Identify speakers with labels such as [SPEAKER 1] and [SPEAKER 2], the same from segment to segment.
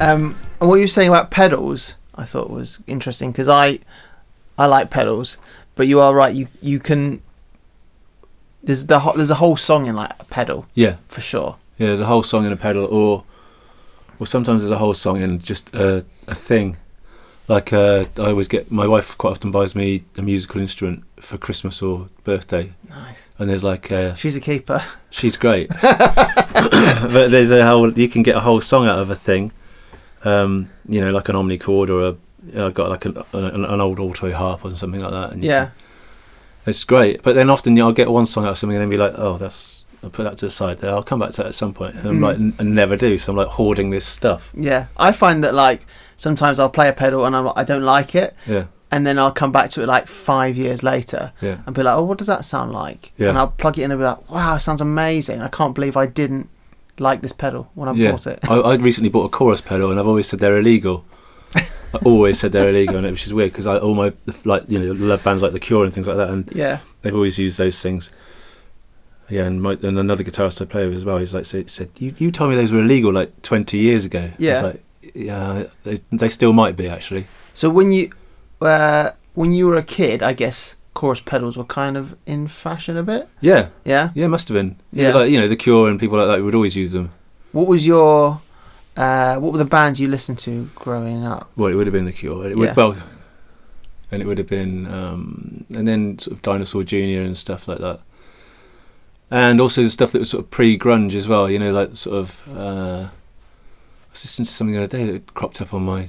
[SPEAKER 1] Um, and what you were saying about pedals, I thought was interesting because I, I like pedals, but you are right. You you can. There's the ho- there's a whole song in like a pedal
[SPEAKER 2] Yeah,
[SPEAKER 1] for sure.
[SPEAKER 2] yeah. There's a whole song in a pedal, or or sometimes there's a whole song in just a, a thing. Like uh, I always get my wife quite often buys me a musical instrument for Christmas or birthday,
[SPEAKER 1] Nice.
[SPEAKER 2] and there's like uh,
[SPEAKER 1] She's a keeper.
[SPEAKER 2] She's great. but there's a whole you can get a whole song out of a thing, um, you know, like an omni chord or a I got like an, an an old auto harp or something like that. And you
[SPEAKER 1] Yeah.
[SPEAKER 2] can- it's great. But then often I'll get one song out of something and then be like, oh, that's I'll put that to the side. There, I'll come back to that at some point. And I'm
[SPEAKER 1] Mm.
[SPEAKER 2] like, "N- I never do. So I'm like hoarding this stuff.
[SPEAKER 1] Yeah. I find that like sometimes I'll play a pedal and I'm, I don't like it,
[SPEAKER 2] Yeah,
[SPEAKER 1] and then I'll come back to it like five years later
[SPEAKER 2] yeah,
[SPEAKER 1] and be like, oh, what does that sound like?
[SPEAKER 2] Yeah.
[SPEAKER 1] And I'll plug it in and be like, wow, it sounds amazing. I can't believe I didn't like this pedal when I
[SPEAKER 2] yeah.
[SPEAKER 1] bought it.
[SPEAKER 2] I, I recently bought a chorus pedal and I've always said they're illegal. I always said they're illegal, and it, which is weird because I all my like you know love bands like The Cure and things like that, and
[SPEAKER 1] yeah.
[SPEAKER 2] they've always used those things. Yeah, and my, and another guitarist I play with as well. He's like said, said you, you told me those were illegal like twenty years ago. I
[SPEAKER 1] Yeah.
[SPEAKER 2] was like, yeah, they, they still might be actually.
[SPEAKER 1] So when you uh, when you were a kid, I guess chorus pedals were kind of in fashion a bit.
[SPEAKER 2] Yeah,
[SPEAKER 1] Yeah.
[SPEAKER 2] yeah, must have been. Yeah,
[SPEAKER 1] Yeah.
[SPEAKER 2] like you know, the Cure and people like that would always use them.
[SPEAKER 1] What was your uh, what were the bands you listened to growing up?
[SPEAKER 2] Well, it would have been the Cure. and It would,
[SPEAKER 1] Yeah.
[SPEAKER 2] Well, and it would have been, um, and then sort of Dinosaur Junior and stuff like that, and also the stuff that was sort of pre-grunge as well. You know, like sort of. Uh, I was listening to something the other day that cropped up on my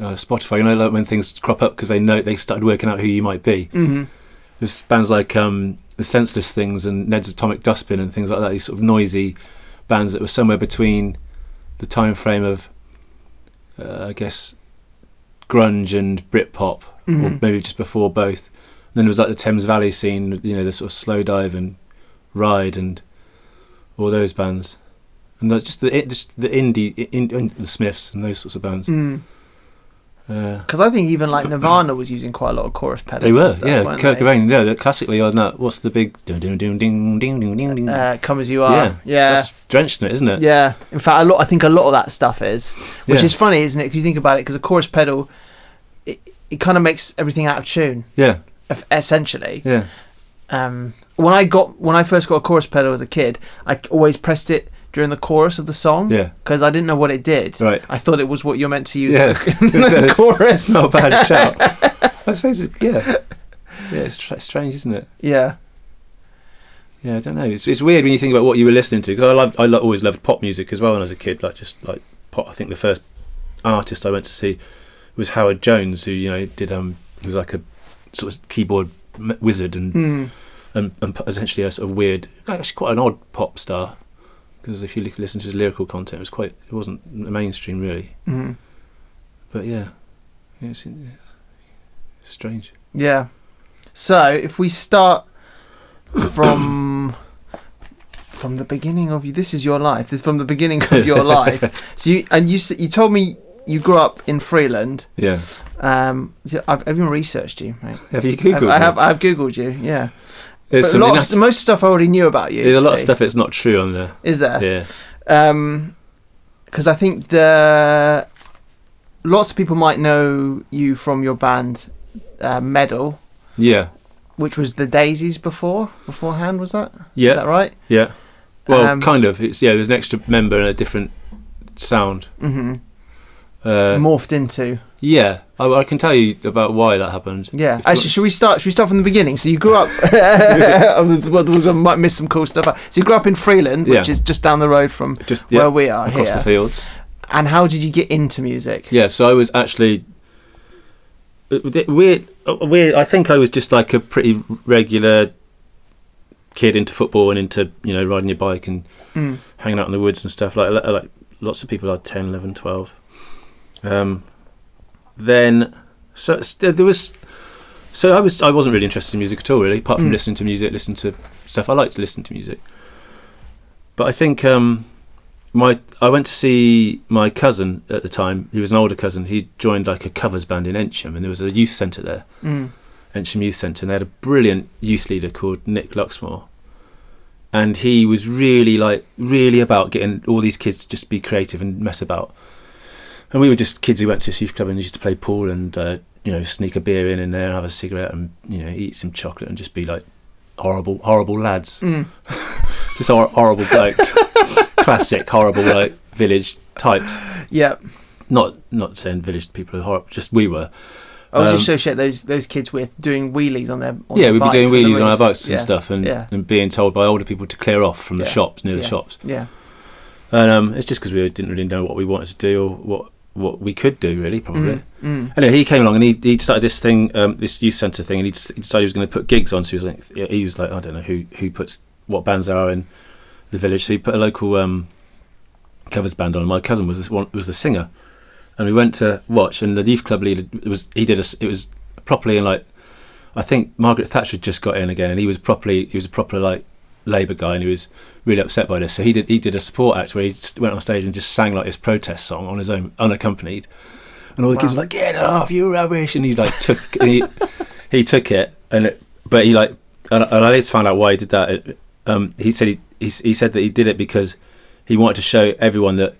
[SPEAKER 2] uh, Spotify. You know, like when things crop up because they know they started working out who you might be.
[SPEAKER 1] Mm-hmm.
[SPEAKER 2] There's bands like um, the Senseless Things and Ned's Atomic Dustbin and things like that. These sort of noisy bands that were somewhere between the time frame of, uh, I guess, grunge and Britpop, or
[SPEAKER 1] Mhm.
[SPEAKER 2] maybe just before both. And then there was like the Thames Valley scene, you know, the sort of slow dive and ride and all those bands. And that's just the it, just the indie, in, in, the Smiths and those sorts of bands. Uh,
[SPEAKER 1] Because Mm-hmm. I think even like Nirvana was using quite a lot of chorus pedals.
[SPEAKER 2] They
[SPEAKER 1] and
[SPEAKER 2] were,
[SPEAKER 1] stuff,
[SPEAKER 2] yeah.
[SPEAKER 1] weren't
[SPEAKER 2] Kurt
[SPEAKER 1] they?
[SPEAKER 2] Cobain, yeah. Classically on that, what's the big ding ding ding ding ding ding ding ding?
[SPEAKER 1] Uh, Come as you are. Yeah. Yeah.
[SPEAKER 2] That's drenched in it, isn't it?
[SPEAKER 1] In fact, a lot. I think a lot of that stuff is, which
[SPEAKER 2] Yeah.
[SPEAKER 1] is funny, isn't it? Because you think about it, because a chorus pedal, it, it kind of makes everything out of tune,
[SPEAKER 2] Yeah,
[SPEAKER 1] eff- essentially.
[SPEAKER 2] yeah,
[SPEAKER 1] um, when I got when I first got a chorus pedal as a kid, I always pressed it during the chorus of the song
[SPEAKER 2] yeah.
[SPEAKER 1] because I didn't know what it did.
[SPEAKER 2] Right.
[SPEAKER 1] I thought it was what you're meant to use
[SPEAKER 2] Yeah.
[SPEAKER 1] in the, in the chorus.
[SPEAKER 2] It's not a bad shout. I suppose, it, yeah. Yeah, it's tr- strange, isn't it?
[SPEAKER 1] Yeah,
[SPEAKER 2] Yeah, I don't know. It's, it's weird when you think about what you were listening to because I loved, I lo- always loved pop music as well when I was a kid. Like just like pop. I think the first artist I went to see was Howard Jones, who you know did um, he was like a sort of keyboard m- wizard and
[SPEAKER 1] Hmm.
[SPEAKER 2] and, and p- essentially a sort of weird, actually quite an odd pop star. Because if you li- listen to his lyrical content, it was quite, it wasn't mainstream really.
[SPEAKER 1] Mhm.
[SPEAKER 2] But yeah, yeah, it's, it's strange.
[SPEAKER 1] yeah. So if we start from from the beginning of you, this is your life. This is from the beginning of your life. So you and you s- you told me you grew up in Freeland.
[SPEAKER 2] Yeah.
[SPEAKER 1] Um, so I've, I've even researched you, mate.
[SPEAKER 2] Have you Googled?
[SPEAKER 1] I
[SPEAKER 2] it?
[SPEAKER 1] have. I've googled you. Yeah.
[SPEAKER 2] There's,
[SPEAKER 1] but
[SPEAKER 2] some-
[SPEAKER 1] lots, most stuff I already knew about you.
[SPEAKER 2] there's a lot of
[SPEAKER 1] see.
[SPEAKER 2] stuff that's not true on there.
[SPEAKER 1] Is there?
[SPEAKER 2] eh? Yeah.
[SPEAKER 1] Um 'cause because I think the lots of people might know you from your band uh, Medal,
[SPEAKER 2] Yeah.
[SPEAKER 1] which was the Daisies before beforehand. Was that? Is
[SPEAKER 2] Yeah.
[SPEAKER 1] that right?
[SPEAKER 2] yeah. Well,
[SPEAKER 1] Um,
[SPEAKER 2] kind of. It's yeah. There's an extra member and a different sound.
[SPEAKER 1] hmm
[SPEAKER 2] Uh,
[SPEAKER 1] Morphed into.
[SPEAKER 2] yeah. I, I can tell you about why that happened.
[SPEAKER 1] Yeah.
[SPEAKER 2] If you
[SPEAKER 1] Actually,
[SPEAKER 2] want-
[SPEAKER 1] should we start? Should we start from the beginning? So you grew up. I was, well, there was- I might miss some cool stuff. So you grew up in Freeland, which
[SPEAKER 2] Yeah.
[SPEAKER 1] is just down the road from
[SPEAKER 2] Just yeah,
[SPEAKER 1] where we are
[SPEAKER 2] across
[SPEAKER 1] here.
[SPEAKER 2] the fields.
[SPEAKER 1] and how did you get into music?
[SPEAKER 2] Yeah, so I was actually weird. uh, Weird. I think I was just like a pretty regular kid into football and into you know riding your bike and
[SPEAKER 1] Mm.
[SPEAKER 2] hanging out in the woods and stuff like like lots of people are 10 11 12 um then so s- there was so i was i wasn't really interested in music at all really apart from
[SPEAKER 1] Mm.
[SPEAKER 2] listening to music listening to stuff i like to listen to music but i think um my i went to see my cousin at the time he was an older cousin he joined like a covers band in ensham and there was a youth centre there
[SPEAKER 1] Mm.
[SPEAKER 2] Ensham Youth Centre, and they had a brilliant youth leader called Nick Luxmore. And he was really like really about getting all these kids to just be creative and mess about. And we were just kids who went to this youth club and used to play pool and uh, you know sneak a beer in in there and have a cigarette and you know eat some chocolate and just be like horrible horrible lads,
[SPEAKER 1] Mm.
[SPEAKER 2] just hor- horrible blokes, classic horrible like village types.
[SPEAKER 1] Yeah,
[SPEAKER 2] Not not saying village people are horrible, just we were.
[SPEAKER 1] I always
[SPEAKER 2] Um,
[SPEAKER 1] associate those those kids with doing wheelies on their on
[SPEAKER 2] yeah,
[SPEAKER 1] their
[SPEAKER 2] we'd be
[SPEAKER 1] bikes
[SPEAKER 2] doing
[SPEAKER 1] and
[SPEAKER 2] wheelies
[SPEAKER 1] then
[SPEAKER 2] on our
[SPEAKER 1] just-
[SPEAKER 2] bikes
[SPEAKER 1] yeah,
[SPEAKER 2] and stuff, and,
[SPEAKER 1] yeah.
[SPEAKER 2] and being told by older people to clear off from the
[SPEAKER 1] Yeah,
[SPEAKER 2] shops near
[SPEAKER 1] yeah.
[SPEAKER 2] the shops.
[SPEAKER 1] Yeah,
[SPEAKER 2] And um, it's just because we didn't really know what we wanted to do or what what we could do really probably.
[SPEAKER 1] Mm, mm.
[SPEAKER 2] Anyway, he came along and he he started this thing, um, this youth centre thing, and he, d- he decided he was going to put gigs on. So he was like, yeah, he was like, I don't know who who puts what bands there are in the village. So he put a local um, covers band on. and My cousin was this one was the singer, and we went to watch. And the youth club leader was he did a, s- it was properly in like I think Margaret Thatcher had just got in again, and he was properly he was a proper like Labour guy, and he was really upset by this. So he did he did a support act where he s- went on stage and just sang like his protest song on his own, unaccompanied, and all the kids
[SPEAKER 1] Wow.
[SPEAKER 2] were like, "Get off, you rubbish!" And he like took and he he took it, and it, but he like and, and I later found out why he did that. It- um, he said he, he s- he said that he did it because he wanted to show everyone that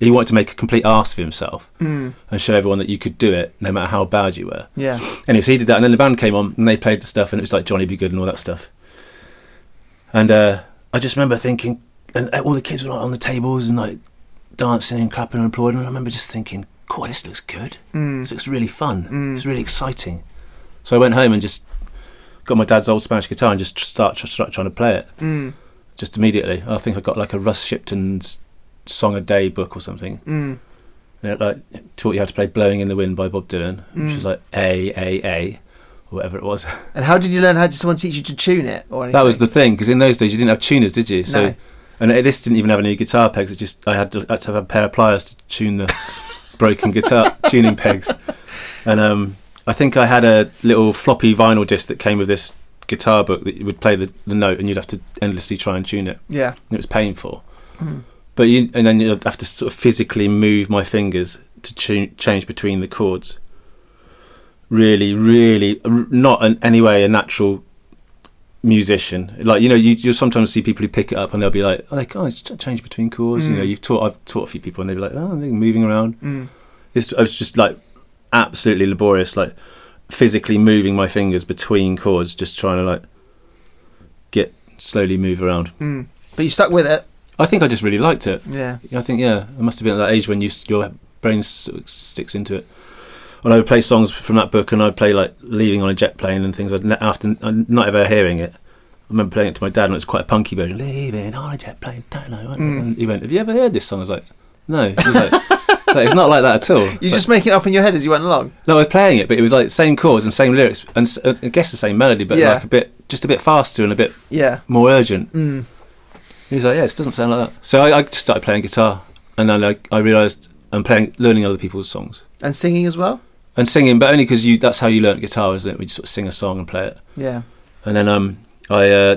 [SPEAKER 2] he wanted to make a complete ass of himself
[SPEAKER 1] Mm,
[SPEAKER 2] and show everyone that you could do it no matter how bad you were.
[SPEAKER 1] yeah.
[SPEAKER 2] Anyway, so he did that, and then the band came on and they played the stuff, and it was like Johnny Be Good and all that stuff. And uh, I just remember thinking, and uh, all the kids were like on the tables and like dancing and clapping and applauding. And I remember just thinking, "God, this looks good.
[SPEAKER 1] Mm,
[SPEAKER 2] This looks really fun.
[SPEAKER 1] Mm.
[SPEAKER 2] It's really exciting." So I went home and just got my dad's old Spanish guitar and just tr- start, tr- start trying to play it
[SPEAKER 1] mm,
[SPEAKER 2] just immediately. I think I got like a Russ Shipton's song a day book or something.
[SPEAKER 1] mm,
[SPEAKER 2] And it like taught you how to play "Blowing in the Wind" by Bob Dylan, which
[SPEAKER 1] Mm.
[SPEAKER 2] was like A A A, or whatever it was.
[SPEAKER 1] And how did you learn? How did someone teach you to tune it or anything?
[SPEAKER 2] That was the thing because in those days you didn't have tuners, did you? So
[SPEAKER 1] No.
[SPEAKER 2] and this didn't even have any guitar pegs. It just I had to, had to have a pair of pliers to tune the broken guitar tuning pegs. And um, I think I had a little floppy vinyl disc that came with this guitar book that you would play the, the note and you'd have to endlessly try and tune it.
[SPEAKER 1] yeah.
[SPEAKER 2] And it was painful.
[SPEAKER 1] Mm.
[SPEAKER 2] But you and then you'd have to sort of physically move my fingers to tune, change between the chords. Really, really, r- not in any way a natural musician. Like you know, you you sometimes see people who pick it up and they'll be like, "Oh, they can't ch- change between chords." You know,
[SPEAKER 1] Mm.
[SPEAKER 2] you've taught I've taught a few people and they'll be like, "Oh, they're moving around."
[SPEAKER 1] Mm,
[SPEAKER 2] This I was just like absolutely laborious, like physically moving my fingers between chords, just trying to like get slowly move around.
[SPEAKER 1] mm. But you stuck with it.
[SPEAKER 2] I think I just really liked it.
[SPEAKER 1] Yeah.
[SPEAKER 2] Yeah, I think yeah, it must have been at that age when you s- your brain s- sticks into it. And I would play songs from that book, and I'd play like "Leaving on a Jet Plane" and things. I'd ne- after I'd not ever hearing it. I remember playing it to my dad, and it's quite a punky version. Leaving on a jet plane, don't know. what-"
[SPEAKER 1] Mm.
[SPEAKER 2] And he went, "Have you ever heard this song?" I was like, "No." He was like, "Like, "It's not like that at all." It's
[SPEAKER 1] You
[SPEAKER 2] like-
[SPEAKER 1] just make it up in your head as you went along.
[SPEAKER 2] no, I was playing it, but it was like same chords and same lyrics, and s- I guess the same melody, but
[SPEAKER 1] Yeah.
[SPEAKER 2] like a bit, just a bit faster and a bit
[SPEAKER 1] Yeah.
[SPEAKER 2] more urgent.
[SPEAKER 1] Mm,
[SPEAKER 2] He was like, "Yeah, it doesn't sound like that." So I, I just started playing guitar, and then I, I realised I'm playing, learning other people's songs
[SPEAKER 1] and singing as well.
[SPEAKER 2] and singing, but only because you—that's how you learn guitar, isn't it? We just sort of sing a song and play it.
[SPEAKER 1] Yeah.
[SPEAKER 2] And then um, I, uh,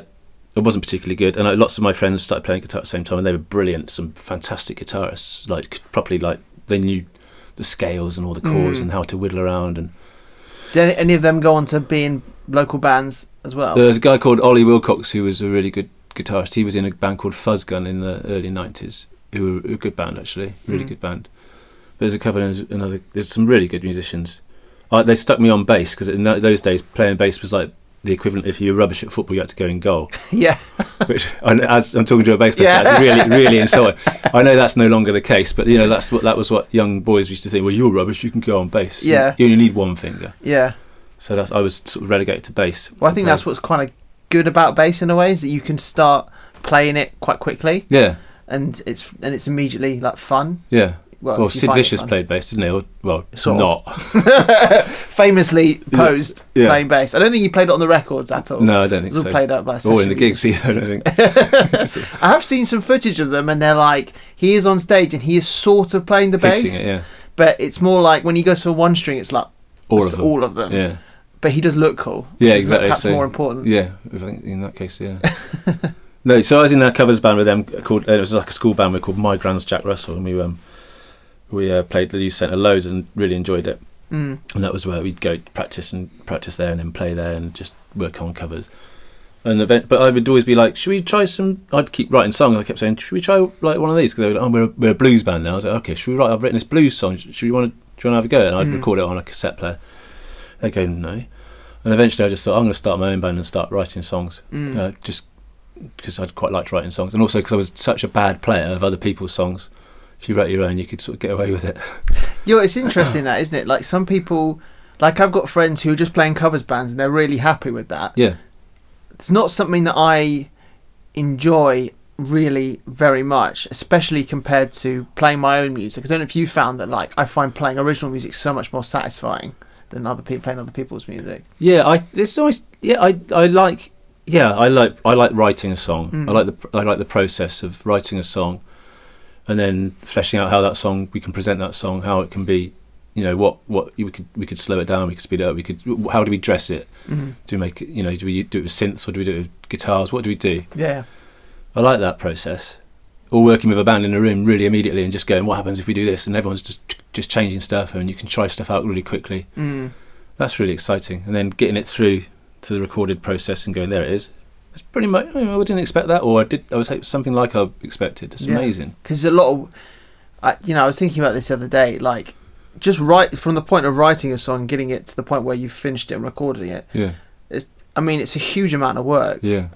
[SPEAKER 2] I wasn't particularly good, and I, lots of my friends started playing guitar at the same time, and they were brilliant, some fantastic guitarists, like properly, like they knew the scales and all the chords
[SPEAKER 1] Mm.
[SPEAKER 2] and how to whittle around. And
[SPEAKER 1] Did any- any of them go on to be in local bands as well?
[SPEAKER 2] there was a guy called Ollie Wilcox who was a really good guitarist. He was in a band called Fuzzgun in the early '90s, who were a good band actually, really
[SPEAKER 1] Mm.
[SPEAKER 2] good band. But there's a couple of another. There's some really good musicians. Uh, they stuck me on bass because in tho- those days playing bass was like the equivalent if you were rubbish at football you had to go in goal
[SPEAKER 1] yeah.
[SPEAKER 2] which and as I'm talking to a bass player
[SPEAKER 1] Yeah.
[SPEAKER 2] that's really really insulting I know that's no longer the case but you know that's what that was what young boys used to think well you're rubbish you can go on bass You-
[SPEAKER 1] Yeah.
[SPEAKER 2] you only need one finger
[SPEAKER 1] Yeah.
[SPEAKER 2] so that's I was sort of relegated to bass
[SPEAKER 1] Well, I think that's what's kind of good about bass in a way is that you can start playing it quite quickly,
[SPEAKER 2] yeah
[SPEAKER 1] and it's and it's immediately like fun.
[SPEAKER 2] yeah
[SPEAKER 1] Well,
[SPEAKER 2] Well,
[SPEAKER 1] if you
[SPEAKER 2] Sid
[SPEAKER 1] find it
[SPEAKER 2] Vicious
[SPEAKER 1] fun.
[SPEAKER 2] played bass, didn't he? Or, well,
[SPEAKER 1] Sort
[SPEAKER 2] not.
[SPEAKER 1] famously posed
[SPEAKER 2] Yeah.
[SPEAKER 1] playing bass. I don't think he played it on the records at all.
[SPEAKER 2] No, I don't
[SPEAKER 1] it
[SPEAKER 2] think
[SPEAKER 1] was all
[SPEAKER 2] so.
[SPEAKER 1] played out by
[SPEAKER 2] or
[SPEAKER 1] session
[SPEAKER 2] in the
[SPEAKER 1] musicians.
[SPEAKER 2] gigs either. I don't think.
[SPEAKER 1] I have seen some footage of them, and they're like, he is on stage and he is sort of playing the bass,
[SPEAKER 2] Hitting it, yeah.
[SPEAKER 1] but it's more like when he goes for one string, it's like
[SPEAKER 2] All
[SPEAKER 1] it's
[SPEAKER 2] of them.
[SPEAKER 1] all of them.
[SPEAKER 2] yeah,
[SPEAKER 1] But he does look cool.
[SPEAKER 2] Yeah,
[SPEAKER 1] which is
[SPEAKER 2] exactly,
[SPEAKER 1] Perhaps
[SPEAKER 2] so-
[SPEAKER 1] more important.
[SPEAKER 2] yeah. I think in that case, yeah. no, so I was in that covers band with them called. uh, It was like a school band. We called My Grand's Jack Russell, and we um we uh, played the youth centre loads and really enjoyed it.
[SPEAKER 1] Mm.
[SPEAKER 2] And that was where we'd go practice and practice there, and then play there, and just work on covers. And event, but I would always be like, "Should we try some?" I'd keep writing songs. I kept saying, "Should we try like one of these?" Because they were like, "Oh, we're a, we're a blues band now." I was like, "Okay, should we write? I've written this blues song. Should we want to? Do you want to have a go?" And I'd
[SPEAKER 1] Mm.
[SPEAKER 2] record it on a cassette player. They go, "No," and eventually I just thought, "I'm going to start my own band and start writing songs."
[SPEAKER 1] Mm.
[SPEAKER 2] uh, just because I'd quite liked writing songs, and also because I was such a bad player of other people's songs. If you wrote your own, you could sort of get away with it.
[SPEAKER 1] Yeah, well, it's interesting that, isn't it? Like some people, like I've got friends who are just playing covers bands and they're really happy with that.
[SPEAKER 2] Yeah,
[SPEAKER 1] It's not something that I enjoy really very much, especially compared to playing my own music. I don't know if you found that, like, I find playing original music so much more satisfying than other people playing other people's music.
[SPEAKER 2] yeah. I it's always yeah. I I like yeah. I like I like writing a song.
[SPEAKER 1] Mm.
[SPEAKER 2] I like the I like the process of writing a song, and then fleshing out how that song we can present that song, how it can be, you know, what what we could we could slow it down, we could speed it up, we could how do we dress it?
[SPEAKER 1] Mm.
[SPEAKER 2] Do we make it? You know, do we do it with synths or do we do it with guitars? What do we do?
[SPEAKER 1] Yeah.
[SPEAKER 2] I like that process. Or working with a band in a room really immediately and just going, what happens if we do this? And everyone's just just changing stuff and you can try stuff out really quickly.
[SPEAKER 1] Mm.
[SPEAKER 2] That's really exciting. And then getting it through to the recorded process and going, there it is. It's pretty much. I, mean, I didn't expect that, or I did. I was hoping something like I expected. It's
[SPEAKER 1] Yeah.
[SPEAKER 2] amazing.
[SPEAKER 1] because a lot of I, you know i was thinking about this the other day like just write from the point of writing a song getting it to the point where you've finished it and recording it
[SPEAKER 2] Yeah,
[SPEAKER 1] i mean it's a huge amount of work
[SPEAKER 2] yeah,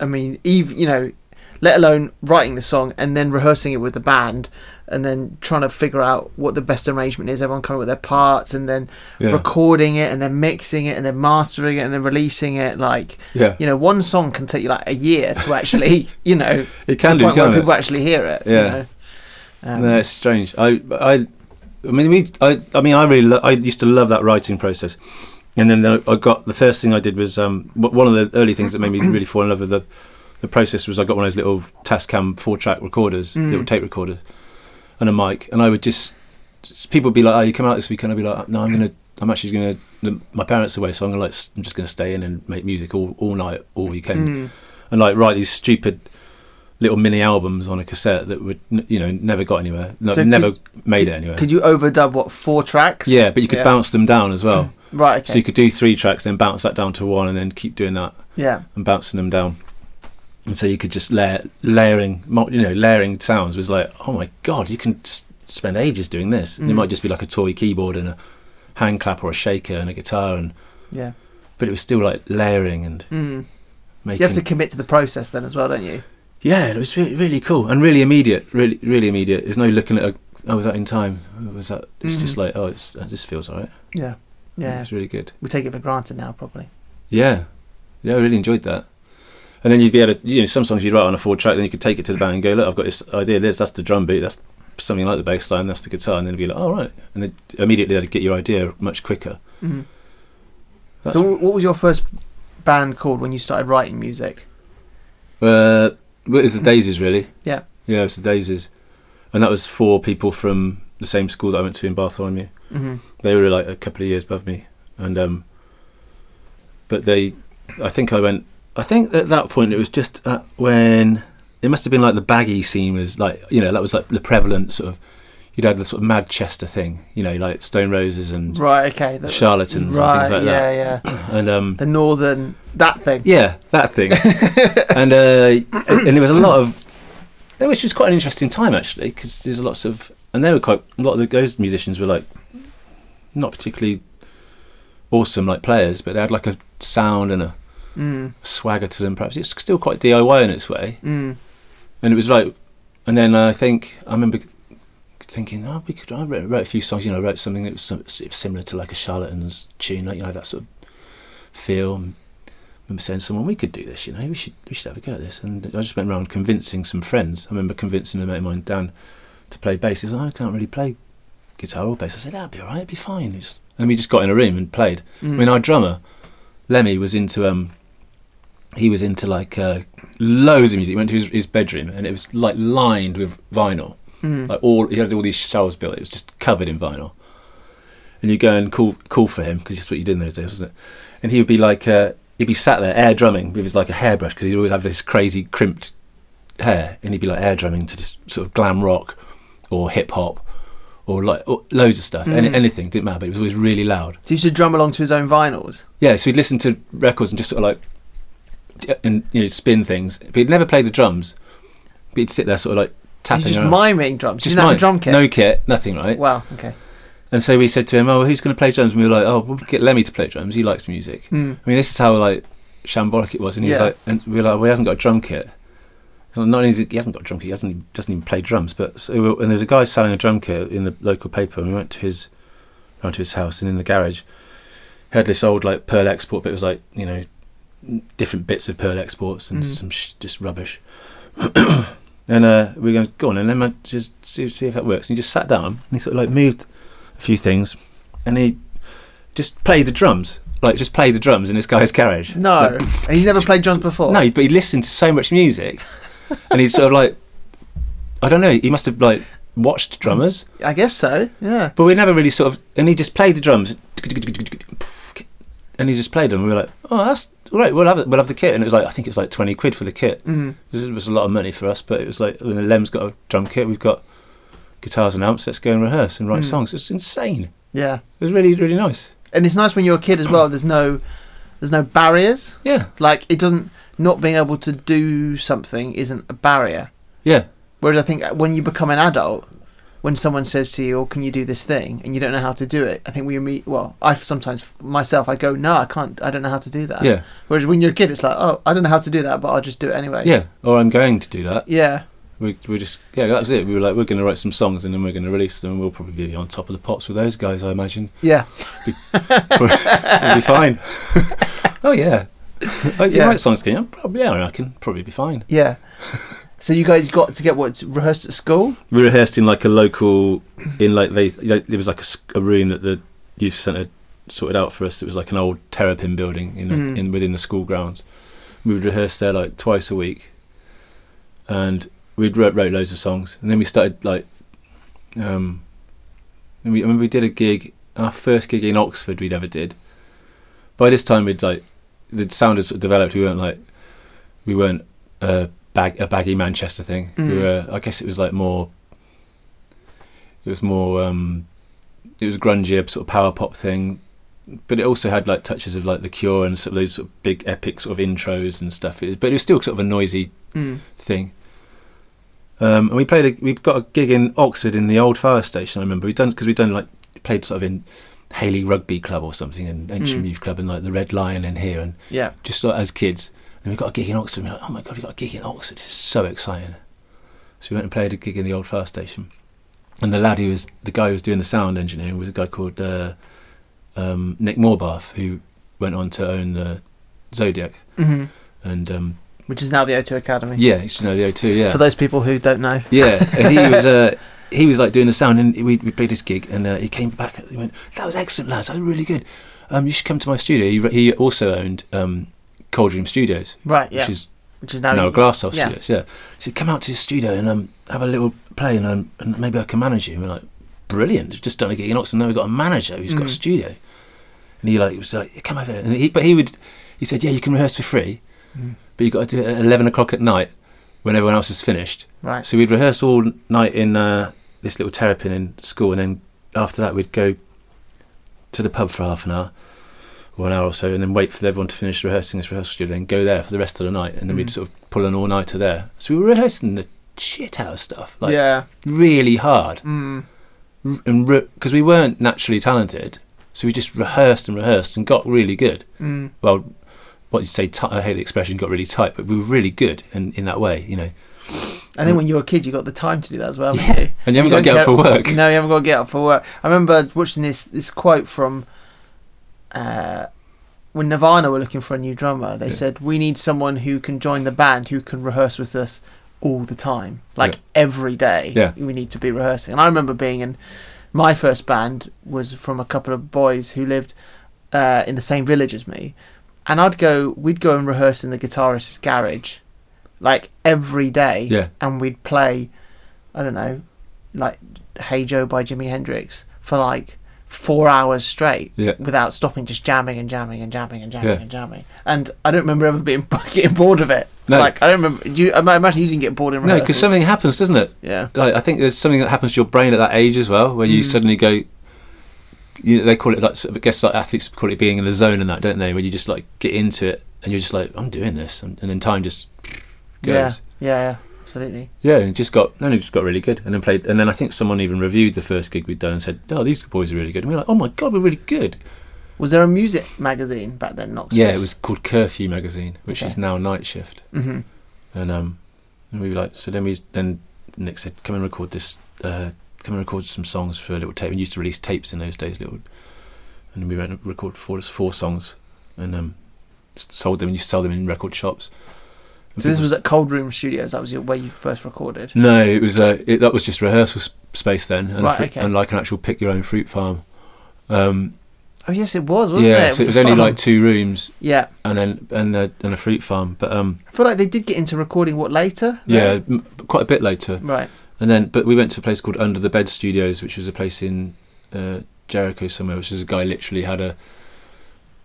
[SPEAKER 1] i mean even you know let alone writing the song and then rehearsing it with the band and then trying to figure out what the best arrangement is everyone coming up with their parts and then recording it and then mixing it and then mastering it and then releasing it like
[SPEAKER 2] yeah.
[SPEAKER 1] you know one song can take you like a year to actually you know
[SPEAKER 2] It
[SPEAKER 1] to
[SPEAKER 2] can
[SPEAKER 1] the
[SPEAKER 2] do,
[SPEAKER 1] point
[SPEAKER 2] can
[SPEAKER 1] where
[SPEAKER 2] it?
[SPEAKER 1] people actually hear it you
[SPEAKER 2] Yeah.
[SPEAKER 1] know? Um,
[SPEAKER 2] no, it's strange. I, I, I mean, we, I, I mean, I really, lo- I used to love that writing process, and then I I got the first thing I did was um, w- one of the early things that made me really fall in love with the, the process was I got one of those little Tascam four-track recorders,
[SPEAKER 1] Mm.
[SPEAKER 2] little tape recorders, and a mic, and I would just, just people would be like, "Oh, you come out this weekend?" I'd be like, "No, I'm gonna, I'm actually gonna, the- my parents are away, so I'm gonna like, s- I'm just gonna stay in and make music all, all night, all weekend."
[SPEAKER 1] mm.
[SPEAKER 2] and like write these stupid little mini albums on a cassette that would n- you know never got anywhere no,
[SPEAKER 1] So
[SPEAKER 2] never made it anywhere
[SPEAKER 1] Could you overdub what four tracks?
[SPEAKER 2] yeah but you could
[SPEAKER 1] yeah.
[SPEAKER 2] bounce them down as well
[SPEAKER 1] Right. Okay.
[SPEAKER 2] so you could do three tracks then bounce that down to one and then keep doing that
[SPEAKER 1] yeah.
[SPEAKER 2] and bouncing them down and so you could just layer layering mul- you know layering sounds was like oh my god you can just spend ages doing this and it
[SPEAKER 1] Mm.
[SPEAKER 2] might just be like a toy keyboard and a hand clap or a shaker and a guitar and
[SPEAKER 1] Yeah.
[SPEAKER 2] but it was still like layering and
[SPEAKER 1] Mm. You
[SPEAKER 2] making
[SPEAKER 1] have to commit to the process then as well, don't you?
[SPEAKER 2] Yeah, it was re- really cool and really immediate. Really, really immediate. There's no looking at. A, oh, was that in time? Oh, Was that? It's just
[SPEAKER 1] Mhm.
[SPEAKER 2] like, oh, it's, uh, this feels alright.
[SPEAKER 1] Yeah. Yeah.
[SPEAKER 2] it's really good.
[SPEAKER 1] We take it for granted now, probably.
[SPEAKER 2] Yeah, yeah, I really enjoyed that. And then you'd be able to, you know, some songs you'd write on a four track, then you could take it to the band and go, look, I've got this idea. There's that's the drum beat. That's something like the bass line. That's the guitar. And then it'd be like, all right. oh, right. And then immediately I'd get your idea much quicker.
[SPEAKER 1] Mm.
[SPEAKER 2] That's,
[SPEAKER 1] So, wh- what was your first band called when you started writing music?
[SPEAKER 2] Uh, well, it's the Daisies, really.
[SPEAKER 1] Yeah.
[SPEAKER 2] Yeah, it's the Daisies, and that was four people from the same school that I went to in Bartholomew.
[SPEAKER 1] hmm
[SPEAKER 2] they were like a couple of years above me, and um, but they, I think I went. I think at that point it was just at when it must have been like the baggy scene was like you know that was like the prevalent sort of you'd had the sort of Manchester thing you know like Stone Roses and
[SPEAKER 1] Right. Okay. that-
[SPEAKER 2] Charlatans
[SPEAKER 1] Right.
[SPEAKER 2] and things like
[SPEAKER 1] yeah. Yeah.
[SPEAKER 2] that and um
[SPEAKER 1] The northern that thing.
[SPEAKER 2] yeah that thing and uh and there was a lot of which was quite an interesting time actually because there's lots of and they were quite a lot of the those musicians were like not particularly awesome like players but they had like a sound and a
[SPEAKER 1] Mm.
[SPEAKER 2] swagger to them perhaps it's still quite DIY in its way
[SPEAKER 1] Mm.
[SPEAKER 2] and it was like and then I think I remember thinking oh we could I wrote, wrote a few songs you know I wrote something that was sim- similar to like a charlatan's tune like you know that sort of feel and I remember saying to someone we could do this you know we should we should have a go at this and I just went around convincing some friends I remember convincing a mate of mine Dan to play bass he said I can't really play guitar or bass I said that'd be alright it'd be fine It's- and we just got in a room and played
[SPEAKER 1] Mm.
[SPEAKER 2] I mean, our drummer Lemmy was into um, he was into like uh, loads of music. He went to his, his bedroom and it was like lined with vinyl.
[SPEAKER 1] Mm.
[SPEAKER 2] Like all he had all these shelves built. It was just covered in vinyl. And you go and call call for him because that's what you did in those days, wasn't it? And he would be like uh, he'd be sat there air drumming with his like a hairbrush because he'd always have this crazy crimped hair, and he'd be like air drumming to this sort of glam rock or hip hop or like or loads of stuff. Any,
[SPEAKER 1] Mm.
[SPEAKER 2] anything didn't matter, but it was always really loud.
[SPEAKER 1] So you should drum along to his own vinyls.
[SPEAKER 2] Yeah, so he'd listen to records and just sort of like and you know spin things. But he'd never play the drums. But he'd sit there sort of like tapping.
[SPEAKER 1] You're just
[SPEAKER 2] around.
[SPEAKER 1] miming drums. You
[SPEAKER 2] Just
[SPEAKER 1] didn't have
[SPEAKER 2] mime.
[SPEAKER 1] a drum kit.
[SPEAKER 2] No kit, nothing, right?
[SPEAKER 1] Wow. Okay.
[SPEAKER 2] And so we said to him, "Oh, who's going to play drums?" And we were like, "Oh, we'll get Lemmy to play drums. He likes music."
[SPEAKER 1] Hmm.
[SPEAKER 2] I mean, this is how like shambolic it was, and he
[SPEAKER 1] Yeah.
[SPEAKER 2] was like, and we were like, "Well, he hasn't got a drum kit." So not only is it, he hasn't got a drum kit, he hasn't even- doesn't even play drums. But so, we were- and there's a guy selling a drum kit in the local paper, and we went to his, round to his house, and in the garage, had this old like Pearl Export, but it was like you know, different bits of Pearl Exports and
[SPEAKER 1] Mhm.
[SPEAKER 2] some sh- just rubbish. and uh, we were going, go on, and then man, just see, see if that works. And he just sat down, and he sort of like moved a few things, and he just played the drums, like just played the drums in this guy's garage.
[SPEAKER 1] No,
[SPEAKER 2] Like,
[SPEAKER 1] and he's never played drums before.
[SPEAKER 2] no, but he listened to so much music, and he sort of like, I don't know, he must have like watched drummers,
[SPEAKER 1] I guess so. Yeah.
[SPEAKER 2] but we never really sort of, and he just played the drums, and he just played them. And we were like, oh, that's all right. We'll have it. We'll have the kit, and it was like I think it was like twenty quid for the kit.
[SPEAKER 1] Mm.
[SPEAKER 2] It was a lot of money for us, but it was like the Lem's got a drum kit, we've got guitars and amps. Let's go and rehearse and write
[SPEAKER 1] Mm.
[SPEAKER 2] songs. It's insane.
[SPEAKER 1] Yeah.
[SPEAKER 2] It was really really nice.
[SPEAKER 1] And it's nice when you're a kid as well. There's no, there's no barriers.
[SPEAKER 2] Yeah,
[SPEAKER 1] Like it doesn't. Not being able to do something isn't a barrier.
[SPEAKER 2] yeah,
[SPEAKER 1] Whereas I think when you become an adult, when someone says to you, "Oh, can you do this thing?" and you don't know how to do it, I think we meet. Well, I sometimes myself, I go, "No, I can't. I don't know how to do that."
[SPEAKER 2] yeah,
[SPEAKER 1] Whereas when you're a kid, it's like, "Oh, I don't know how to do that, but I'll just do it anyway."
[SPEAKER 2] yeah. Or I'm going to do that.
[SPEAKER 1] Yeah.
[SPEAKER 2] We we just yeah, that was it. We were like, we're going to write some songs and then we're going to release them. and We'll probably be on top of the pops with those guys, I imagine.
[SPEAKER 1] Yeah.
[SPEAKER 2] We'll be fine. oh yeah. Oh, you
[SPEAKER 1] Yeah.
[SPEAKER 2] write songs, can you? Probably, yeah, I can probably be fine.
[SPEAKER 1] Yeah. So you guys got to get what rehearsed at school?
[SPEAKER 2] We rehearsed in like a local, in like they like, there was like a, s- a room that the youth centre sorted out for us. It was like an old terrapin building in, the,
[SPEAKER 1] Mm.
[SPEAKER 2] in within the school grounds. We would rehearse there like twice a week, and we'd wrote, wrote loads of songs. And then we started like, um, and we I mean, we did a gig, our first gig in Oxford we'd ever did. By this time we'd like the sound had sort of developed. We weren't like we weren't a bag a baggy Manchester thing. We
[SPEAKER 1] Mm.
[SPEAKER 2] were I guess it was like more. It was more. um It was grungier sort of power pop thing, but it also had like touches of like The Cure and sort of those sort of big epic sort of intros and stuff. It, but it was still sort of a noisy
[SPEAKER 1] Mm.
[SPEAKER 2] thing. Um, and we played. A, we got a gig in Oxford in the old fire station. I remember we done because we done like played sort of in Haley Rugby Club or something and Ancient
[SPEAKER 1] Mm.
[SPEAKER 2] Youth Club and like the Red Lion in here and
[SPEAKER 1] Yeah.
[SPEAKER 2] just like, as kids. And we got a gig in Oxford. And we're like, oh my god, we got a gig in Oxford. This is so exciting. So we went and played a gig in the old fire station. And the lad who was the guy who was doing the sound engineering was a guy called uh, um, Nick Morbath, who went on to own the Zodiac
[SPEAKER 1] hmm
[SPEAKER 2] and um,
[SPEAKER 1] Which is now the O2 Academy.
[SPEAKER 2] yeah, he's know the O2. Yeah,
[SPEAKER 1] For those people who don't know.
[SPEAKER 2] yeah, and he was uh, he was like doing the sound, and we, we played this gig, and uh, he came back. and He went, "That was excellent, lads. That was really good. Um, you should come to my studio." He, he also owned um, Cold Dream Studios,
[SPEAKER 1] Right. Yeah.
[SPEAKER 2] which is
[SPEAKER 1] Which is now.
[SPEAKER 2] now no, Glasshouse
[SPEAKER 1] yeah.
[SPEAKER 2] Studios. Yeah, he said, "Come out to his studio and um, have a little play, and, um, and maybe I can manage you." And we're like, "Brilliant! We've Just done a gig in Oxford. Now we've got a manager who's got a
[SPEAKER 1] Mhm.
[SPEAKER 2] studio." And he like was like, "Come over," and he, but he would he said, "Yeah, you can rehearse for free,
[SPEAKER 1] Mhm.
[SPEAKER 2] but you got to do it at eleven o'clock at night when everyone else is finished."
[SPEAKER 1] Right.
[SPEAKER 2] So we'd rehearse all night in uh, this little terrapin in school, and then after that we'd go to the pub for half an hour or an hour or so, and then wait for everyone to finish rehearsing this rehearsal studio, then go there for the rest of the night, and then we'd
[SPEAKER 1] Mhm.
[SPEAKER 2] sort of pull an all-nighter there. So we were rehearsing the shit out of stuff, like
[SPEAKER 1] yeah.
[SPEAKER 2] really hard,
[SPEAKER 1] Mm.
[SPEAKER 2] R- and because we weren't naturally talented, so we just rehearsed and rehearsed and got really good.
[SPEAKER 1] Mm.
[SPEAKER 2] Well, what you say, ti- I hate the expression, got really tight, but we were really good, in, in that way, you know.
[SPEAKER 1] I think when you were a kid, you got the time to do that as well.
[SPEAKER 2] Mm. Yeah.
[SPEAKER 1] didn't you?
[SPEAKER 2] And you haven't got to
[SPEAKER 1] don't
[SPEAKER 2] get up for
[SPEAKER 1] care-
[SPEAKER 2] work.
[SPEAKER 1] No, you haven't got to get up for work. I remember watching this this quote from uh, when Nirvana were looking for a new drummer. They
[SPEAKER 2] Yeah.
[SPEAKER 1] said, "We need someone who can join the band, who can rehearse with us all the time, like every day.
[SPEAKER 2] Yeah.
[SPEAKER 1] We need to be rehearsing." And I remember being in my first band was from a couple of boys who lived uh, in the same village as me, and I'd go, we'd go and rehearse in the guitarist's garage, like every day
[SPEAKER 2] Yeah.
[SPEAKER 1] and we'd play, I don't know, like Hey Joe by Jimi Hendrix for like four hours straight
[SPEAKER 2] Yeah.
[SPEAKER 1] without stopping, just jamming and jamming and jamming and jamming
[SPEAKER 2] Yeah.
[SPEAKER 1] and jamming. And I don't remember ever being getting bored of it.
[SPEAKER 2] No.
[SPEAKER 1] Like I don't remember. You, I imagine you didn't get bored in
[SPEAKER 2] No,
[SPEAKER 1] rehearsals.
[SPEAKER 2] because something happens, doesn't it?
[SPEAKER 1] Yeah.
[SPEAKER 2] Like I think there's something that happens to your brain at that age as well, where you
[SPEAKER 1] Mm.
[SPEAKER 2] suddenly go. You know, they call it like sort of- I guess like athletes call it being in the zone and that, don't they? Where you just like get into it and you're just like, I'm doing this, and, and then time just goes.
[SPEAKER 1] Yeah, yeah, yeah, absolutely.
[SPEAKER 2] Yeah, and it just got then it just got really good, and then played, and then I think someone even reviewed the first gig we'd done and said, "Oh, these boys are really good." And we were like, "Oh my god, we're really good."
[SPEAKER 1] Was there a music magazine back then, Knox?
[SPEAKER 2] Yeah, it was called Curfew Magazine, which is
[SPEAKER 1] Okay.
[SPEAKER 2] now Night Shift,
[SPEAKER 1] hmm
[SPEAKER 2] and um, and we were like, so then we then Nick said, "Come and record this, uh, come and record some songs for a little tape." We used to release tapes in those days, little, and we went and recorded four four songs, and um, s- sold them and you sell them in record shops. And
[SPEAKER 1] So this
[SPEAKER 2] people-
[SPEAKER 1] was at Cold Room Studios. That was your, where you first recorded.
[SPEAKER 2] No, it was uh, it, that was just rehearsal s- space then, and, a
[SPEAKER 1] Right,
[SPEAKER 2] fru-
[SPEAKER 1] okay.
[SPEAKER 2] and like an actual pick your own fruit farm. Um,
[SPEAKER 1] Oh yes, it was, wasn't
[SPEAKER 2] yeah,
[SPEAKER 1] it?
[SPEAKER 2] so it was
[SPEAKER 1] a
[SPEAKER 2] only
[SPEAKER 1] farm.
[SPEAKER 2] like two rooms
[SPEAKER 1] yeah.
[SPEAKER 2] and then and a, and a fruit farm, but um,
[SPEAKER 1] I feel like they did get into recording what later.
[SPEAKER 2] yeah,
[SPEAKER 1] though?
[SPEAKER 2] m- quite a bit later.
[SPEAKER 1] Right.
[SPEAKER 2] And then, but we went to a place called Under the Bed Studios, which was a place in uh, Jericho somewhere, which is a guy literally had a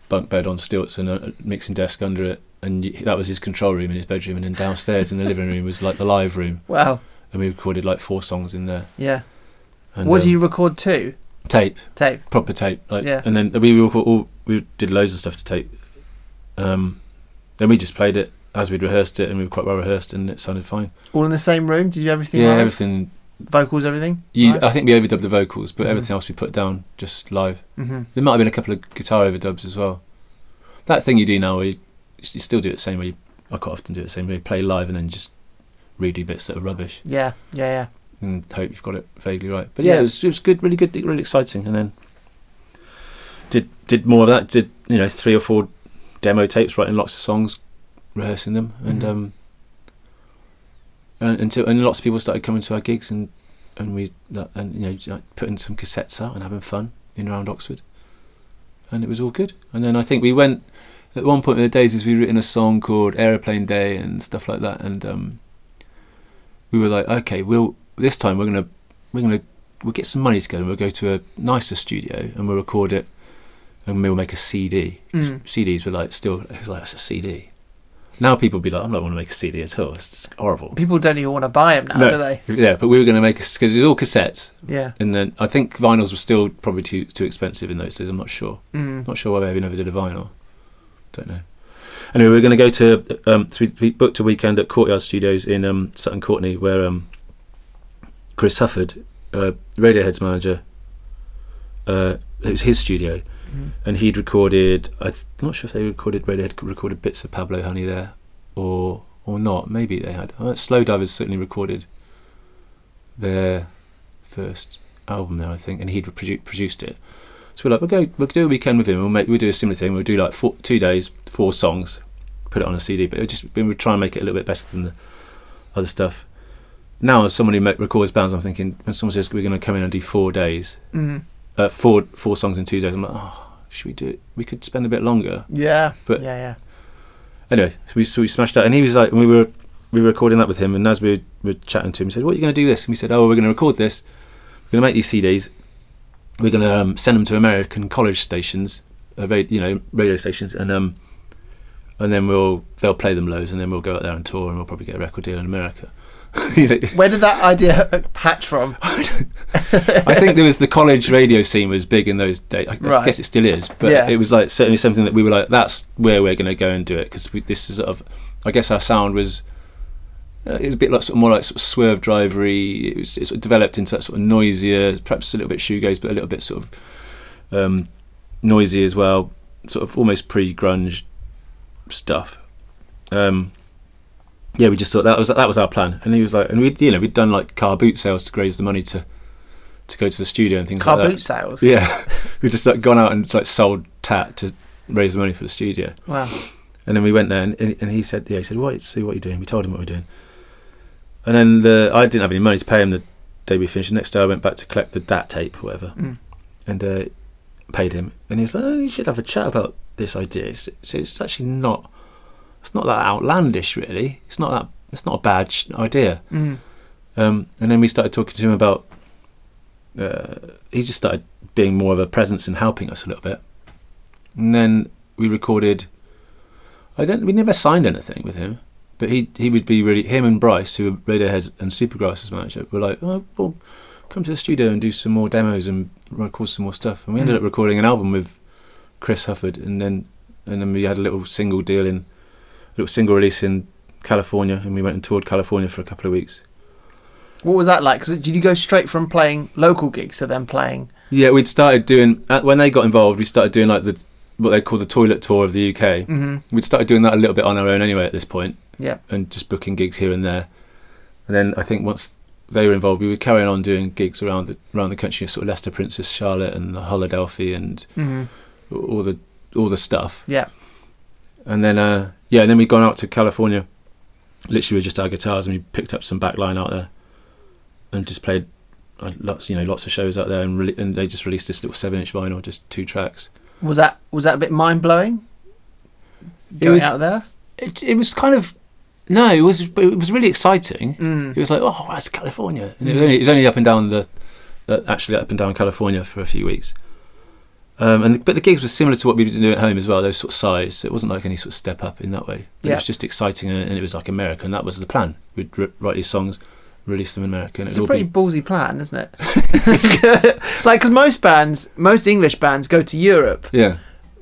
[SPEAKER 2] bunk bed on stilts and a a mixing desk under it, and y- that was his control room in his bedroom, and then downstairs in the living room was like the live room,
[SPEAKER 1] Wow.
[SPEAKER 2] and we recorded like four songs in there.
[SPEAKER 1] Yeah.
[SPEAKER 2] And,
[SPEAKER 1] what
[SPEAKER 2] um,
[SPEAKER 1] do you record to?
[SPEAKER 2] tape?
[SPEAKER 1] Tape.
[SPEAKER 2] proper tape. Like,
[SPEAKER 1] Yeah.
[SPEAKER 2] And then we we, all, we did loads of stuff to tape. Um, then we just played it as we'd rehearsed it, and we were quite well rehearsed, and it sounded fine.
[SPEAKER 1] All in the same room? Did you do everything?
[SPEAKER 2] yeah,
[SPEAKER 1] live?
[SPEAKER 2] everything.
[SPEAKER 1] Vocals, everything.
[SPEAKER 2] You,
[SPEAKER 1] Right.
[SPEAKER 2] I think we overdubbed the vocals, but
[SPEAKER 1] Mhm.
[SPEAKER 2] everything else we put down just live.
[SPEAKER 1] hmm
[SPEAKER 2] There might have been a couple of guitar overdubs as well. That thing you do now, where you, you still do it the same way. I quite often do it the same way. Play live and then just redo bits that are rubbish
[SPEAKER 1] Yeah. Yeah. Yeah.
[SPEAKER 2] and hope you've got it vaguely right. But yeah,
[SPEAKER 1] Yeah.
[SPEAKER 2] it was it was good, really good, really exciting. And then did did more of that. Did you know three or four demo tapes, writing lots of songs, rehearsing them, and
[SPEAKER 1] Mhm.
[SPEAKER 2] um, and until and lots of people started coming to our gigs, and and we that- and you know j- like putting some cassettes out and having fun in around Oxford, and it was all good. And then I think we went. At one point in the days, is we written a song called "Aeroplane Day" and stuff like that, and um, we were like, okay, we'll this time we're gonna we're gonna we'll get some money together. and We'll go to a nicer studio and we'll record it, and we'll make a CD. 'Cause
[SPEAKER 1] Mm.
[SPEAKER 2] CDs were like still it's like that's a CD. Now people be like, I'm not want to make a CD at all. It's horrible.
[SPEAKER 1] People don't even want to buy them now,
[SPEAKER 2] No.
[SPEAKER 1] do they?
[SPEAKER 2] Yeah, but we were going to make because it was all cassettes,
[SPEAKER 1] Yeah.
[SPEAKER 2] and then I think vinyls were still probably too too expensive in those days. I'm not sure.
[SPEAKER 1] Mm.
[SPEAKER 2] Not sure why we never did a vinyl. Don't know. Anyway, we are going to go to um, so we, we booked a weekend at Courtyard Studios in um, Sutton Courtney, where um, Chris Hufford, uh, Radiohead's manager, uh, it was his studio,
[SPEAKER 1] Mhm.
[SPEAKER 2] and he'd recorded. I th- I'm not sure if they recorded Radiohead recorded bits of Pablo Honey there, or or not. Maybe they had. Uh, Slow Divers certainly recorded their first album there, I think, and he'd produ- produced it. So we're like, we'll go, we'll do a weekend with him. We'll make, we'll do a similar thing. We'll do like four, two days, four songs, put it on a CD. But it just we would try and make it a little bit better than the other stuff. Now, as someone who make, records bands, I'm thinking when someone says we're going to come in and do four days,
[SPEAKER 1] Mm.
[SPEAKER 2] uh, four four songs in two days, I'm like, oh, should we do it? We could spend a bit longer.
[SPEAKER 1] Yeah.
[SPEAKER 2] But-
[SPEAKER 1] yeah. Yeah.
[SPEAKER 2] Anyway, so we so we smashed that, and he was like, and we were we were recording that with him, and as we were, were chatting to him, he said, "What are you going to do this?" And we said, "Oh, we're going to record this. We're going to make these CDs. We're going to um, send them to American college stations, uh, ra- you know, radio stations, and um, and then we'll they'll play them loads, and then we'll go out there and tour, and we'll probably get a record deal in America." You know,
[SPEAKER 1] Where did that idea hatch from?
[SPEAKER 2] I think there was the college radio scene was big in those days. I
[SPEAKER 1] Right.
[SPEAKER 2] guess it still is, but
[SPEAKER 1] Yeah.
[SPEAKER 2] it was like certainly something that we were like, that's where we're going to go and do it because this is sort of, I guess our sound was. Uh, it was a bit like sort of more like sort of swerve drivery. It was it sort of developed into that sort of noisier, perhaps a little bit shoegaze, but a little bit sort of um, noisy as well. Sort of almost pre-grunge stuff. Um, yeah, we just thought that was that was our plan, and he was like, and we would you know we'd done like car boot sales to raise the money to to go to the studio and things
[SPEAKER 1] Car
[SPEAKER 2] like
[SPEAKER 1] boot sales.
[SPEAKER 2] that. Yeah, we just like gone out and like sold tat to raise the money for the studio.
[SPEAKER 1] Wow.
[SPEAKER 2] And then we went there, and, and and he said, "Yeah, he said, what? See what you're doing." We told him what we're doing. And then the I didn't have any money to pay him the day we finished. The next day, I went back to collect the dat tape, or whatever,
[SPEAKER 1] Mm.
[SPEAKER 2] and uh, paid him. And he was like, "Oh, you should have a chat about this idea. It's, it's, it's actually not. It's not that outlandish, really. It's not that. It's not a bad sh- idea."
[SPEAKER 1] Mm.
[SPEAKER 2] Um, and then we started talking to him about. Uh, he just started being more of a presence and helping us a little bit. And then we recorded. I don't. We never signed anything with him, but he he would be really him and Bryce, who were Radiohead and Supergrass's manager, were like, oh, well, come to the studio and do some more demos and record some more stuff. And we ended
[SPEAKER 1] Mm.
[SPEAKER 2] up recording an album with Chris Hufford, and then and then we had a little single deal in a little single release in California, and we went and toured California for a couple of weeks.
[SPEAKER 1] What was that like? 'Cause did you go straight from playing local gigs to then playing?
[SPEAKER 2] Yeah, we'd started doing uh, when they got involved. We started doing like the what they call the toilet tour of the UK.
[SPEAKER 1] Mm-hmm.
[SPEAKER 2] We'd started doing that a little bit on our own anyway at this point.
[SPEAKER 1] Yeah.
[SPEAKER 2] and just booking gigs here and there. And then I think once they were involved, we were carrying on doing gigs around the around the country, sort of Leicester, Princess Charlotte, and Philadelphia, and
[SPEAKER 1] Mm-hmm.
[SPEAKER 2] all the all the stuff.
[SPEAKER 1] Yeah.
[SPEAKER 2] And then uh, yeah, and then we'd gone out to California, literally with just our guitars, and we picked up some backline out there, and just played uh, lots you know lots of shows out there, and really, and they just released this little seven inch vinyl, just two tracks.
[SPEAKER 1] Was that was that a bit mind blowing?
[SPEAKER 2] It
[SPEAKER 1] Going
[SPEAKER 2] was-
[SPEAKER 1] out there.
[SPEAKER 2] It it was kind of no, it was but it was really exciting.
[SPEAKER 1] Mm.
[SPEAKER 2] It was like, oh, that's California. And it,
[SPEAKER 1] Mhm.
[SPEAKER 2] was only, it was only up and down the, uh, actually up and down California for a few weeks. Um, and but the gigs were similar to what we did do at home as well. Those sort of size. So it wasn't like any sort of step up in that way. But It
[SPEAKER 1] Yeah.
[SPEAKER 2] was just exciting, and, and it was like America, and that was the plan. We'd r- write these songs, release them in America, and
[SPEAKER 1] It's
[SPEAKER 2] it
[SPEAKER 1] a
[SPEAKER 2] would
[SPEAKER 1] pretty
[SPEAKER 2] be
[SPEAKER 1] ballsy plan, isn't it? like, because most bands, most English bands go to Europe.
[SPEAKER 2] yeah,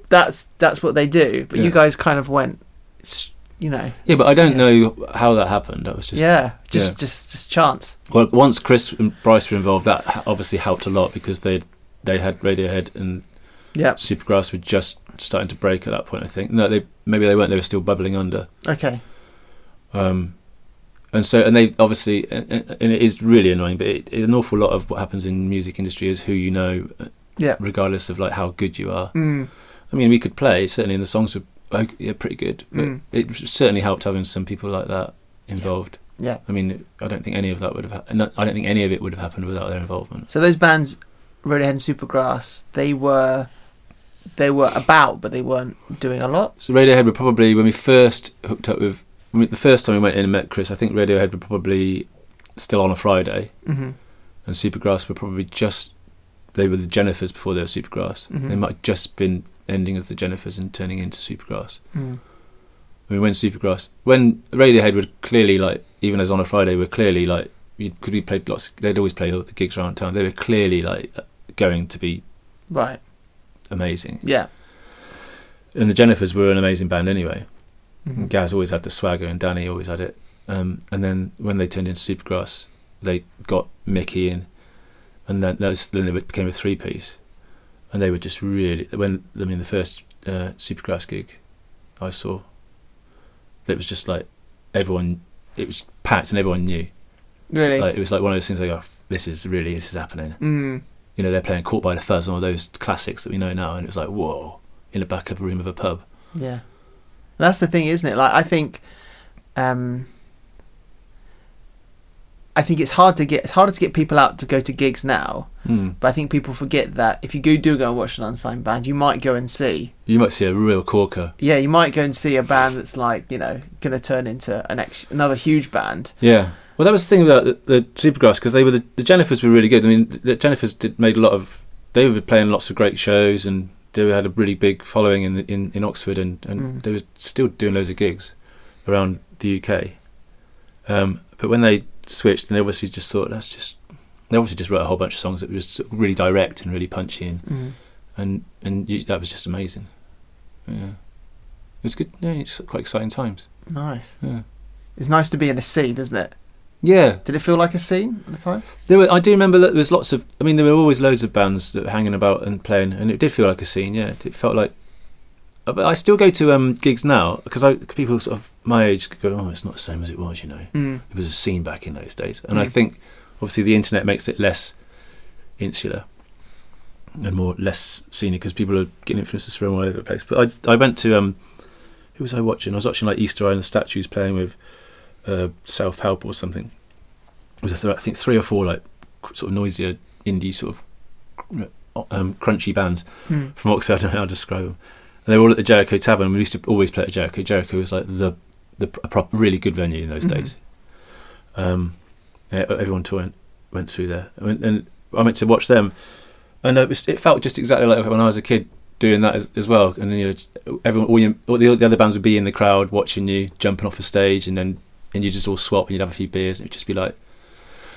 [SPEAKER 1] That's that's what they do. But
[SPEAKER 2] Yeah.
[SPEAKER 1] you guys kind of went, s- you know.
[SPEAKER 2] yeah. But I don't
[SPEAKER 1] yeah.
[SPEAKER 2] know how that happened. That was just
[SPEAKER 1] yeah, just
[SPEAKER 2] yeah.
[SPEAKER 1] just just chance.
[SPEAKER 2] well. Once Chris and Bryce were involved, that h- obviously helped a lot because they they had Radiohead and
[SPEAKER 1] Yeah.
[SPEAKER 2] Supergrass were just starting to break at that point, I think. No, they maybe they weren't. They were still bubbling under.
[SPEAKER 1] Okay.
[SPEAKER 2] Um, and so, and they obviously, and, and and it is really annoying, but it, an awful lot of what happens in music industry is who you know, uh,
[SPEAKER 1] Yeah.
[SPEAKER 2] regardless of like how good you are.
[SPEAKER 1] Mm.
[SPEAKER 2] I mean, we could play certainly, and the songs were o- yeah, pretty good, but
[SPEAKER 1] Mm.
[SPEAKER 2] it certainly helped having some people like that involved.
[SPEAKER 1] Yeah.
[SPEAKER 2] I mean, I don't think any of that would have. Ha- no, I don't think any of it would have happened without their involvement.
[SPEAKER 1] So those bands, Radiohead and Supergrass, they were, they were about, but they weren't doing a lot.
[SPEAKER 2] So Radiohead were probably when we first hooked up with I mean, the first time we went in and met Chris. I think Radiohead were probably still on a Friday,
[SPEAKER 1] Mm-hmm.
[SPEAKER 2] and Supergrass were probably just they were the Jennifers before they were Supergrass.
[SPEAKER 1] Mhm.
[SPEAKER 2] They might have just been ending as the Jennifers and turning into Supergrass.
[SPEAKER 1] Mm.
[SPEAKER 2] I mean, when Supergrass, when Radiohead were clearly like, even as on a Friday, were clearly like, you could we played lots. They'd always play all the gigs around town. They were clearly like uh, going to be
[SPEAKER 1] Right.
[SPEAKER 2] amazing,
[SPEAKER 1] Yeah.
[SPEAKER 2] and the Jennifers were an amazing band anyway.
[SPEAKER 1] Mhm.
[SPEAKER 2] And Gaz always had the swagger, and Danny always had it. Um, and then when they turned into Supergrass, they got Mickey in, and then that was, then they became a three piece, and they were just really when I mean the first uh, Supergrass gig I saw, it was just like everyone, it was packed and everyone knew.
[SPEAKER 1] Really.
[SPEAKER 2] Like it was like one of those things like, oh, this is really this is happening.
[SPEAKER 1] mm.
[SPEAKER 2] You know they're playing Caught by the Fuzz and all those classics that we know now, and it was like whoa in the back of a room of a pub.
[SPEAKER 1] Yeah. That's the thing, isn't it? Like I think um I think it's hard to get it's harder to get people out to go to gigs now,
[SPEAKER 2] Mm.
[SPEAKER 1] but I think people forget that if you go, do go and watch an unsigned band, you might go and see.
[SPEAKER 2] You might see a real corker.
[SPEAKER 1] Yeah, you might go and see a band that's like, you know, going to turn into an ex- another huge band.
[SPEAKER 2] Yeah. Well, that was the thing about the, the Supergrass because they were the, the Jennifers were really good. I mean, the Jennifers did made a lot of. They were playing lots of great shows and they had a really big following in in, in Oxford and, and
[SPEAKER 1] Mm.
[SPEAKER 2] they were still doing loads of gigs around the UK. Um, but when they switched, and they obviously just thought that's just they obviously just wrote a whole bunch of songs that were just sort of really direct and really punchy and
[SPEAKER 1] Mm.
[SPEAKER 2] and and you, that was just amazing. Yeah, it was good. Yeah, it's quite exciting times.
[SPEAKER 1] Nice.
[SPEAKER 2] Yeah.
[SPEAKER 1] It's nice to be in a scene, isn't it?
[SPEAKER 2] Yeah,
[SPEAKER 1] Did it feel like a scene at the time?
[SPEAKER 2] There were, I do remember that there was lots of. I mean, there were always loads of bands that were hanging about and playing, and it did feel like a scene. Yeah, it felt like. uh, But I still go to um, gigs now because I people sort of my age go, oh, it's not the same as it was. You know,
[SPEAKER 1] Mm.
[SPEAKER 2] it was a scene back in those days, and I
[SPEAKER 1] Mm.
[SPEAKER 2] think obviously the internet makes it less insular and more less scenic because people are getting influences from all over the place. But I I went to um, who was I watching? I was watching like Easter Island Statues playing with uh, South Help or something. It was a th- I think three or four like cr- sort of noisier indie sort of cr- um, crunchy bands
[SPEAKER 1] Mm.
[SPEAKER 2] from Oxford. I don't know how to describe them. And they were all at the Jericho Tavern. We used to always play at Jericho. Jericho was like the the pr- a prop, really good venue in those
[SPEAKER 1] Mhm.
[SPEAKER 2] days. Um, yeah, everyone tour went, went through there, I went, and I went to watch them, and uh, it, was, it felt just exactly like when I was a kid doing that as, as well. And then, you know, it's- everyone, all, your, all the, the other bands would be in the crowd watching you jumping off the stage, and then and you just all swap and you'd have a few beers, and it'd just be like.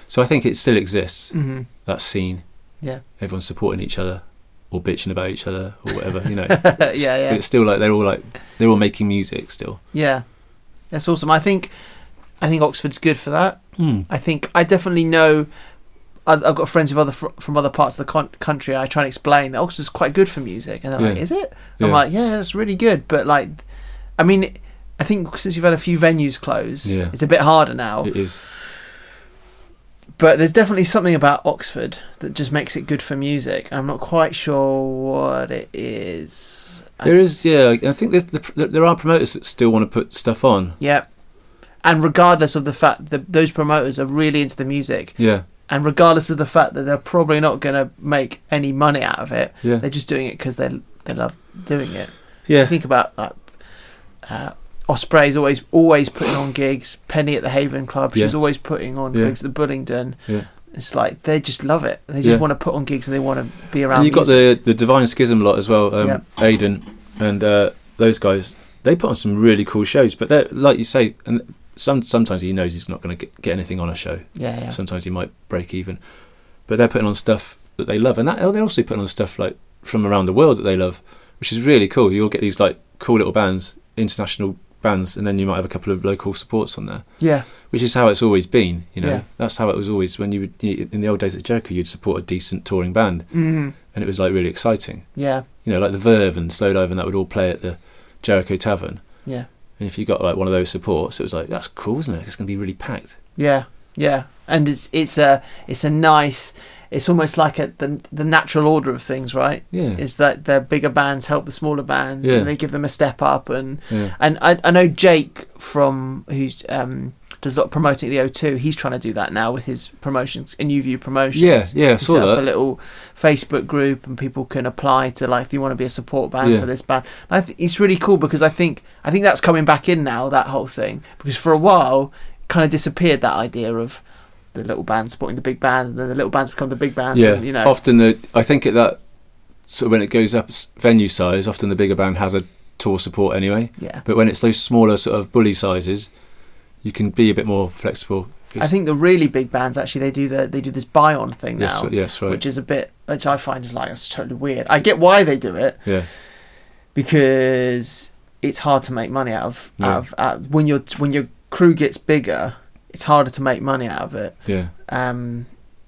[SPEAKER 2] So I think it still exists
[SPEAKER 1] Mhm.
[SPEAKER 2] that scene.
[SPEAKER 1] Yeah.
[SPEAKER 2] Everyone's supporting each other or bitching about each other or whatever, you know.
[SPEAKER 1] yeah,
[SPEAKER 2] But
[SPEAKER 1] yeah,
[SPEAKER 2] it's still like they're all like they're all making music still.
[SPEAKER 1] yeah. That's awesome. I think, I think Oxford's good for that. I think I definitely know. I've I've got friends with other fr- from other parts of the con- country. I try and explain that Oxford's quite good for music, and they're like,
[SPEAKER 2] Yeah.
[SPEAKER 1] "Is it?"
[SPEAKER 2] Yeah.
[SPEAKER 1] I'm like, "Yeah, it's really good." But like, I mean, I think since you've had a few venues close,
[SPEAKER 2] Yeah.
[SPEAKER 1] it's a bit harder now.
[SPEAKER 2] It is.
[SPEAKER 1] But there's definitely something about Oxford that just makes it good for music. I'm not quite sure what it is. I-
[SPEAKER 2] There is, yeah. I think there's the, there are promoters that still want to put stuff on.
[SPEAKER 1] Yep. And regardless of the fact that those promoters are really into the music,
[SPEAKER 2] Yeah,
[SPEAKER 1] and regardless of the fact that they're probably not going to make any money out of it,
[SPEAKER 2] yeah,
[SPEAKER 1] they're just doing it because they they love doing it.
[SPEAKER 2] yeah.
[SPEAKER 1] Think about like uh, Osprey's always always putting on gigs. Penny at the Haven Club, she's
[SPEAKER 2] Yeah.
[SPEAKER 1] always putting on
[SPEAKER 2] Yeah.
[SPEAKER 1] gigs at the Bullingdon.
[SPEAKER 2] Yeah.
[SPEAKER 1] It's like they just love it. They just
[SPEAKER 2] Yeah.
[SPEAKER 1] want to put on gigs and they want to be around.
[SPEAKER 2] And you've got
[SPEAKER 1] music.
[SPEAKER 2] the the Divine Schism lot as well, um,
[SPEAKER 1] Yeah.
[SPEAKER 2] Aiden and uh, those guys. They put on some really cool shows, but they're like you say, and some sometimes he knows he's not going to get anything on a show.
[SPEAKER 1] yeah, yeah,
[SPEAKER 2] Sometimes he might break even, but they're putting on stuff that they love, and that, they're also putting on stuff like from around the world that they love, which is really cool. You'll get these like cool little bands, international bands, and then you might have a couple of local supports on there.
[SPEAKER 1] yeah,
[SPEAKER 2] which is how it's always been. You know,
[SPEAKER 1] Yeah.
[SPEAKER 2] that's how it was always when you would you, in the old days at Jericho, you'd support a decent touring band,
[SPEAKER 1] mm,
[SPEAKER 2] and it was like really exciting.
[SPEAKER 1] yeah,
[SPEAKER 2] You know, like the Verve and Slowdive and that would all play at the Jericho Tavern,
[SPEAKER 1] yeah,
[SPEAKER 2] and if you got like one of those supports, it was like that's cool, isn't it? It's going to be really packed.
[SPEAKER 1] yeah, yeah. And it's it's a it's a nice. It's almost like a, the the natural order of things, right?
[SPEAKER 2] Yeah,
[SPEAKER 1] Is that the bigger bands help the smaller bands,
[SPEAKER 2] Yeah.
[SPEAKER 1] and they give them a step up, and
[SPEAKER 2] yeah,
[SPEAKER 1] And I, I know Jake from who's um, does a lot of promoting at the O2. He's trying to do that now with his promotions and New View promotions.
[SPEAKER 2] yeah, yeah. I
[SPEAKER 1] He
[SPEAKER 2] saw
[SPEAKER 1] set up a
[SPEAKER 2] that.
[SPEAKER 1] little Facebook group, and people can apply to like if you want to be a support band
[SPEAKER 2] Yeah.
[SPEAKER 1] for this band. And I think it's really cool because I think I think that's coming back in now. That whole thing because for a while, kind of disappeared that idea of the little bands supporting the big bands, and then the little bands become the big bands.
[SPEAKER 2] Yeah,
[SPEAKER 1] and, you know,
[SPEAKER 2] often the I think at that sort of when it goes up s- venue size, often the bigger band has a tour support anyway.
[SPEAKER 1] yeah.
[SPEAKER 2] But when it's those smaller sort of bully sizes, you can be a bit more flexible.
[SPEAKER 1] I think the really big bands actually they do the they do this buy on thing now.
[SPEAKER 2] yes, yes, right.
[SPEAKER 1] which is a bit which I find is like that's totally weird. I get why they do it
[SPEAKER 2] yeah,
[SPEAKER 1] because it's hard to make money out of,
[SPEAKER 2] Yeah.
[SPEAKER 1] out of out, when your when your crew gets bigger, it's harder to make money out of it.
[SPEAKER 2] yeah.
[SPEAKER 1] Um,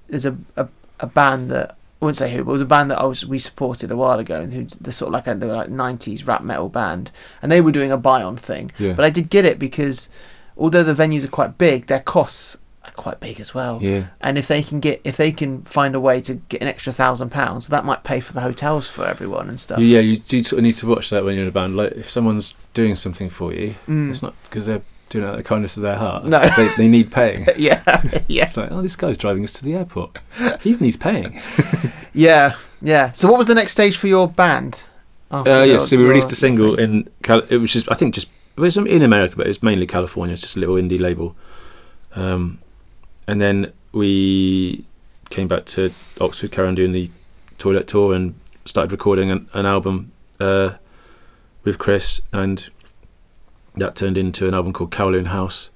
[SPEAKER 1] there's a, a a band that I wouldn't say who, but it was a band that I was we supported a while ago, and who the sort of like a they were like '90s rap metal band, and they were doing a buy on thing.
[SPEAKER 2] Yeah.
[SPEAKER 1] But I did get it because although the venues are quite big, their costs are quite big as well
[SPEAKER 2] yeah.
[SPEAKER 1] and if they can get if they can find a way to get an extra thousand pounds that might pay for the hotels for everyone and stuff
[SPEAKER 2] Yeah, you do sort of need to watch that when you're in a band. Like, if someone's doing something for you,
[SPEAKER 1] Mm.
[SPEAKER 2] it's not because they're doing it out of the kindness of their heart.
[SPEAKER 1] No.
[SPEAKER 2] They, they need paying.
[SPEAKER 1] yeah yeah
[SPEAKER 2] It's like, oh, this guy's driving us to the airport. He needs paying.
[SPEAKER 1] yeah yeah so what was the next stage for your band after
[SPEAKER 2] Uh, yeah,
[SPEAKER 1] your-
[SPEAKER 2] so we
[SPEAKER 1] your
[SPEAKER 2] released a single
[SPEAKER 1] thing?
[SPEAKER 2] in, Cal- it was just, I think, just, it was in America, but it was mainly California. It's just a little indie label. Um, and then we came back to Oxford, Karen doing the toilet tour and started recording an, an album uh, with Chris, and that turned into an album called Kowloon House,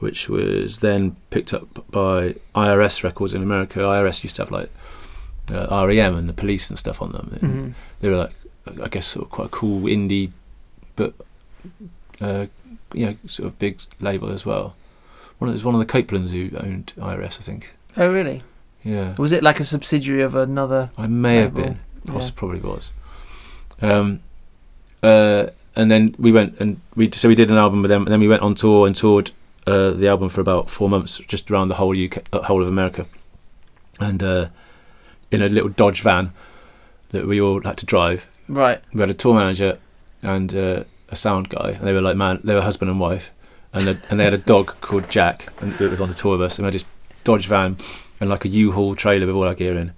[SPEAKER 2] which was then picked up by IRS Records in America. IRS used to have like uh, REM and the police and stuff on them. And
[SPEAKER 1] Mhm.
[SPEAKER 2] They were like, I guess, sort of quite a cool indie, but uh, you know, sort of big label as well. One of, it was one of the Copelands who owned IRS, I think.
[SPEAKER 1] oh really
[SPEAKER 2] Yeah.
[SPEAKER 1] was it like a subsidiary of another
[SPEAKER 2] I may have
[SPEAKER 1] Label.
[SPEAKER 2] been.
[SPEAKER 1] Yeah.
[SPEAKER 2] Poss- Probably was. Um, uh, and then we went and we so we did an album with them, and then we went on tour and toured uh, the album for about four months, just around the whole UK, uh, whole of America, and uh, in a little Dodge van that we all had to drive.
[SPEAKER 1] right
[SPEAKER 2] We had a tour manager and uh, a sound guy, and they were like man, they were husband and wife, and the, and they had a dog called Jack, and it was on the tour with us, and we had this Dodge van and like a U-Haul trailer with all our gear in,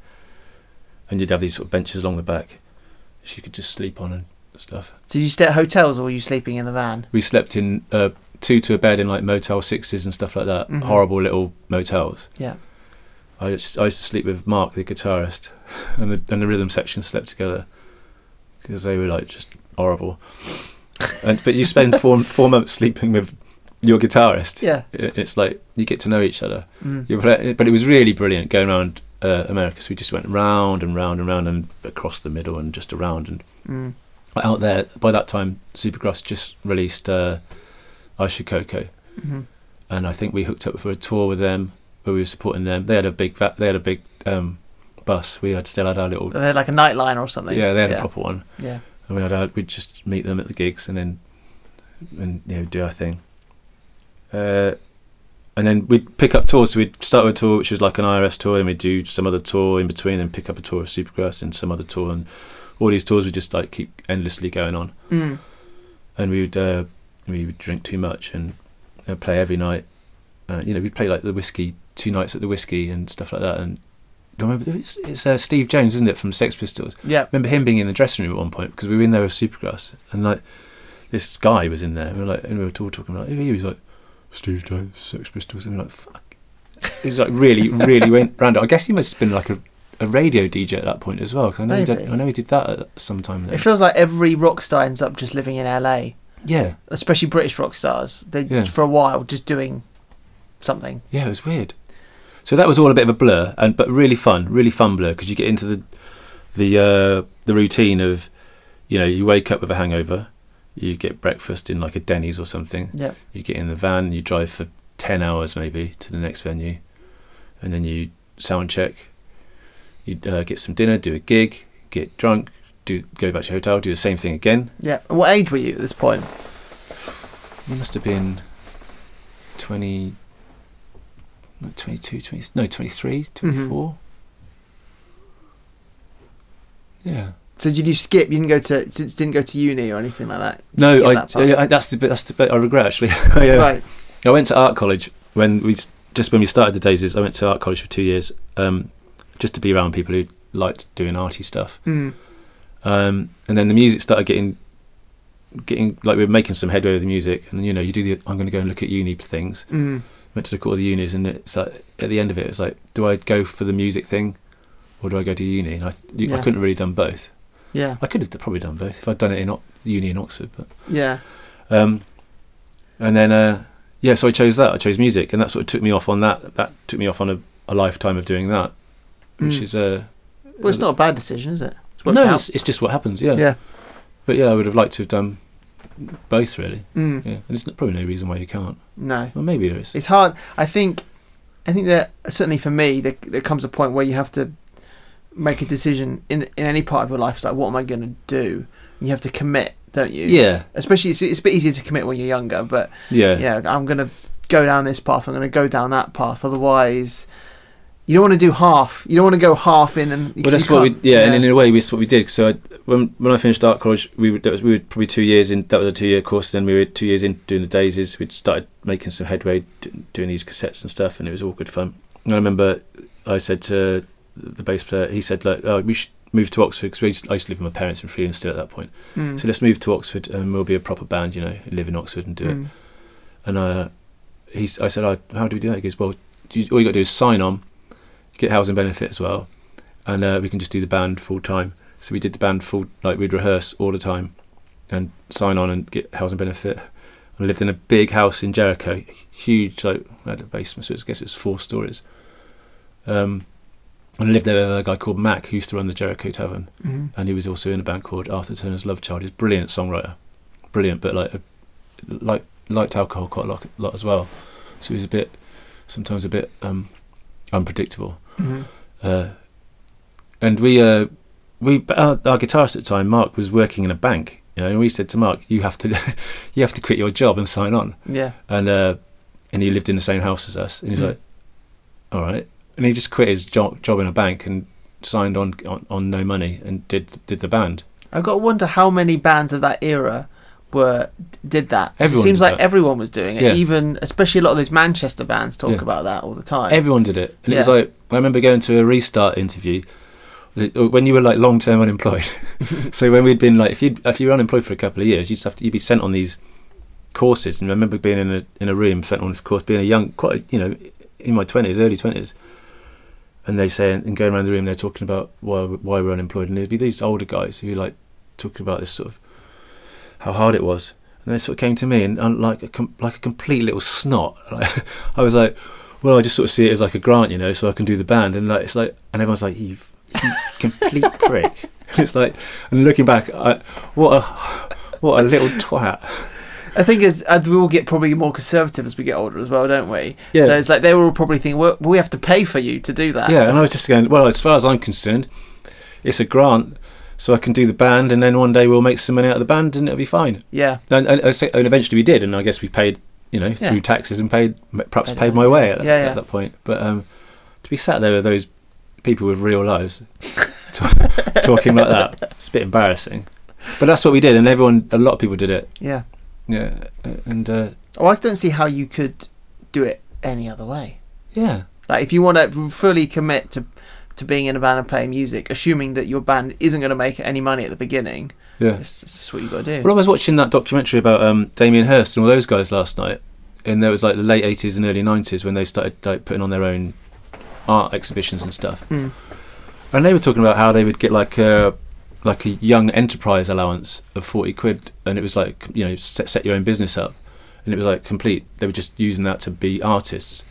[SPEAKER 2] and you'd have these sort of benches along the back, she could just sleep on and stuff.
[SPEAKER 1] so you stay at hotels or were you sleeping in the van
[SPEAKER 2] We slept in uh, two to a bed in like Motel Sixes and stuff like that,
[SPEAKER 1] Mhm.
[SPEAKER 2] horrible little motels.
[SPEAKER 1] Yeah.
[SPEAKER 2] I used, I used to sleep with Mark, the guitarist, and the and the rhythm section slept together because they were like just horrible. And but you spend four four months sleeping with your guitarist.
[SPEAKER 1] yeah
[SPEAKER 2] It- It's like you uh, get to know each other.
[SPEAKER 1] mm.
[SPEAKER 2] You play, but it was really brilliant going around uh, America. So we just went round and round and round and across the middle and just around and
[SPEAKER 1] Mm.
[SPEAKER 2] out there. By that time, Supergrass just released uh, Ishikoko,
[SPEAKER 1] Mhm.
[SPEAKER 2] and I think we hooked up for a tour with them where we were supporting them. They had a big va- they had a big um, bus. We had still had our little
[SPEAKER 1] They had like a nightline or something.
[SPEAKER 2] yeah they had
[SPEAKER 1] yeah.
[SPEAKER 2] a proper one,
[SPEAKER 1] yeah.
[SPEAKER 2] and we had our, we'd just meet them at the gigs and then and you know do our thing. Uh, and then we'd pick up tours. So we'd start with a tour, which was like an IRS tour, and we'd do some other tour in between, and pick up a tour of Supergrass and some other tour, and all these tours would just like keep endlessly going on
[SPEAKER 1] Mm.
[SPEAKER 2] and we would uh, we would drink too much and uh, play every night. Uh, you know, we'd play like the whiskey two nights at the whiskey and stuff like that. And I remember it's, it's uh, Steve Jones, isn't it, from Sex Pistols?
[SPEAKER 1] Yeah.
[SPEAKER 2] remember him being in the dressing room at one point because we were in there with Supergrass and like this guy was in there. And we were like, and we were all talking about, who are you? He was like, Steve Jones, Sex Pistols, and we were like, fuck. It was like really, really went random. I guess he must have been like a, a radio DJ at that point as well. 'cause I know he did,
[SPEAKER 1] Maybe.
[SPEAKER 2] I know he did that at some time.
[SPEAKER 1] It
[SPEAKER 2] Then.
[SPEAKER 1] feels like every rock star ends up just living in LA,
[SPEAKER 2] Yeah,
[SPEAKER 1] especially British rock stars. They
[SPEAKER 2] Yeah.
[SPEAKER 1] for a while just doing something.
[SPEAKER 2] Yeah, it was weird. So that was all a bit of a blur, and but really fun, really fun blur because you get into the the uh, the routine of you know you wake up with a hangover, you get breakfast in like a Denny's or something.
[SPEAKER 1] Yep.
[SPEAKER 2] You get in the van, you drive for ten hours maybe to the next venue, and then you sound check. You uh, get some dinner, do a gig, get drunk, do go back to your hotel, do the same thing again.
[SPEAKER 1] Yeah. And What age were you at this point?
[SPEAKER 2] You must have been 20, not 22, 20, no, 23,
[SPEAKER 1] Mm-hmm.
[SPEAKER 2] 24. Yeah.
[SPEAKER 1] So did you skip? You didn't go to since didn't go to uni or anything like that. Just
[SPEAKER 2] No,
[SPEAKER 1] skip
[SPEAKER 2] I,
[SPEAKER 1] that part.
[SPEAKER 2] I, that's the bit, that's the bit I regret actually. yeah.
[SPEAKER 1] Right.
[SPEAKER 2] I went to art college when we, s- just when we started the daisies, I went to art college for two years um, just to be around people who liked doing arty stuff.
[SPEAKER 1] Mm.
[SPEAKER 2] um, and then the music started getting getting like we were making some headway with the music and you know you do the i'm going to go and look at uni things
[SPEAKER 1] Mm.
[SPEAKER 2] went to look at all the unis and it's like at the end of it it's like do i go for the music thing or do i go to uni and i you,
[SPEAKER 1] Yeah.
[SPEAKER 2] i couldn't have really done both
[SPEAKER 1] Yeah.
[SPEAKER 2] i could have probably done both if i'd done it in Ox- uni in oxford but
[SPEAKER 1] Yeah.
[SPEAKER 2] um, and then uh, yeah so i chose that i chose music and that sort of took me off on that that took me off on a, a lifetime of doing that which
[SPEAKER 1] Mm.
[SPEAKER 2] is uh
[SPEAKER 1] Well, it's not a bad decision, is it? It's worked
[SPEAKER 2] no
[SPEAKER 1] out.
[SPEAKER 2] it's, it's just what happens yeah
[SPEAKER 1] Yeah.
[SPEAKER 2] But yeah, I would have liked to have done both, really.
[SPEAKER 1] Mm.
[SPEAKER 2] Yeah, and there's n- probably no reason why you can't.
[SPEAKER 1] No.
[SPEAKER 2] Well, maybe there is.
[SPEAKER 1] It's hard. I think. I think that certainly for me, there, there comes a point where you have to make a decision in in any part of your life. It's like, what am I going to do? You have to commit, don't you?
[SPEAKER 2] Yeah,
[SPEAKER 1] Especially, it's, it's a bit easier to commit when you're younger, but
[SPEAKER 2] yeah,
[SPEAKER 1] yeah, I'm going to go down this path. I'm going to go down that path. Otherwise, you don't want to do half. You don't want to go half in and.
[SPEAKER 2] Well, that's what we. Yeah, and in a way, that's what we did. So I, when when I finished art college, we were, that was we were probably two years in. That was a two year course. Then we were two years in doing the daisies. We'd started making some headway, d- doing these cassettes and stuff, and it was all good fun. And I remember I said to the bass player, he said like, "Oh, we should move to Oxford because I used I used to live with my parents in Freeland still at that point.
[SPEAKER 1] Mm.
[SPEAKER 2] So let's move to Oxford and we'll be a proper band, you know, and live in Oxford and do it."
[SPEAKER 1] Mm.
[SPEAKER 2] And uh, he's, I said, oh, how do we do that? He goes, well, you, all you got to do is sign on, get housing benefit as well, and uh, we can just do the band full time. So we did the band full, like we'd rehearse all the time, and sign on and get housing benefit. I lived in a big house in Jericho, huge, like I had a basement, so I guess it was four stories. Um, and I lived there with a guy called Mac who used to run the Jericho Tavern
[SPEAKER 1] Mm.
[SPEAKER 2] Mm-hmm. and he was also in a band called Arthur Turner's Love Child. He's a brilliant songwriter, brilliant, but like a, like liked alcohol quite a lot, lot as well. So he was a bit sometimes a bit um, unpredictable.
[SPEAKER 1] Mm.
[SPEAKER 2] Uh, and we uh, we but our, our guitarist at the time, Mark, was working in a bank. You know, and we said to Mark, "You have to you have to quit your job and sign on."
[SPEAKER 1] Yeah.
[SPEAKER 2] And uh, and he lived in the same house as us, and he was
[SPEAKER 1] Mm.
[SPEAKER 2] like, "All right," and he just quit his job job in a bank and signed on on, on no money and did did the band.
[SPEAKER 1] I've got to wonder how many bands of that era were did that. 'Cause
[SPEAKER 2] Everyone
[SPEAKER 1] it seems
[SPEAKER 2] did
[SPEAKER 1] like
[SPEAKER 2] that.
[SPEAKER 1] everyone was doing it.
[SPEAKER 2] Yeah.
[SPEAKER 1] Even especially a lot of those Manchester bands talk
[SPEAKER 2] Yeah.
[SPEAKER 1] about that all the time.
[SPEAKER 2] Everyone did it, and it was
[SPEAKER 1] Yeah.
[SPEAKER 2] like I remember going to a restart interview was it- when you were like long term unemployed. so when we'd been like, if you if you were unemployed for a couple of years, you'd just have to, you'd be sent on these courses. And I remember being in a in a room sent on, of course, being a young, quite you know, in my twenties, early twenties. And they say and going around the room, they're talking about why why we're unemployed, and there'd be these older guys who like talking about this sort of how hard it was. And they sort of came to me, and, and like a com- like a complete little snot, I was like, well, I just sort of see it as like a grant, you know, so I can do the band. And like, it's like, and everyone's like, you f- you complete prick. It's like, and looking back, I, what a what a little twat.
[SPEAKER 1] I think as, as we all get probably more conservative as we get older as well, don't we?
[SPEAKER 2] Yeah.
[SPEAKER 1] So it's like they were all probably thinking, well, we have to pay for you to do that.
[SPEAKER 2] Yeah, and I was just going, well, as far as I'm concerned, it's a grant, so I can do the band, and then one day we'll make some money out of the band, and it'll be fine.
[SPEAKER 1] Yeah.
[SPEAKER 2] And and, and so- and eventually we did, and I guess we paid, you know,
[SPEAKER 1] Yeah.
[SPEAKER 2] through taxes and paid, perhaps
[SPEAKER 1] Paid
[SPEAKER 2] paid
[SPEAKER 1] my
[SPEAKER 2] my way at, that-
[SPEAKER 1] Yeah,
[SPEAKER 2] at
[SPEAKER 1] yeah.
[SPEAKER 2] that point. But um, to be sat there with those people with real lives ta- talking like that, it's a bit embarrassing. But that's what we did, and everyone, a lot of people did it.
[SPEAKER 1] Yeah.
[SPEAKER 2] Yeah, and uh,
[SPEAKER 1] Oh, I don't see how you could do it any other way.
[SPEAKER 2] yeah,
[SPEAKER 1] Like if you want to fully commit to to being in a band and playing music, assuming that your band isn't going to make any money at the beginning,
[SPEAKER 2] yeah.
[SPEAKER 1] it's, it's just what you got to do.
[SPEAKER 2] Well, I was watching that documentary about um, Damien Hirst and all those guys last night, and there was like the late eighties and early nineties when they started like putting on their own art exhibitions and stuff.
[SPEAKER 1] Mm.
[SPEAKER 2] And they were talking about how they would get like a like a young enterprise allowance of forty quid, and it was like you know set, set your own business up, and it was like complete. They were just using that to be artists.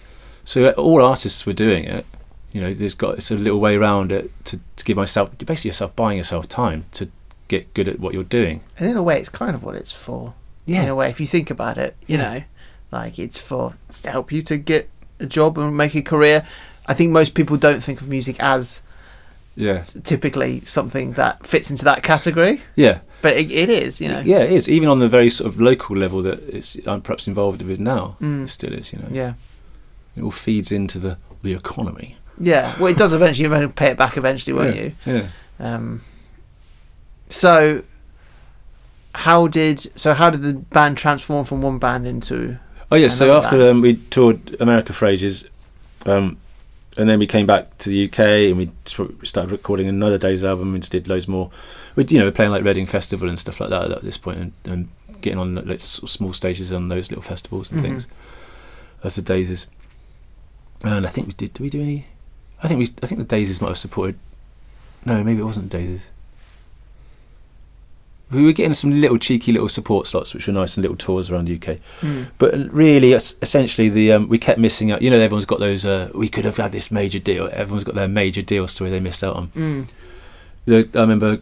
[SPEAKER 2] So uh, all artists were doing it. You know, there's got it's a little way around it to, to give myself basically yourself buying yourself time to get good at what you're doing.
[SPEAKER 1] And in a way, it's kind of what it's for. In a way, if you think about it, you
[SPEAKER 2] Yeah.
[SPEAKER 1] know, like it's for it's to help you to get a job and make a career. I think most people don't think of music as
[SPEAKER 2] yeah,
[SPEAKER 1] s- typically something that fits into that category,
[SPEAKER 2] yeah.
[SPEAKER 1] but it, it is, you know.
[SPEAKER 2] Yeah, it is. Even on the very sort of local level that it's I'm perhaps involved with now, it
[SPEAKER 1] Mm,
[SPEAKER 2] still is. You know,
[SPEAKER 1] yeah.
[SPEAKER 2] it all feeds into the the economy.
[SPEAKER 1] Yeah. Well, it does eventually. You're going to pay it back eventually, won't you?
[SPEAKER 2] Yeah.
[SPEAKER 1] Um, so, how did so how did the band transform from one band into?
[SPEAKER 2] Oh yeah.
[SPEAKER 1] I
[SPEAKER 2] So
[SPEAKER 1] love
[SPEAKER 2] after
[SPEAKER 1] that.
[SPEAKER 2] um, we toured America for ages, um, and then we came back to the UK and we sort of started recording another day's album. We just did loads more. We you know we're playing like Reading Festival and stuff like that at this point and, and getting on like s- small stages on those little festivals and
[SPEAKER 1] Mhm.
[SPEAKER 2] things as the Daisies. And I think we did. Did we do any? I think we. I think the Daisies might have supported. No, maybe it wasn't Daisies. We were getting some little cheeky little support slots, which were nice, and little tours around the UK. But really, es- essentially, the um, we kept missing out. You know, everyone's got those. Uh, we could have had this major deal. Everyone's got their major deal story they missed out on.
[SPEAKER 1] Mm.
[SPEAKER 2] You know, I remember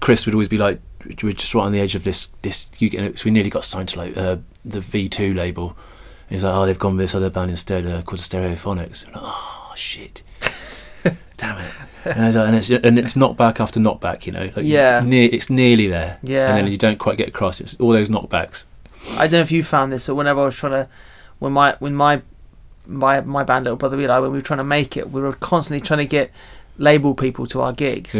[SPEAKER 2] Chris would always be like, "We're just right on the edge of this. This you get." So we nearly got signed to like uh, the V2 label. And he's like, "Oh, they've gone with this other band instead uh, called Stereophonics." I'm like, oh shit. Damn it! And, I was like- and it's and it's knockback after knockback, you know. Like
[SPEAKER 1] Yeah.
[SPEAKER 2] near, it's nearly there,
[SPEAKER 1] Yeah.
[SPEAKER 2] and then you don't quite get across. It's all those knockbacks.
[SPEAKER 1] I don't know if you found this, but whenever I was trying to, when my when my my my band Little Brother Eli, when we were trying to make it, we were constantly trying to get label people to our gigs,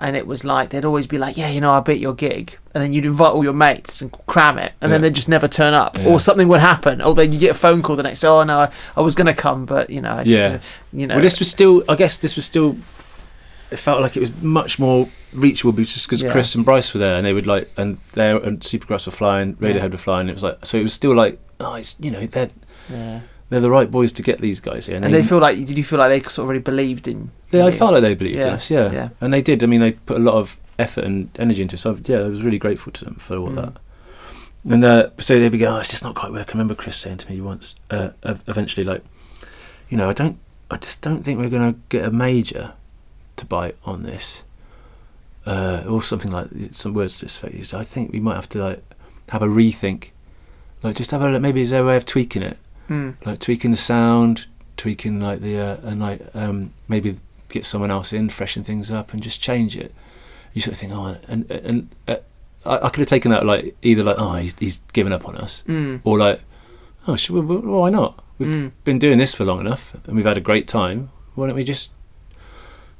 [SPEAKER 1] and it was like they'd always be like, "Yeah, you know, I will beat your gig," and then you'd invite all your mates and cram it, and then
[SPEAKER 2] Yeah.
[SPEAKER 1] they'd just never turn up,
[SPEAKER 2] Yeah.
[SPEAKER 1] or something would happen, or then you get a phone call the next day, "Oh no, I, I was going to come, but you know, I just,
[SPEAKER 2] Yeah.
[SPEAKER 1] you know,
[SPEAKER 2] Well, this was still. I guess this was still. It felt like it was much more reachable be- just because
[SPEAKER 1] Yeah.
[SPEAKER 2] Chris and Bryce were there, and they would like, and there and Supergrass were flying,
[SPEAKER 1] Yeah.
[SPEAKER 2] Radiohead were flying. It was like, so it was still like, oh, it's you know they're
[SPEAKER 1] yeah."
[SPEAKER 2] they're the right boys to get these guys here,
[SPEAKER 1] And they feel like did you feel like they sort of really believed in?
[SPEAKER 2] yeah, I
[SPEAKER 1] you?
[SPEAKER 2] felt like they believed in
[SPEAKER 1] Yeah,
[SPEAKER 2] us, yeah.
[SPEAKER 1] yeah.
[SPEAKER 2] and they did. I mean, they put a lot of effort and energy into it. So yeah, I was really grateful to them for all
[SPEAKER 1] Mm.
[SPEAKER 2] that. And uh, so they began. Oh, it's just not quite working. I remember Chris saying to me once, uh, ev- eventually, like, you know, I don't, I just don't think we're going to get a major to bite on this, uh, or something like some words to this effect. He said, I think we might have to like have a rethink, like just have a maybe is there a way of tweaking it
[SPEAKER 1] Mm,
[SPEAKER 2] like tweaking the sound, tweaking like the uh, and like um, maybe get someone else in, freshen things up, and just change it. You sort of think, oh, and and uh, I, I could have taken that like either like oh he's he's given up on us,
[SPEAKER 1] mm,
[SPEAKER 2] or like oh should we, well, why not? We've
[SPEAKER 1] mm.
[SPEAKER 2] been doing this for long enough, and we've had a great time. Why don't we just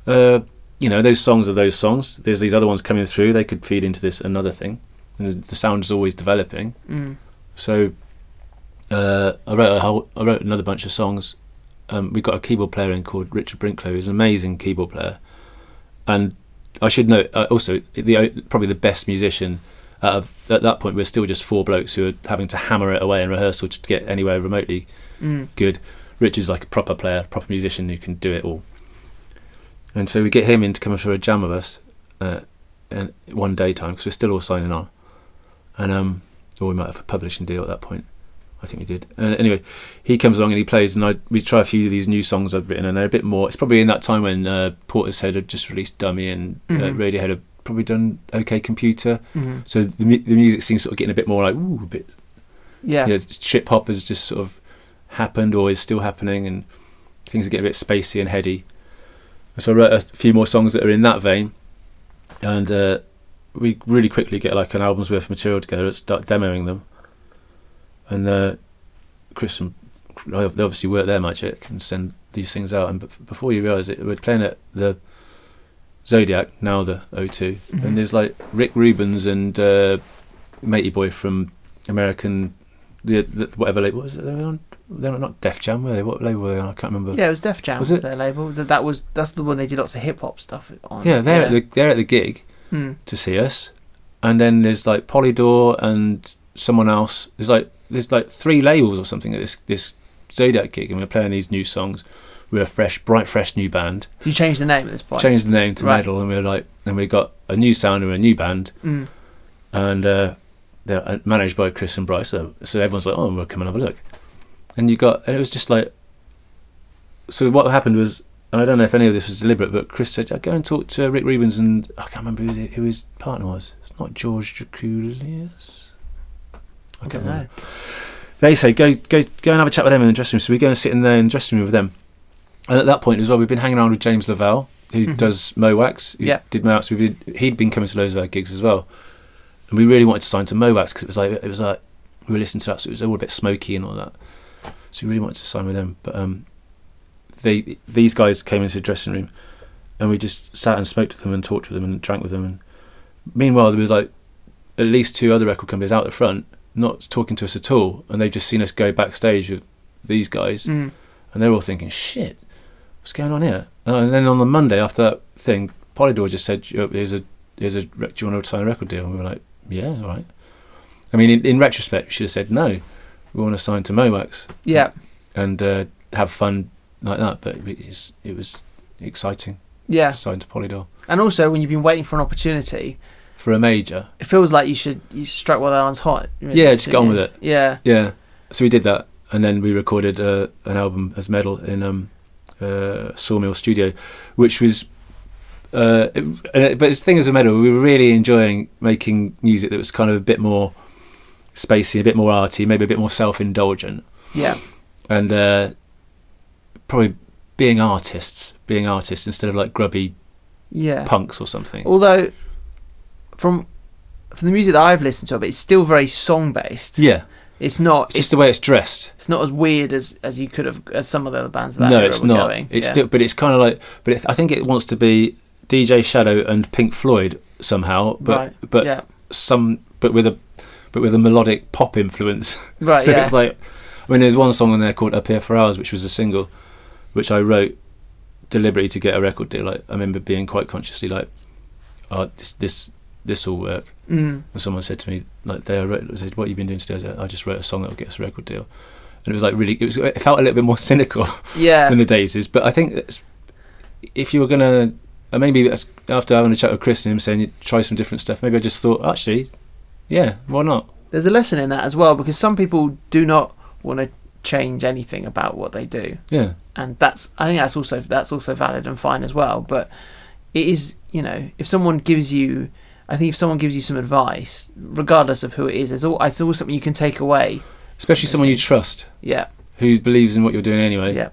[SPEAKER 2] uh, you know those songs are those songs. There's these other ones coming through. They could feed into this another thing, and the the sound is always developing.
[SPEAKER 1] Mm.
[SPEAKER 2] So uh, I wrote a whole, I wrote another bunch of songs. Um, we got a keyboard player in called Richard Brinklow, who's an amazing keyboard player, and I should note uh, also the o- probably the best musician. Out of, at that point, we we're still just four blokes who are having to hammer it away in rehearsal to get anywhere remotely
[SPEAKER 1] Mm.
[SPEAKER 2] good. Rich is like a proper player, proper musician who can do it all. And so we get him in to come for a jam with us, uh, and one day time because we're still all signing on, and um, or we might have a publishing deal at that point. I I think we did. And anyway, he comes along and he plays, and I we try a few of these new songs I've written, and they're a bit more. It's probably in that time when uh, Portishead had just released Dummy, and uh,
[SPEAKER 1] Mhm.
[SPEAKER 2] Radiohead had probably done OK Computer.
[SPEAKER 1] hmm
[SPEAKER 2] So the, mu- the music scene's sort of getting a bit more like ooh, a bit
[SPEAKER 1] Yeah.
[SPEAKER 2] you know, trip hop has just sort of happened or is still happening, and things are getting a bit spacey and heady. So I wrote a few more songs that are in that vein, and uh, we really quickly get like an album's worth of material together and start demoing them. And uh, Chris and they obviously work their magic and send these things out. And bef- before you realise it, we're playing at the Zodiac now, the O2,
[SPEAKER 1] Mhm.
[SPEAKER 2] and there's like Rick Rubens and uh, Matey Boy from American, the, the whatever label was it they were on? They were not Def Jam, were they? What label were they on? I can't remember.
[SPEAKER 1] Yeah, it was Def Jam
[SPEAKER 2] Was
[SPEAKER 1] was,
[SPEAKER 2] it-
[SPEAKER 1] their label. Th- That was that's the one they did lots of hip hop stuff on.
[SPEAKER 2] Yeah, they're at the they're at the gig
[SPEAKER 1] Mm.
[SPEAKER 2] to see us, and then there's like Polydor and someone else. There's like there's like three labels or something at this this Zodiac gig, and we're playing these new songs. We're a fresh, bright, fresh new band.
[SPEAKER 1] You changed the name at this point.
[SPEAKER 2] Changed the name to
[SPEAKER 1] Right.
[SPEAKER 2] Metal, and we're like, and we got a new sound and a new band.
[SPEAKER 1] Mm.
[SPEAKER 2] and uh, they're uh, managed by Chris and Bryce. So, so everyone's like, "Oh, we'll come and have a look." And you got, and it was just like, so what happened was, and I don't know if any of this was deliberate, but Chris said, "I go and talk to Rick Rubens," and I can't remember who, the, who his partner was. It's not George Draculius.
[SPEAKER 1] I don't know.
[SPEAKER 2] They say, "Go, go, go and have a chat with them in the dressing room." So we go and sit in there in the dressing room with them. And at that point as well, we've been hanging around with James Lavelle, who
[SPEAKER 1] Mhm.
[SPEAKER 2] does Mowax. Who
[SPEAKER 1] Yeah.
[SPEAKER 2] did Mowax. We did, he'd been coming to loads of our gigs as well, and we really wanted to sign to Mowax because it was like it was like we were listening to that, so it was all a bit smoky and all that. So we really wanted to sign with them, but um, they these guys came into the dressing room, and we just sat and smoked with them and talked with them and drank with them. And meanwhile, there was like at least two other record companies out the front not talking to us at all, and they've just seen us go backstage with these guys
[SPEAKER 1] Mm.
[SPEAKER 2] and they're all thinking, "Shit, what's going on here?" Uh, and then on the Monday after that thing, Polydor just said, "Yo, "Here's a here's a do you want to sign a record deal?" And we were like, "Yeah, all right." I mean, in, in retrospect, we should have said no. We want to sign to Mowax
[SPEAKER 1] Yeah.
[SPEAKER 2] and uh, have fun like that, but it was, it was exciting.
[SPEAKER 1] Yeah.
[SPEAKER 2] to sign to Polydor
[SPEAKER 1] And also, when you've been waiting for an opportunity,
[SPEAKER 2] for a major.
[SPEAKER 1] it feels like you should you strike while the iron's hot. really,
[SPEAKER 2] Yeah, just get on
[SPEAKER 1] shouldn't
[SPEAKER 2] with
[SPEAKER 1] you?
[SPEAKER 2] it.
[SPEAKER 1] Yeah.
[SPEAKER 2] Yeah, so we did that, and then we recorded uh, an album as metal in um, uh, Sawmill Studio, which was. Uh, it, uh, but the thing is, with metal, we were really enjoying making music that was kind of a bit more spacey, a bit more arty, maybe a bit more self-indulgent,
[SPEAKER 1] Yeah.
[SPEAKER 2] and uh, probably being artists, being artists instead of like grubby
[SPEAKER 1] Yeah.
[SPEAKER 2] punks or something.
[SPEAKER 1] Although, from from the music that I've listened to, of it, it's still very song based.
[SPEAKER 2] Yeah,
[SPEAKER 1] It's not.
[SPEAKER 2] it's
[SPEAKER 1] It's,
[SPEAKER 2] just the way it's dressed.
[SPEAKER 1] it's not as weird as as you could have as some of the other bands. Of that
[SPEAKER 2] no,
[SPEAKER 1] era
[SPEAKER 2] it's
[SPEAKER 1] were
[SPEAKER 2] not.
[SPEAKER 1] Going.
[SPEAKER 2] It's
[SPEAKER 1] yeah.
[SPEAKER 2] still, but it's kind of like, but it, I think it wants to be DJ Shadow and Pink Floyd somehow, but
[SPEAKER 1] right.
[SPEAKER 2] but
[SPEAKER 1] yeah.
[SPEAKER 2] some, but with a, but with a melodic pop influence.
[SPEAKER 1] Right.
[SPEAKER 2] so
[SPEAKER 1] yeah.
[SPEAKER 2] it's like, I mean, there's one song on there called Up Here for Hours, which was a single, which I wrote deliberately to get a record deal. Like I remember being quite consciously like, oh, this this this will work.
[SPEAKER 1] mm.
[SPEAKER 2] And someone said to me, like, they wrote, I said, what you been doing today? I, said, I just wrote a song that'll get us a record deal. And it was like really, it was, it felt a little bit more cynical
[SPEAKER 1] Yeah.
[SPEAKER 2] than the daisies. But I think that's, if you were gonna, and maybe that's after having a chat with Chris and him saying try some different stuff, maybe I just thought actually, yeah, why not?
[SPEAKER 1] There's a lesson in that as well because some people do not want to change anything about what they do.
[SPEAKER 2] Yeah,
[SPEAKER 1] and that's I think that's also that's also valid and fine as well. But it is you know if someone gives you I think if someone gives you some advice, regardless of who it is, there's all it's always something you can take away.
[SPEAKER 2] especially
[SPEAKER 1] I
[SPEAKER 2] someone you
[SPEAKER 1] see.
[SPEAKER 2] trust
[SPEAKER 1] Yeah,
[SPEAKER 2] who believes in what you're doing anyway.
[SPEAKER 1] yeah,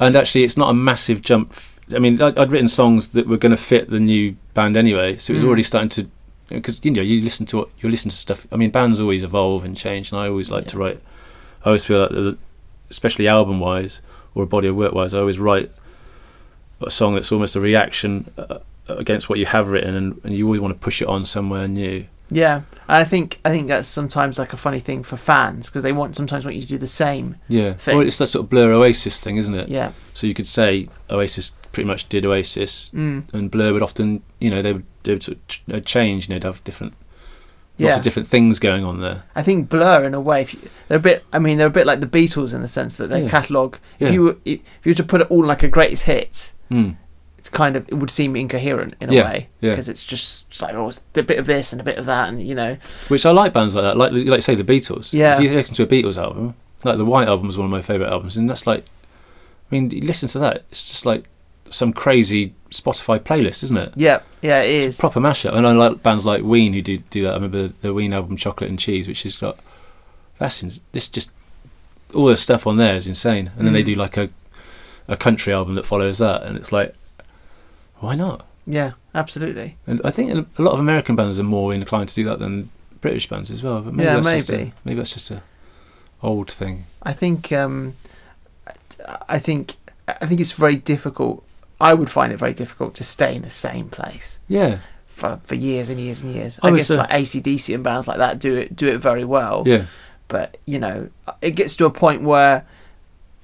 [SPEAKER 2] And actually, it's not a massive jump. F- I mean, I'd, I'd written songs that were going to fit the new band anyway, so it was
[SPEAKER 1] Mm.
[SPEAKER 2] already starting to. Because you know, you listen to what you listen to stuff. I mean, bands always evolve and change, and I always like
[SPEAKER 1] Yeah.
[SPEAKER 2] to write. I always feel like, the, especially album-wise or body of work-wise, I always write a song that's almost a reaction uh, against what you have written, and, and you always want to push it on somewhere new.
[SPEAKER 1] yeah. And I think I think that's sometimes like a funny thing for fans because they want sometimes want you to do the same.
[SPEAKER 2] Yeah,
[SPEAKER 1] Thing.
[SPEAKER 2] well, it's that sort of Blur Oasis thing, isn't it?
[SPEAKER 1] Yeah,
[SPEAKER 2] So you could say Oasis pretty much did Oasis,
[SPEAKER 1] mm.
[SPEAKER 2] and Blur would often, you know, they would, they would sort of ch- uh, change and they'd have different, lots
[SPEAKER 1] yeah.
[SPEAKER 2] of different things going on there.
[SPEAKER 1] I think Blur in a way if you, they're a bit. I mean they're a bit like the Beatles in the sense that their
[SPEAKER 2] Yeah.
[SPEAKER 1] catalogue.
[SPEAKER 2] Yeah.
[SPEAKER 1] If you were, if you were to put it all like a greatest hits,
[SPEAKER 2] Mm.
[SPEAKER 1] it's kind of it would seem incoherent in a
[SPEAKER 2] Yeah,
[SPEAKER 1] way
[SPEAKER 2] yeah.
[SPEAKER 1] because it's just it's like oh, it's a bit of this and a bit of that, and you know,
[SPEAKER 2] Which I like bands like that, like like say the Beatles.
[SPEAKER 1] Yeah.
[SPEAKER 2] If you listen to a Beatles album, like the White Album is one of my favourite albums, and that's like, I mean, you listen to that, it's just like some crazy Spotify playlist, isn't it?
[SPEAKER 1] yeah, yeah, it
[SPEAKER 2] It's
[SPEAKER 1] is.
[SPEAKER 2] a proper mashup, and I like bands like Ween who do do that. I remember the Ween album Chocolate and Cheese, which has got that's in, this just all the stuff on there is insane, and then they
[SPEAKER 1] Mm.
[SPEAKER 2] do like a a country album that follows that, and it's like, why not?
[SPEAKER 1] yeah, absolutely.
[SPEAKER 2] And I think a lot of American bands are more inclined to do that than British bands as well. But maybe
[SPEAKER 1] Yeah,
[SPEAKER 2] that's Just a,
[SPEAKER 1] maybe.
[SPEAKER 2] maybe that's just a old thing.
[SPEAKER 1] I think um, I- I think I think it's very difficult. I would find it very difficult to stay in the same place.
[SPEAKER 2] Yeah,
[SPEAKER 1] For, for years and years and years,
[SPEAKER 2] I
[SPEAKER 1] I,
[SPEAKER 2] was,
[SPEAKER 1] guess
[SPEAKER 2] uh,
[SPEAKER 1] like ACDC and bands like that do it do it very well.
[SPEAKER 2] yeah,
[SPEAKER 1] but you know it gets to a point where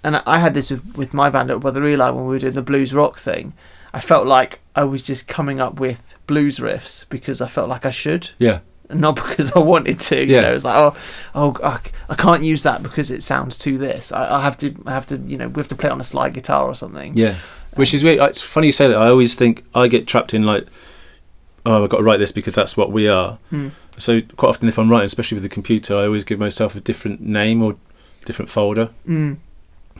[SPEAKER 1] and I- i had this with, with my band at brother eli when we were doing the blues rock thing i felt like i was just coming up with blues riffs because i felt like i should
[SPEAKER 2] yeah,
[SPEAKER 1] and not because i wanted to you
[SPEAKER 2] Yeah.
[SPEAKER 1] know it's like oh oh I, c- I can't use that because it sounds too this I, I have to i have to you know we have to play on a slide guitar or something
[SPEAKER 2] yeah. Which is weird. It's funny you say that. I always think I get trapped in like, oh, I've got to write this because that's what we are.
[SPEAKER 1] Hmm.
[SPEAKER 2] So quite often, if I'm writing, especially with the computer, I always give myself a different name or different folder.
[SPEAKER 1] mm,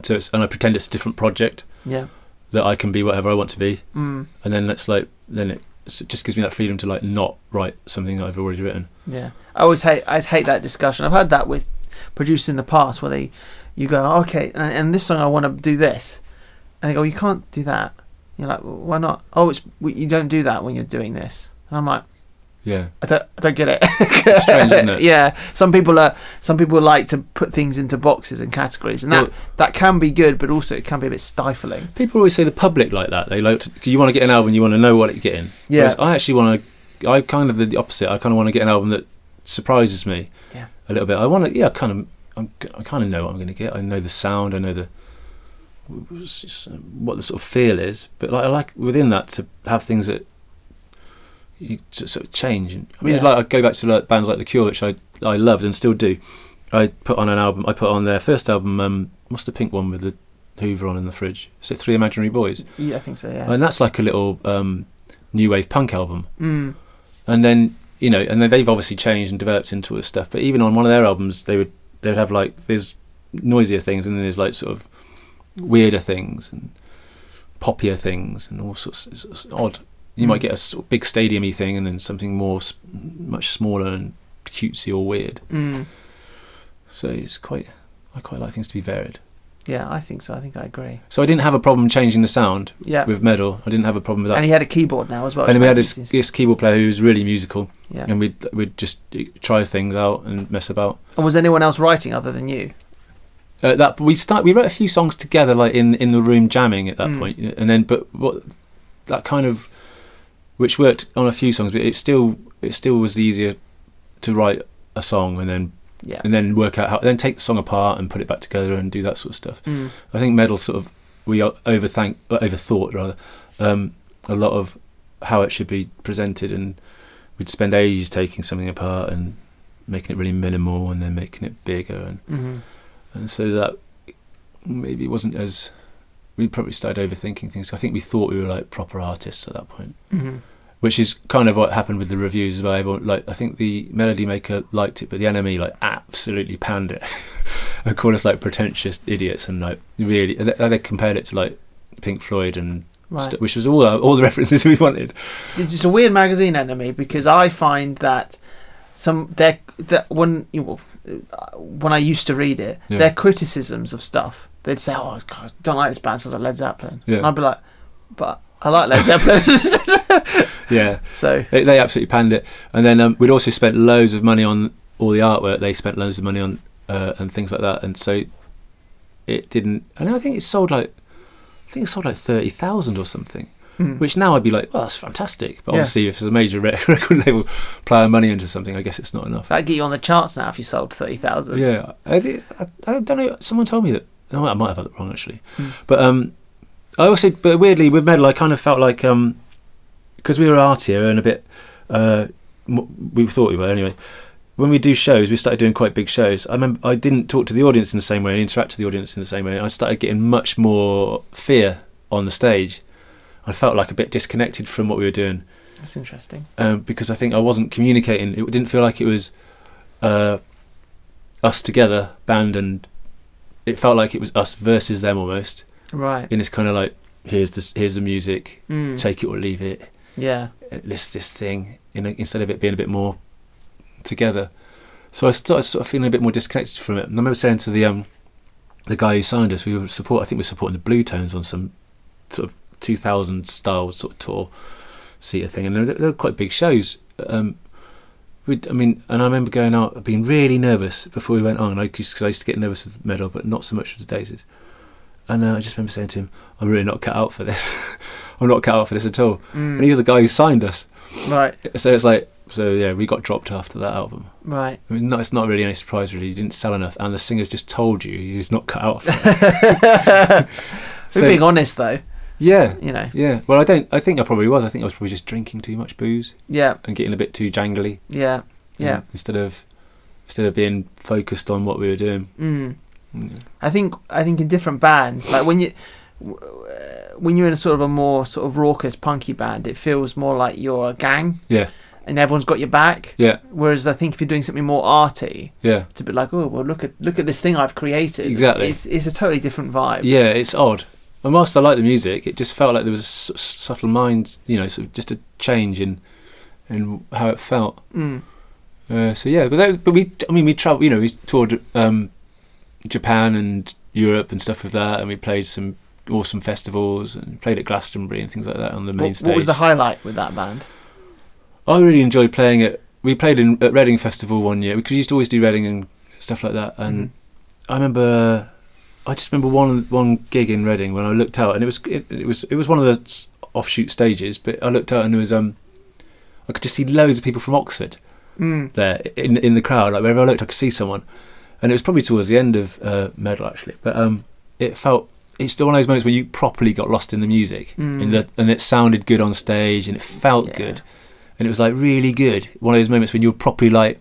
[SPEAKER 2] So it's, and I pretend it's a different project
[SPEAKER 1] yeah
[SPEAKER 2] that I can be whatever I want to be.
[SPEAKER 1] mm,
[SPEAKER 2] And then that's like, then it s- just gives me that freedom to like not write something that I've already written.
[SPEAKER 1] Yeah, I always hate I hate that discussion. I've had that with producers in the past where they you go okay, and, and this song I want to do this, and they go you can't do that. You're like "Well, why not? Oh, it's we- you don't do that when you're doing this. And I'm like
[SPEAKER 2] Yeah,
[SPEAKER 1] I don't I don't get it.
[SPEAKER 2] it's strange, isn't it?
[SPEAKER 1] yeah, some people are some people like to put things into boxes and categories, and that
[SPEAKER 2] Well-
[SPEAKER 1] that can be good, but also it can be a bit stifling.
[SPEAKER 2] People always say the public like that. They like to, 'cause you want to get an album, you want to know what you're getting.
[SPEAKER 1] Yeah.
[SPEAKER 2] Whereas I actually want to. I kind of did the opposite. I kind of want to get an album that surprises me.
[SPEAKER 1] Yeah.
[SPEAKER 2] A little bit. I want to. Yeah. I kind of. I'm, g- I kind of know what I'm going to get. I know the sound. I know the it's just, uh, what the sort of feel is. But like, I like within that to have things that you to sort of change. And I mean,
[SPEAKER 1] Yeah.
[SPEAKER 2] like I go back to like bands like The Cure, which I I loved and still do. I put on an album. I put on their first album. Um, what's the pink one with the Hoover on in the fridge? Is it Three Imaginary Boys?
[SPEAKER 1] Yeah, I think so. Yeah.
[SPEAKER 2] And that's like a little um, new wave punk album.
[SPEAKER 1] mm,
[SPEAKER 2] And then you know, and then they've obviously changed and developed into other stuff. But even on one of their albums, they would they would have like there's noisier things, and then there's like sort of weirder things and poppier things and all sorts. It's, it's odd. You might
[SPEAKER 1] Mm.
[SPEAKER 2] get a sort of big stadiumy thing, and then something more s- much smaller and cutesy or weird.
[SPEAKER 1] mm.
[SPEAKER 2] So it's quite. I quite like things to be varied.
[SPEAKER 1] Yeah, I think so. I think I agree.
[SPEAKER 2] So I didn't have a problem changing the sound
[SPEAKER 1] Yeah.
[SPEAKER 2] with metal. I didn't have a problem with that.
[SPEAKER 1] and he had a keyboard now as well.
[SPEAKER 2] and then
[SPEAKER 1] which
[SPEAKER 2] we had
[SPEAKER 1] makes
[SPEAKER 2] this,
[SPEAKER 1] it easier.
[SPEAKER 2] this keyboard player who was really musical,
[SPEAKER 1] Yeah.
[SPEAKER 2] and we'd we'd just try things out and mess about.
[SPEAKER 1] And was anyone else writing other than you?
[SPEAKER 2] Uh, that we start we wrote a few songs together, like in in the room jamming at that
[SPEAKER 1] Mm.
[SPEAKER 2] point, and then but what that kind of which worked on a few songs, but it still it still was easier to write a song and then
[SPEAKER 1] Yeah.
[SPEAKER 2] and then work out how then take the song apart and put it back together and do that sort of stuff.
[SPEAKER 1] Mm.
[SPEAKER 2] I think metal sort of we o- overthink uh, overthought rather um, a lot of how it should be presented, and we'd spend ages taking something apart and making it really minimal, and then making it bigger, and,
[SPEAKER 1] hmm
[SPEAKER 2] and so that maybe wasn't as we probably started overthinking things. I think we thought we were like proper artists at that point,
[SPEAKER 1] hmm
[SPEAKER 2] which is kind of what happened with the reviews as well. Everyone, like I think the melody maker liked it, but the enemy like absolutely panned it and called us like pretentious idiots and like really. and They, they compared it to like Pink Floyd and
[SPEAKER 1] Right.
[SPEAKER 2] st- which was all our, all the references we wanted.
[SPEAKER 1] it's just a weird magazine enemy because I find that some their that when you know, uh, when I used to read it,
[SPEAKER 2] Yeah.
[SPEAKER 1] their criticisms of stuff they'd say, "Oh, God, I don't like this band because of Led Zeppelin,"
[SPEAKER 2] Yeah.
[SPEAKER 1] and I'd be like, "But I like Led Zeppelin,"
[SPEAKER 2] Yeah,
[SPEAKER 1] so
[SPEAKER 2] they, they absolutely panned it. And then um, we'd also spent loads of money on all the artwork. They spent loads of money on uh, and things like that. And so it didn't. And I think it sold like I think it sold like thirty thousand or something.
[SPEAKER 1] mm.
[SPEAKER 2] Which now I'd be like, well, that's fantastic. But
[SPEAKER 1] Yeah.
[SPEAKER 2] obviously, if it's a major re- record label plowing money into something, I guess it's not enough.
[SPEAKER 1] that'd get you on the charts now if you sold thirty thousand.
[SPEAKER 2] Yeah, I, thi- I, I don't know. Someone told me that. No, I might have had it wrong actually.
[SPEAKER 1] Mm.
[SPEAKER 2] But um, I also, but weirdly with metal, I kind of felt like um, because we were artier and a bit, uh, m- we thought we were anyway. When we do shows, we started doing quite big shows. I remember I didn't talk to the audience in the same way and interact with the audience in the same way. I started getting much more fear on the stage. I felt like a bit disconnected from what we were doing
[SPEAKER 1] That's interesting.
[SPEAKER 2] um, because I think I wasn't communicating. It didn't feel like it was uh, us together, band, and it felt like it was us versus them almost.
[SPEAKER 1] Right.
[SPEAKER 2] In this kind of like, here's the here's the music,
[SPEAKER 1] Mm.
[SPEAKER 2] take it or leave it.
[SPEAKER 1] yeah.
[SPEAKER 2] this this thing you know, instead of it being a bit more together. So I started sort of feeling a bit more disconnected from it. And I remember saying to the um the guy who signed us, we were support I think we were supporting the Blue Tones on some sort of two thousand style sort of tour theatre thing, and they were, they were quite big shows. Um, we I mean, and I remember going out, being really nervous before we went on, because I used to get nervous with metal, but not so much with the Daisies. And uh, I just remember saying to him, "I'm really not cut out for this. I'm not cut out for this at all."
[SPEAKER 1] Mm.
[SPEAKER 2] and he's the guy who signed us.
[SPEAKER 1] right.
[SPEAKER 2] So it's like, so yeah, we got dropped after that album.
[SPEAKER 1] Right.
[SPEAKER 2] I mean, not, it's not really any surprise, really. He didn't sell enough, and the singer's just told you he's not cut out. For it.
[SPEAKER 1] We're being honest though,
[SPEAKER 2] yeah,
[SPEAKER 1] you know.
[SPEAKER 2] yeah. Well, I don't. I think I probably was. I think I was probably just drinking too much booze
[SPEAKER 1] Yeah.
[SPEAKER 2] and getting a bit too jangly.
[SPEAKER 1] Yeah.
[SPEAKER 2] you
[SPEAKER 1] Yeah.
[SPEAKER 2] know, instead of instead of being focused on what we were doing.
[SPEAKER 1] Mm.
[SPEAKER 2] you know.
[SPEAKER 1] I think I think in different bands, like when you w- uh, when you're in a sort of a more sort of raucous punky band, it feels more like you're a gang.
[SPEAKER 2] Yeah.
[SPEAKER 1] And everyone's got your back.
[SPEAKER 2] Yeah.
[SPEAKER 1] Whereas I think if you're doing something more arty,
[SPEAKER 2] Yeah,
[SPEAKER 1] it's a bit like, oh well, look at look at this thing I've created.
[SPEAKER 2] Exactly.
[SPEAKER 1] It's it's a totally different vibe.
[SPEAKER 2] yeah. It's odd. And whilst I like the music, it just felt like there was a s- subtle mind, you know, sort of just a change in in how it felt.
[SPEAKER 1] Mm.
[SPEAKER 2] Uh, so yeah, but that, but we I mean we travel you know we toured um, Japan and Europe and stuff with that, and we played some awesome festivals and played at Glastonbury and things like that on the main
[SPEAKER 1] What,
[SPEAKER 2] stage.
[SPEAKER 1] what was the highlight with that band?
[SPEAKER 2] I really enjoyed playing at we played in at Reading Festival one year because we used to always do Reading and stuff like that, and
[SPEAKER 1] Mhm.
[SPEAKER 2] I remember I just remember one one gig in Reading when I looked out and it was it, it was it was one of the s- offshoot stages, but I looked out and there was um I could just see loads of people from Oxford
[SPEAKER 1] Mm.
[SPEAKER 2] there in in the crowd. Like wherever I looked, I could see someone, and it was probably towards the end of uh, Medal actually. But um, it felt it's one of those moments where you properly got lost in the music,
[SPEAKER 1] Mm.
[SPEAKER 2] and the, and it sounded good on stage, and it felt
[SPEAKER 1] Yeah.
[SPEAKER 2] good, and it was like really good. One of those moments when you're properly like.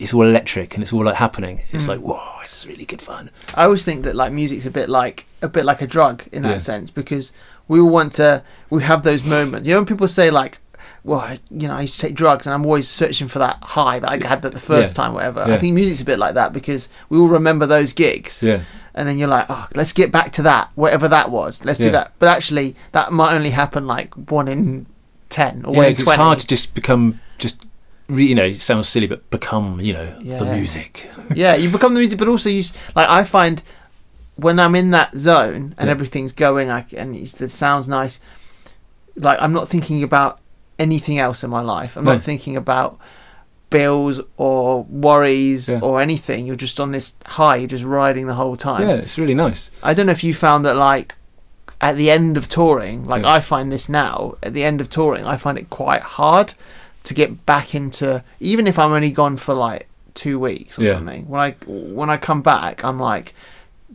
[SPEAKER 2] It's all electric and it's all like happening. It's
[SPEAKER 1] Mm.
[SPEAKER 2] like, whoa, this is really good fun.
[SPEAKER 1] I always think that like music's a bit like a bit like a drug in that
[SPEAKER 2] Yeah.
[SPEAKER 1] sense because we all want to we have those moments. You know when people say like, well, I, you know, I used to take drugs and I'm always searching for that high that I had that the first time, whatever. I
[SPEAKER 2] Yeah.
[SPEAKER 1] think music's a bit like that because we all remember those gigs
[SPEAKER 2] Yeah,
[SPEAKER 1] and then you're like, oh, let's get back to that, whatever that was. Let's do
[SPEAKER 2] Yeah.
[SPEAKER 1] that. But actually, that might only happen like one in ten or
[SPEAKER 2] yeah.
[SPEAKER 1] one in
[SPEAKER 2] It's
[SPEAKER 1] twenty.
[SPEAKER 2] hard to just become just, re, you know, it sounds silly, but become, you know,
[SPEAKER 1] Yeah.
[SPEAKER 2] the music.
[SPEAKER 1] yeah, you become the music, but also you s- like. I find when I'm in that zone and
[SPEAKER 2] Yeah.
[SPEAKER 1] everything's going, I, c- and it's, the sounds nice. Like I'm not thinking about anything else in my life. I'm
[SPEAKER 2] No.
[SPEAKER 1] not thinking about bills or worries
[SPEAKER 2] Yeah.
[SPEAKER 1] or anything. You're just on this high. You're just riding the whole time.
[SPEAKER 2] Yeah, it's really nice.
[SPEAKER 1] I don't know if you found that like at the end of touring, like
[SPEAKER 2] Yeah.
[SPEAKER 1] I find this now, at the end of touring, I find it quite hard to get back into even if I'm only gone for like two weeks or
[SPEAKER 2] Yeah.
[SPEAKER 1] something. When I when I come back, I'm like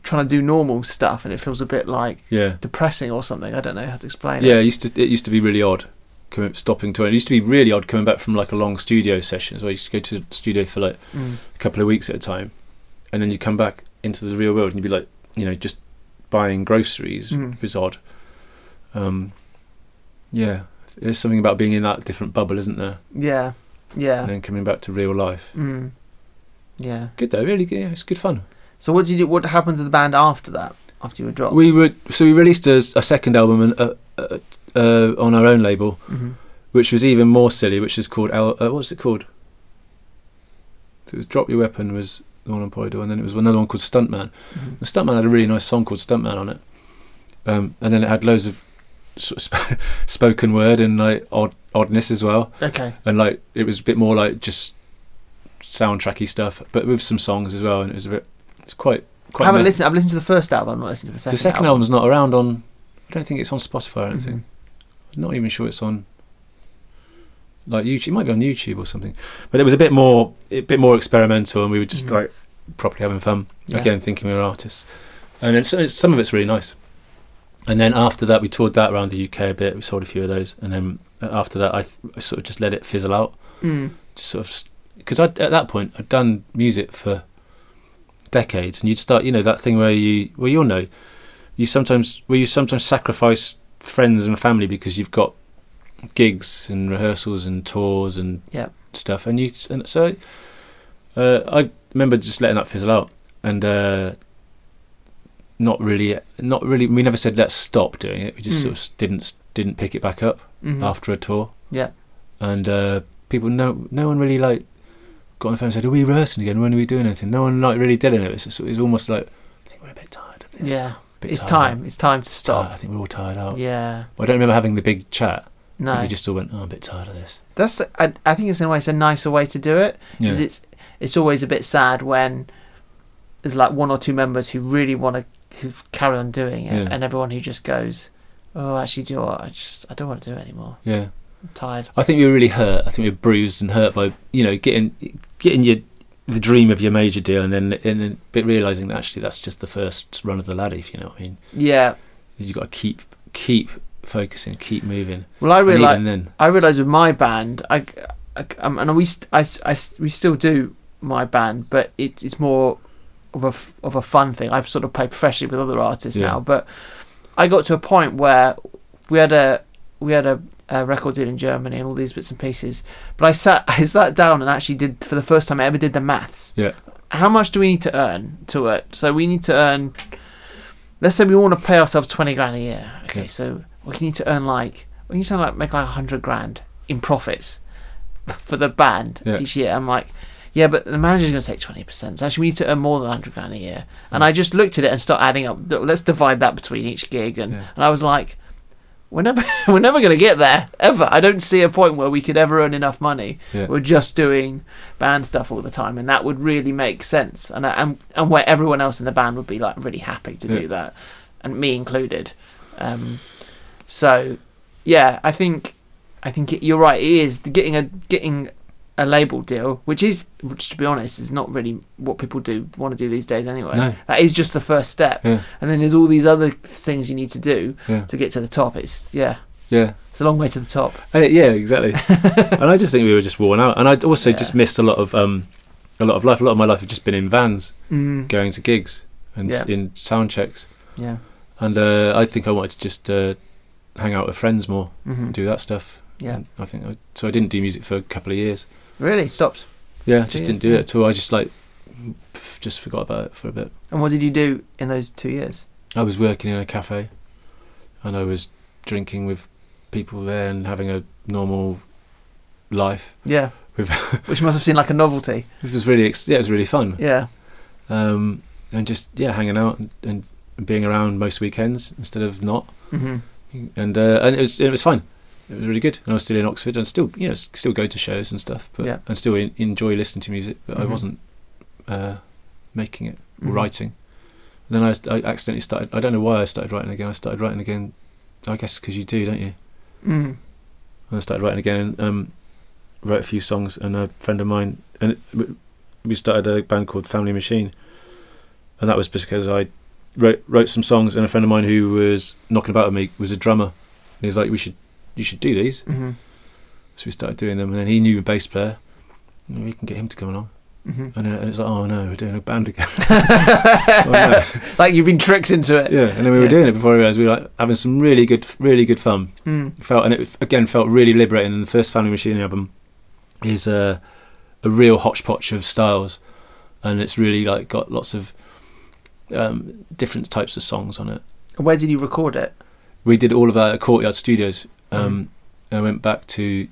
[SPEAKER 1] trying to do normal stuff and it feels a bit like
[SPEAKER 2] Yeah.
[SPEAKER 1] depressing or something. I don't know how to explain
[SPEAKER 2] Yeah,
[SPEAKER 1] it.
[SPEAKER 2] it used to it used to be really odd coming stopping to it. used to be really odd coming back from like a long studio session. So I used to go to the studio for like
[SPEAKER 1] Mm.
[SPEAKER 2] a couple of weeks at a time, and then you come back into the real world and you'd be like, you know, just buying groceries
[SPEAKER 1] Mm.
[SPEAKER 2] was odd. Um, yeah, there's something about being in that different bubble, isn't there?
[SPEAKER 1] Yeah.
[SPEAKER 2] And
[SPEAKER 1] Yeah.
[SPEAKER 2] then coming back to real life.
[SPEAKER 1] Mm. Yeah.
[SPEAKER 2] Good though, really good. Yeah, it's good fun.
[SPEAKER 1] So what did you do what happened to the band after that? After you were dropped?
[SPEAKER 2] We were so we released a, a second album and uh, uh, uh, on our own label,
[SPEAKER 1] hmm
[SPEAKER 2] which was even more silly, which is called Al- uh, what was it called? So it was Drop Your Weapon was the one on Polydor, and then it was another one called Stuntman.
[SPEAKER 1] Mhm.
[SPEAKER 2] The Stuntman had a really nice song called Stuntman on it, um, and then it had loads of sort of sp- spoken word and like odd oddness as well,
[SPEAKER 1] Okay.
[SPEAKER 2] and like it was a bit more like just soundtracky stuff, but with some songs as well, and it was a bit it's quite
[SPEAKER 1] I
[SPEAKER 2] quite.
[SPEAKER 1] haven't
[SPEAKER 2] me-
[SPEAKER 1] listened I've listened to the first album, I'm not listening to the second
[SPEAKER 2] the second
[SPEAKER 1] album.
[SPEAKER 2] album's not around on. I don't think it's on Spotify or anything.
[SPEAKER 1] Mhm.
[SPEAKER 2] I'm not even sure it's on like YouTube. It might be on YouTube or something. But it was a bit more a bit more experimental, and we were just
[SPEAKER 1] Mhm.
[SPEAKER 2] like properly having fun
[SPEAKER 1] Yeah.
[SPEAKER 2] again, thinking we were artists. And then some, some of it's really nice. And then after that, we toured that around the UK a bit. We sold a few of those, and then uh, after that, I, th- I sort of just let it fizzle out.
[SPEAKER 1] Mm.
[SPEAKER 2] Just sort of because at that point I'd done music for decades, and you'd start, you know, that thing where you, well, you'll know, you sometimes where you sometimes sacrifice friends and family because you've got gigs and rehearsals and tours and
[SPEAKER 1] Yep.
[SPEAKER 2] stuff. And you and so uh, I remember just letting that fizzle out and uh, not really, not really. We never said let's stop doing it. We just
[SPEAKER 1] Mm.
[SPEAKER 2] sort of didn't didn't pick it back up
[SPEAKER 1] Mhm.
[SPEAKER 2] after a tour.
[SPEAKER 1] Yeah.
[SPEAKER 2] And uh, people, no, no one really like got on the phone and said, "Are we rehearsing again? When are we doing anything?" No one like really did anything. It was, it was almost like I think we're a bit tired of this.
[SPEAKER 1] Yeah,
[SPEAKER 2] a bit
[SPEAKER 1] it's
[SPEAKER 2] tired,
[SPEAKER 1] time. It's time to
[SPEAKER 2] tired.
[SPEAKER 1] stop.
[SPEAKER 2] I think we're all tired out.
[SPEAKER 1] Yeah,
[SPEAKER 2] I don't remember having the big chat. I think
[SPEAKER 1] no,
[SPEAKER 2] we just all went, "Oh, I'm a bit tired of this."
[SPEAKER 1] that's. I, I think it's in a way it's a nicer way to do it
[SPEAKER 2] Yeah.
[SPEAKER 1] because it's it's always a bit sad when there's like one or two members who really want to carry on doing it,
[SPEAKER 2] Yeah.
[SPEAKER 1] and everyone who just goes, "Oh, actually, do you know what? I just I don't want to do it anymore.
[SPEAKER 2] yeah.
[SPEAKER 1] I'm tired."
[SPEAKER 2] I think we were really hurt. I think we were bruised and hurt by you know getting getting your the dream of your major deal and then and then but realizing that actually that's just the first run of the ladder. If you know what I mean,
[SPEAKER 1] Yeah.
[SPEAKER 2] you have got to keep keep focusing, keep moving.
[SPEAKER 1] Well, I
[SPEAKER 2] And
[SPEAKER 1] realize
[SPEAKER 2] even then,
[SPEAKER 1] I realised with my band, I, I um, and we, st- I, s- I s- we still do my band, but it, it's more of a f- of a fun thing. I've sort of played professionally with other artists
[SPEAKER 2] Yeah.
[SPEAKER 1] now, but I got to a point where we had a we had a, a record deal in Germany and all these bits and pieces. But I sat I sat down and actually did for the first time I ever did the maths.
[SPEAKER 2] Yeah.
[SPEAKER 1] How much do we need to earn to it? So we need to earn. Let's say we want to pay ourselves twenty grand a year. Okay,
[SPEAKER 2] Yeah.
[SPEAKER 1] so we need to earn like we need to like make like hundred grand in profits for the band
[SPEAKER 2] Yeah.
[SPEAKER 1] each year. I'm like, yeah, but the manager's going to take twenty percent. So actually, we need to earn more than hundred grand a year. And I just looked at it and start adding up. th- Let's divide that between each gig, and,
[SPEAKER 2] Yeah.
[SPEAKER 1] and I was like, we're never we're never going to get there ever. I don't see a point where we could ever earn enough money.
[SPEAKER 2] Yeah.
[SPEAKER 1] We're just doing band stuff all the time, and that would really make sense. And I, and and where everyone else in the band would be like really happy to
[SPEAKER 2] Yeah.
[SPEAKER 1] do that, and me included. Um, so yeah, I think I think it, you're right. It is getting a getting a label deal, which is, which to be honest, is not really what people do want to do these days anyway.
[SPEAKER 2] No.
[SPEAKER 1] That is just the first step,
[SPEAKER 2] Yeah.
[SPEAKER 1] and then there's all these other things you need to do
[SPEAKER 2] yeah,
[SPEAKER 1] to get to the top. It's yeah,
[SPEAKER 2] yeah.
[SPEAKER 1] it's a long way to the top.
[SPEAKER 2] And it, yeah, exactly. and I just think we were just worn out, and I also
[SPEAKER 1] Yeah.
[SPEAKER 2] just missed a lot of um, a lot of life. A lot of my life had just been in vans,
[SPEAKER 1] Mm.
[SPEAKER 2] going to gigs and
[SPEAKER 1] Yeah.
[SPEAKER 2] in sound checks,
[SPEAKER 1] Yeah.
[SPEAKER 2] and uh, I think I wanted to just uh, hang out with friends more,
[SPEAKER 1] hmm
[SPEAKER 2] and do that stuff.
[SPEAKER 1] Yeah.
[SPEAKER 2] And I think I, so. I didn't do music for a couple of years.
[SPEAKER 1] Really stopped.
[SPEAKER 2] Yeah, just
[SPEAKER 1] Years,
[SPEAKER 2] didn't do
[SPEAKER 1] yeah.
[SPEAKER 2] it at all. I just like pff, just forgot about it for a bit.
[SPEAKER 1] And what did you do in those two years?
[SPEAKER 2] I was working in a cafe, and I was drinking with people there and having a normal life.
[SPEAKER 1] Yeah.
[SPEAKER 2] We've-
[SPEAKER 1] which must have seemed like a novelty.
[SPEAKER 2] It was really ex- yeah, it was really fun.
[SPEAKER 1] Yeah.
[SPEAKER 2] Um, and just yeah, hanging out and, and being around most weekends instead of not.
[SPEAKER 1] hmm
[SPEAKER 2] And uh, and it was it was fun. It was really good. And I was still in Oxford and still you know s- still go to shows and stuff, but
[SPEAKER 1] Yeah.
[SPEAKER 2] and still en enjoy listening to music. But I
[SPEAKER 1] Mhm.
[SPEAKER 2] wasn't uh, making it.
[SPEAKER 1] Mm-hmm.
[SPEAKER 2] writing. And then I, s- I accidentally started. I don't know why I started writing again. I started writing again. I guess because you do, don't you?
[SPEAKER 1] hmm
[SPEAKER 2] And I started writing again and um, wrote a few songs. And a friend of mine and it, w- we started a band called Family Machine. And that was just because I wrote wrote some songs. And a friend of mine who was knocking about with me was a drummer. And he was like, "We should you should do these."
[SPEAKER 1] hmm
[SPEAKER 2] So we started doing them. And then he knew a bass player. And we can get him to come along.
[SPEAKER 1] hmm
[SPEAKER 2] And, uh, and it's like, "Oh no, we're doing a band again." Oh,
[SPEAKER 1] like you've been tricked into it.
[SPEAKER 2] yeah. And then we were
[SPEAKER 1] Yeah.
[SPEAKER 2] doing it before I realised we were like having some really good really good fun.
[SPEAKER 1] Mm.
[SPEAKER 2] felt and it again felt really liberating and the first family machine album is a a real hodgepodge of styles and it's really like got lots of um, different types of songs on it
[SPEAKER 1] And Where did you record it?
[SPEAKER 2] we did all of our courtyard studios
[SPEAKER 1] Mm.
[SPEAKER 2] um, and I went back to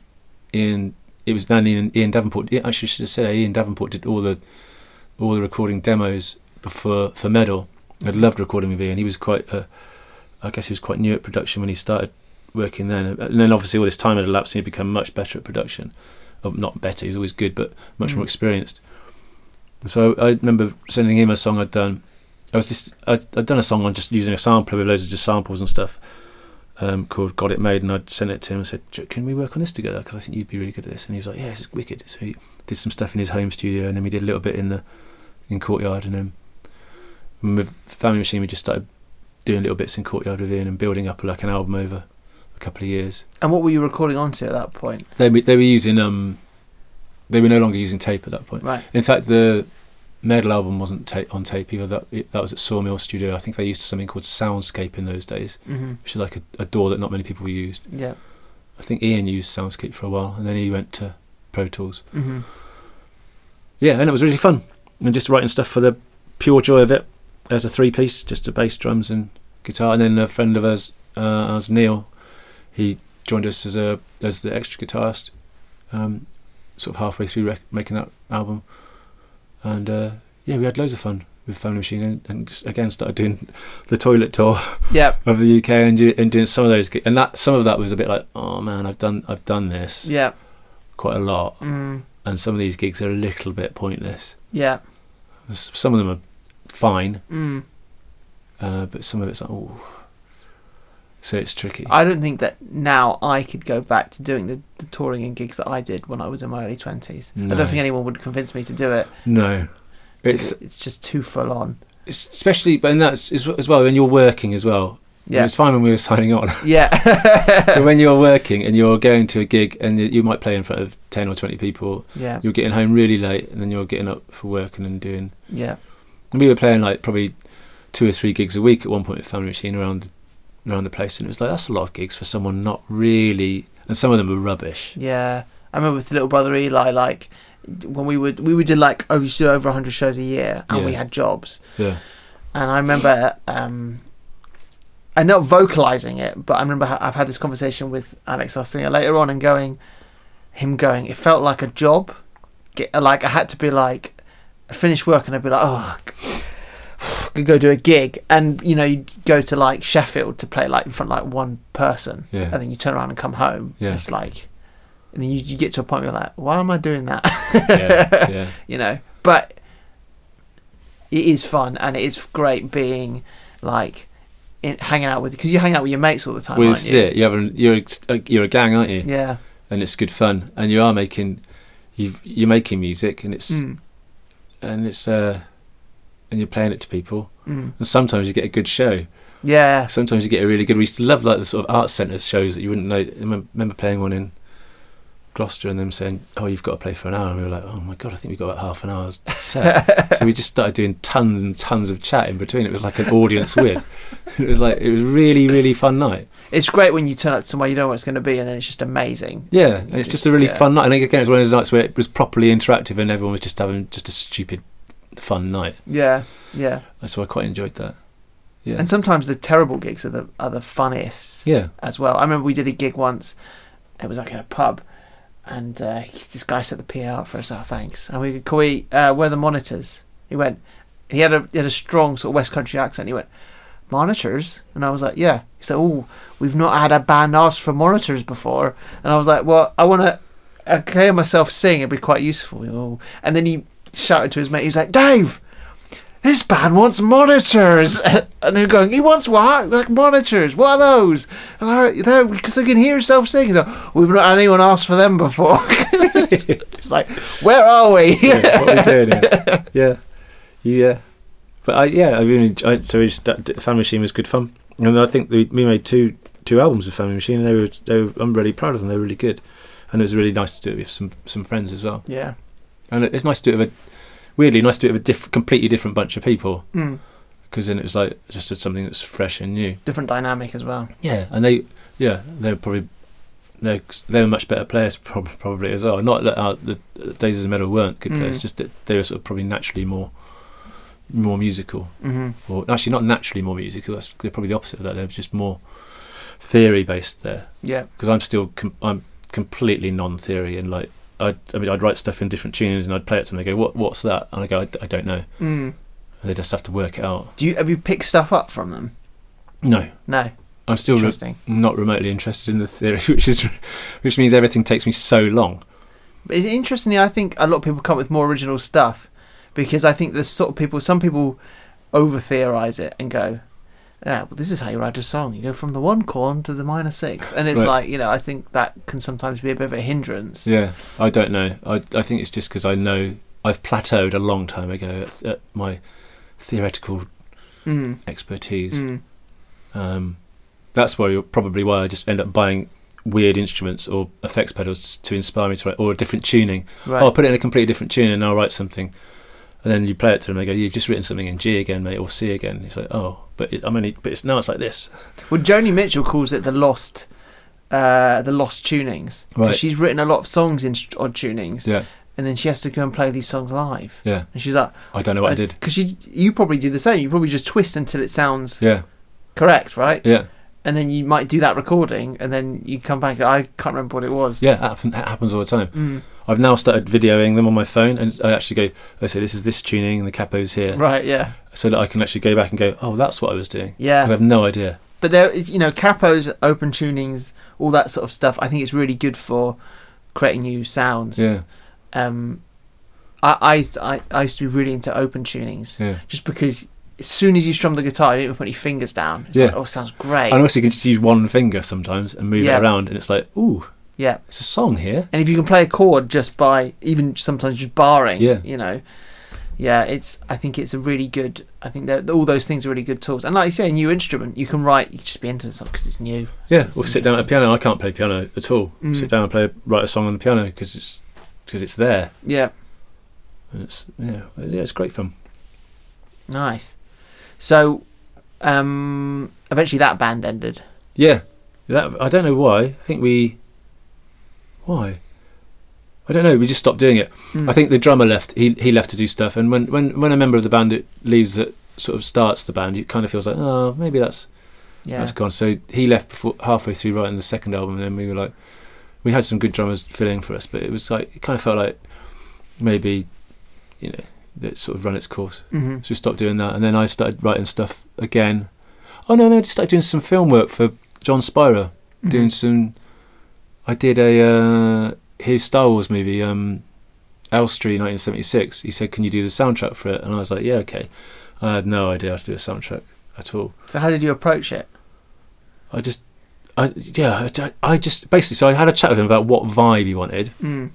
[SPEAKER 2] Ian it was then Ian, Ian Davenport I should should have said Ian Davenport did all the all the recording demos for for Medal I'd loved recording with Ian he was quite uh, I guess he was quite new at production when he started working then and then obviously all this time had elapsed and he'd become much better at production oh, not better he was always good but much
[SPEAKER 1] Mm.
[SPEAKER 2] more experienced so I remember sending him a song I'd done I was just I'd, I'd done a song on just using a sampler with loads of just samples and stuff um, called "Got It Made," and I'd sent it to him and said, "J- "Can we work on this together? Because I think you'd be really good at this." And he was like, "Yeah, this is wicked." So he did some stuff in his home studio, and then we did a little bit in the in courtyard, and then and with Family Machine, we just started doing little bits in courtyard with Ian and building up like an album over a couple of years.
[SPEAKER 1] And what were you recording onto at that point?
[SPEAKER 2] They were- they were using um they were no longer using tape at that point.
[SPEAKER 1] Right.
[SPEAKER 2] In fact, the metal album wasn't ta- on tape either. That it, that was at Sawmill Studio. I think they used something called Soundscape in those days,
[SPEAKER 1] hmm
[SPEAKER 2] which is like a, a door that not many people used.
[SPEAKER 1] Yeah.
[SPEAKER 2] I think Ian used Soundscape for a while, and then he went to Pro Tools.
[SPEAKER 1] hmm
[SPEAKER 2] Yeah, and it was really fun. And just writing stuff for the pure joy of it as a three piece, just a bass, drums, and guitar. And then a friend of ours, uh, ours Neil, he joined us as a as the extra guitarist, um, sort of halfway through rec- making that album. And uh, yeah, we had loads of fun with Family Machine, and, and just again started doing the toilet tour
[SPEAKER 1] Yep.
[SPEAKER 2] of the UK and, do, and doing some of those. gi- And that some of that was a bit like, oh man, I've done I've done this
[SPEAKER 1] Yep.
[SPEAKER 2] quite a lot,
[SPEAKER 1] Mm.
[SPEAKER 2] and some of these gigs are a little bit pointless.
[SPEAKER 1] Yeah.
[SPEAKER 2] S- some of them are fine,
[SPEAKER 1] Mm.
[SPEAKER 2] uh, but some of it's like, oh, so it's tricky.
[SPEAKER 1] I don't think that now I could go back to doing the, the touring and gigs that I did when I was in my early 20s. I
[SPEAKER 2] No.
[SPEAKER 1] don't think anyone would convince me to do it.
[SPEAKER 2] no,
[SPEAKER 1] It's,
[SPEAKER 2] it's,
[SPEAKER 1] it's just too full on.
[SPEAKER 2] it's especially, but and that's as as well when you're working as well. It
[SPEAKER 1] Yeah.
[SPEAKER 2] was fine when we were signing on, but
[SPEAKER 1] Yeah.
[SPEAKER 2] when you're working and you're going to a gig and you- you might play in front of ten or twenty people,
[SPEAKER 1] yeah.
[SPEAKER 2] you're getting home really late and then you're getting up for work and then doing.
[SPEAKER 1] Yeah.
[SPEAKER 2] And we were playing like probably two or three gigs a week at one point with Family Machine around around the place, and it was like that's a lot of gigs for someone not really. And some of them were rubbish.
[SPEAKER 1] Yeah. I remember with little brother Eli, like, when we would, we would do like, oh, we used to do over 100 shows a year and we
[SPEAKER 2] Yeah.
[SPEAKER 1] had jobs.
[SPEAKER 2] Yeah,
[SPEAKER 1] and I remember um, and not vocalizing it, but I remember ha- I've had this conversation with Alex, our singer, later on, and going, him going, it felt like a job. Get, like I had to be like, I finish work and I'd be like, oh, I could go do a gig, and you know, you'd go to like Sheffield to play like in front of like one person,
[SPEAKER 2] yeah.
[SPEAKER 1] and then you turn around and come home.
[SPEAKER 2] Yeah.
[SPEAKER 1] It's like, and then you, you get to a point where you're like, why am I doing that?
[SPEAKER 2] yeah, yeah,
[SPEAKER 1] you know. But it is fun and it is great being like in, hanging out with because you hang out with your mates all the time,
[SPEAKER 2] well,
[SPEAKER 1] aren't
[SPEAKER 2] this is
[SPEAKER 1] you?
[SPEAKER 2] it. You have a, you're a, you're a gang, aren't you?
[SPEAKER 1] Yeah.
[SPEAKER 2] And it's good fun, and you are making you've, you're making music, and it's
[SPEAKER 1] Mm.
[SPEAKER 2] and it's uh, and you're playing it to people.
[SPEAKER 1] Mm.
[SPEAKER 2] And sometimes you get a good show.
[SPEAKER 1] Yeah.
[SPEAKER 2] Sometimes you get a really good. We used to love like the sort of art centre shows that you wouldn't know. I remem- remember playing one in Gloucester, and them saying, "Oh, you've got to play for an hour." And we were like, "Oh my god, I think we've got about half an hour's set." so we just started doing tons and tons of chat in between. It was like an audience with. It was like it was really really fun night.
[SPEAKER 1] It's great when you turn up somewhere you don't know what it's going to be and then it's just amazing.
[SPEAKER 2] Yeah,
[SPEAKER 1] And
[SPEAKER 2] and
[SPEAKER 1] you
[SPEAKER 2] it's just
[SPEAKER 1] just-
[SPEAKER 2] a really
[SPEAKER 1] yeah.
[SPEAKER 2] fun night. And again, it's one of those nights where it was properly interactive and everyone was just having just a stupid fun night.
[SPEAKER 1] Yeah. Yeah.
[SPEAKER 2] And So I quite enjoyed that. Yeah.
[SPEAKER 1] And sometimes the terrible gigs are the are the funniest
[SPEAKER 2] yeah.
[SPEAKER 1] as well. I remember we did a gig once. It was like in a pub. And uh, he- this guy set the PA up for us. Oh, thanks. And we can we uh, where are the monitors? He went. He had a he had a strong sort of West Country accent. He went monitors, and I was like, yeah. He said, oh, we've not had a band ask for monitors before, and I was like, well, I want to. I can hear myself sing. It'd be quite useful. We all- And then he shouted to his mate. He was like, Dave. This band wants monitors, and they're going. He wants what? Like monitors? What are those? Because they can hear yourself sing. He's like, We've not had anyone ask for them before. it's like, where are we?
[SPEAKER 2] yeah. What are we doing here? Yeah. Yeah. But I, yeah, I really, I, so we just, that, Family Machine was good fun. And I think we, we made two two albums with Family Machine and they were, they were, I'm really proud of them. They were really good. And it was really nice to do it with some, some friends as well.
[SPEAKER 1] Yeah.
[SPEAKER 2] And it- it's nice to do it with a, weirdly, nice to do it with a diff- completely different bunch of people.
[SPEAKER 1] Mm.
[SPEAKER 2] because then it was like just did something that's fresh and new.
[SPEAKER 1] Different dynamic as well.
[SPEAKER 2] Yeah, and they, yeah, they were probably they they were much better players prob- probably as well. Not that uh, the the Days of the Metal weren't good
[SPEAKER 1] Mm.
[SPEAKER 2] players, just that they were sort of probably naturally more more musical,
[SPEAKER 1] Mm-hmm.
[SPEAKER 2] or actually not naturally more musical. That's they're probably the opposite of that. They're just more theory based there.
[SPEAKER 1] Yeah.
[SPEAKER 2] Because I'm still com- I'm completely non theory and like. I'd, I mean, I'd write stuff in different tunings and I'd play it to them. They go, "What? What's that?" And I go, I, d- "I don't know."
[SPEAKER 1] Mm.
[SPEAKER 2] And they just have to work it out.
[SPEAKER 1] Do you have you picked stuff up from them?
[SPEAKER 2] No,
[SPEAKER 1] No.
[SPEAKER 2] I'm still re-
[SPEAKER 1] Interesting.
[SPEAKER 2] not remotely interested in the theory, which is which means everything takes me so long.
[SPEAKER 1] But it's interestingly, I think a lot of people come up with more original stuff because I think there's sort of people. Some people over theorize it and go, "Yeah, well, this is how you write a song. You go from the one chord to the minor sixth. and it's
[SPEAKER 2] Right.
[SPEAKER 1] like you know, I think that can sometimes be a bit of a hindrance.
[SPEAKER 2] Yeah, I don't know. I I think it's just because I know I've plateaued a long time ago at, at my theoretical
[SPEAKER 1] Mm.
[SPEAKER 2] expertise.
[SPEAKER 1] Mm.
[SPEAKER 2] Um, that's why probably why I just end up buying weird instruments or effects pedals to inspire me to write, or a different tuning.
[SPEAKER 1] Right.
[SPEAKER 2] Oh, I'll put it in a completely different tune and I'll write something. And then you play it to them, they go, "You've just written something in G again, mate, or C again." It's like, "Oh, but it, I'm only, but it's now it's like this."
[SPEAKER 1] Well, Joni Mitchell calls it the lost, uh, the lost tunings. 'Cause
[SPEAKER 2] Right.
[SPEAKER 1] She's written a lot of songs in st- odd tunings,
[SPEAKER 2] Yeah,
[SPEAKER 1] and then she has to go and play these songs live.
[SPEAKER 2] yeah.
[SPEAKER 1] And she's like,
[SPEAKER 2] I don't know what Oh, I did.
[SPEAKER 1] Because you you probably do the same. You probably just twist until it sounds
[SPEAKER 2] Yeah,
[SPEAKER 1] correct, right?
[SPEAKER 2] yeah,
[SPEAKER 1] And then you might do that recording, and then you come back. I can't remember what it was.
[SPEAKER 2] yeah. That, happen, that happens all the time.
[SPEAKER 1] Mm,
[SPEAKER 2] I've now started videoing them on my phone, and I actually go, "I say this is this tuning, and the capo's here,"
[SPEAKER 1] Right. Yeah.
[SPEAKER 2] so that I can actually go back and go, "Oh, that's what I was doing."
[SPEAKER 1] Yeah.
[SPEAKER 2] Because I have no idea.
[SPEAKER 1] but there is you know capos open tunings all that sort of stuff i think it's really good for creating new sounds
[SPEAKER 2] Yeah,
[SPEAKER 1] um I, I used- I, I used to be really into open tunings
[SPEAKER 2] yeah.
[SPEAKER 1] just because as soon as you strum the guitar you don't even put any fingers down it's
[SPEAKER 2] Yeah.
[SPEAKER 1] like oh sounds great
[SPEAKER 2] And also, you can just use one finger sometimes and move
[SPEAKER 1] Yeah.
[SPEAKER 2] it around, and it's like, "Ooh,
[SPEAKER 1] yeah
[SPEAKER 2] it's a song here."
[SPEAKER 1] and if you can play a chord just by even sometimes just barring
[SPEAKER 2] Yeah.
[SPEAKER 1] you know yeah it's i think it's a really good i think that all those things are really good tools and like you say a new instrument you can write you can just be into something because it's new
[SPEAKER 2] Yeah,
[SPEAKER 1] That's
[SPEAKER 2] or sit down at a
[SPEAKER 1] interesting.
[SPEAKER 2] piano. I can't play piano at all.
[SPEAKER 1] Mm.
[SPEAKER 2] Sit down and play, write a song on the piano because it's because it's there.
[SPEAKER 1] yeah
[SPEAKER 2] And it's yeah, yeah, it's great fun.
[SPEAKER 1] Nice. So, um, eventually that band ended.
[SPEAKER 2] Yeah, that I don't know why. I think we why I don't know. We just stopped doing it.
[SPEAKER 1] Mm.
[SPEAKER 2] I think the drummer left. He he left to do stuff. And when when when a member of the band it leaves that sort of starts the band, it kind of feels like oh maybe that's
[SPEAKER 1] yeah,
[SPEAKER 2] that's gone. So he left before halfway through writing the second album, and then we were like we had some good drummers filling for us, but it was like it kind of felt like maybe you know that sort of run its course.
[SPEAKER 1] hmm
[SPEAKER 2] So we stopped doing that, and then I started writing stuff again. Oh no, no, I just started doing some film work for John Spira.
[SPEAKER 1] Mm-hmm.
[SPEAKER 2] Doing some, I did a uh, his Star Wars movie, um, Elstree, 1976. He said, "Can you do the soundtrack for it?" And I was like, "Yeah, okay." I had no idea how to do a soundtrack at all.
[SPEAKER 1] So how did you approach it?
[SPEAKER 2] I just, I yeah, I, I just basically. So I had a chat with him about what vibe he wanted,
[SPEAKER 1] Mm.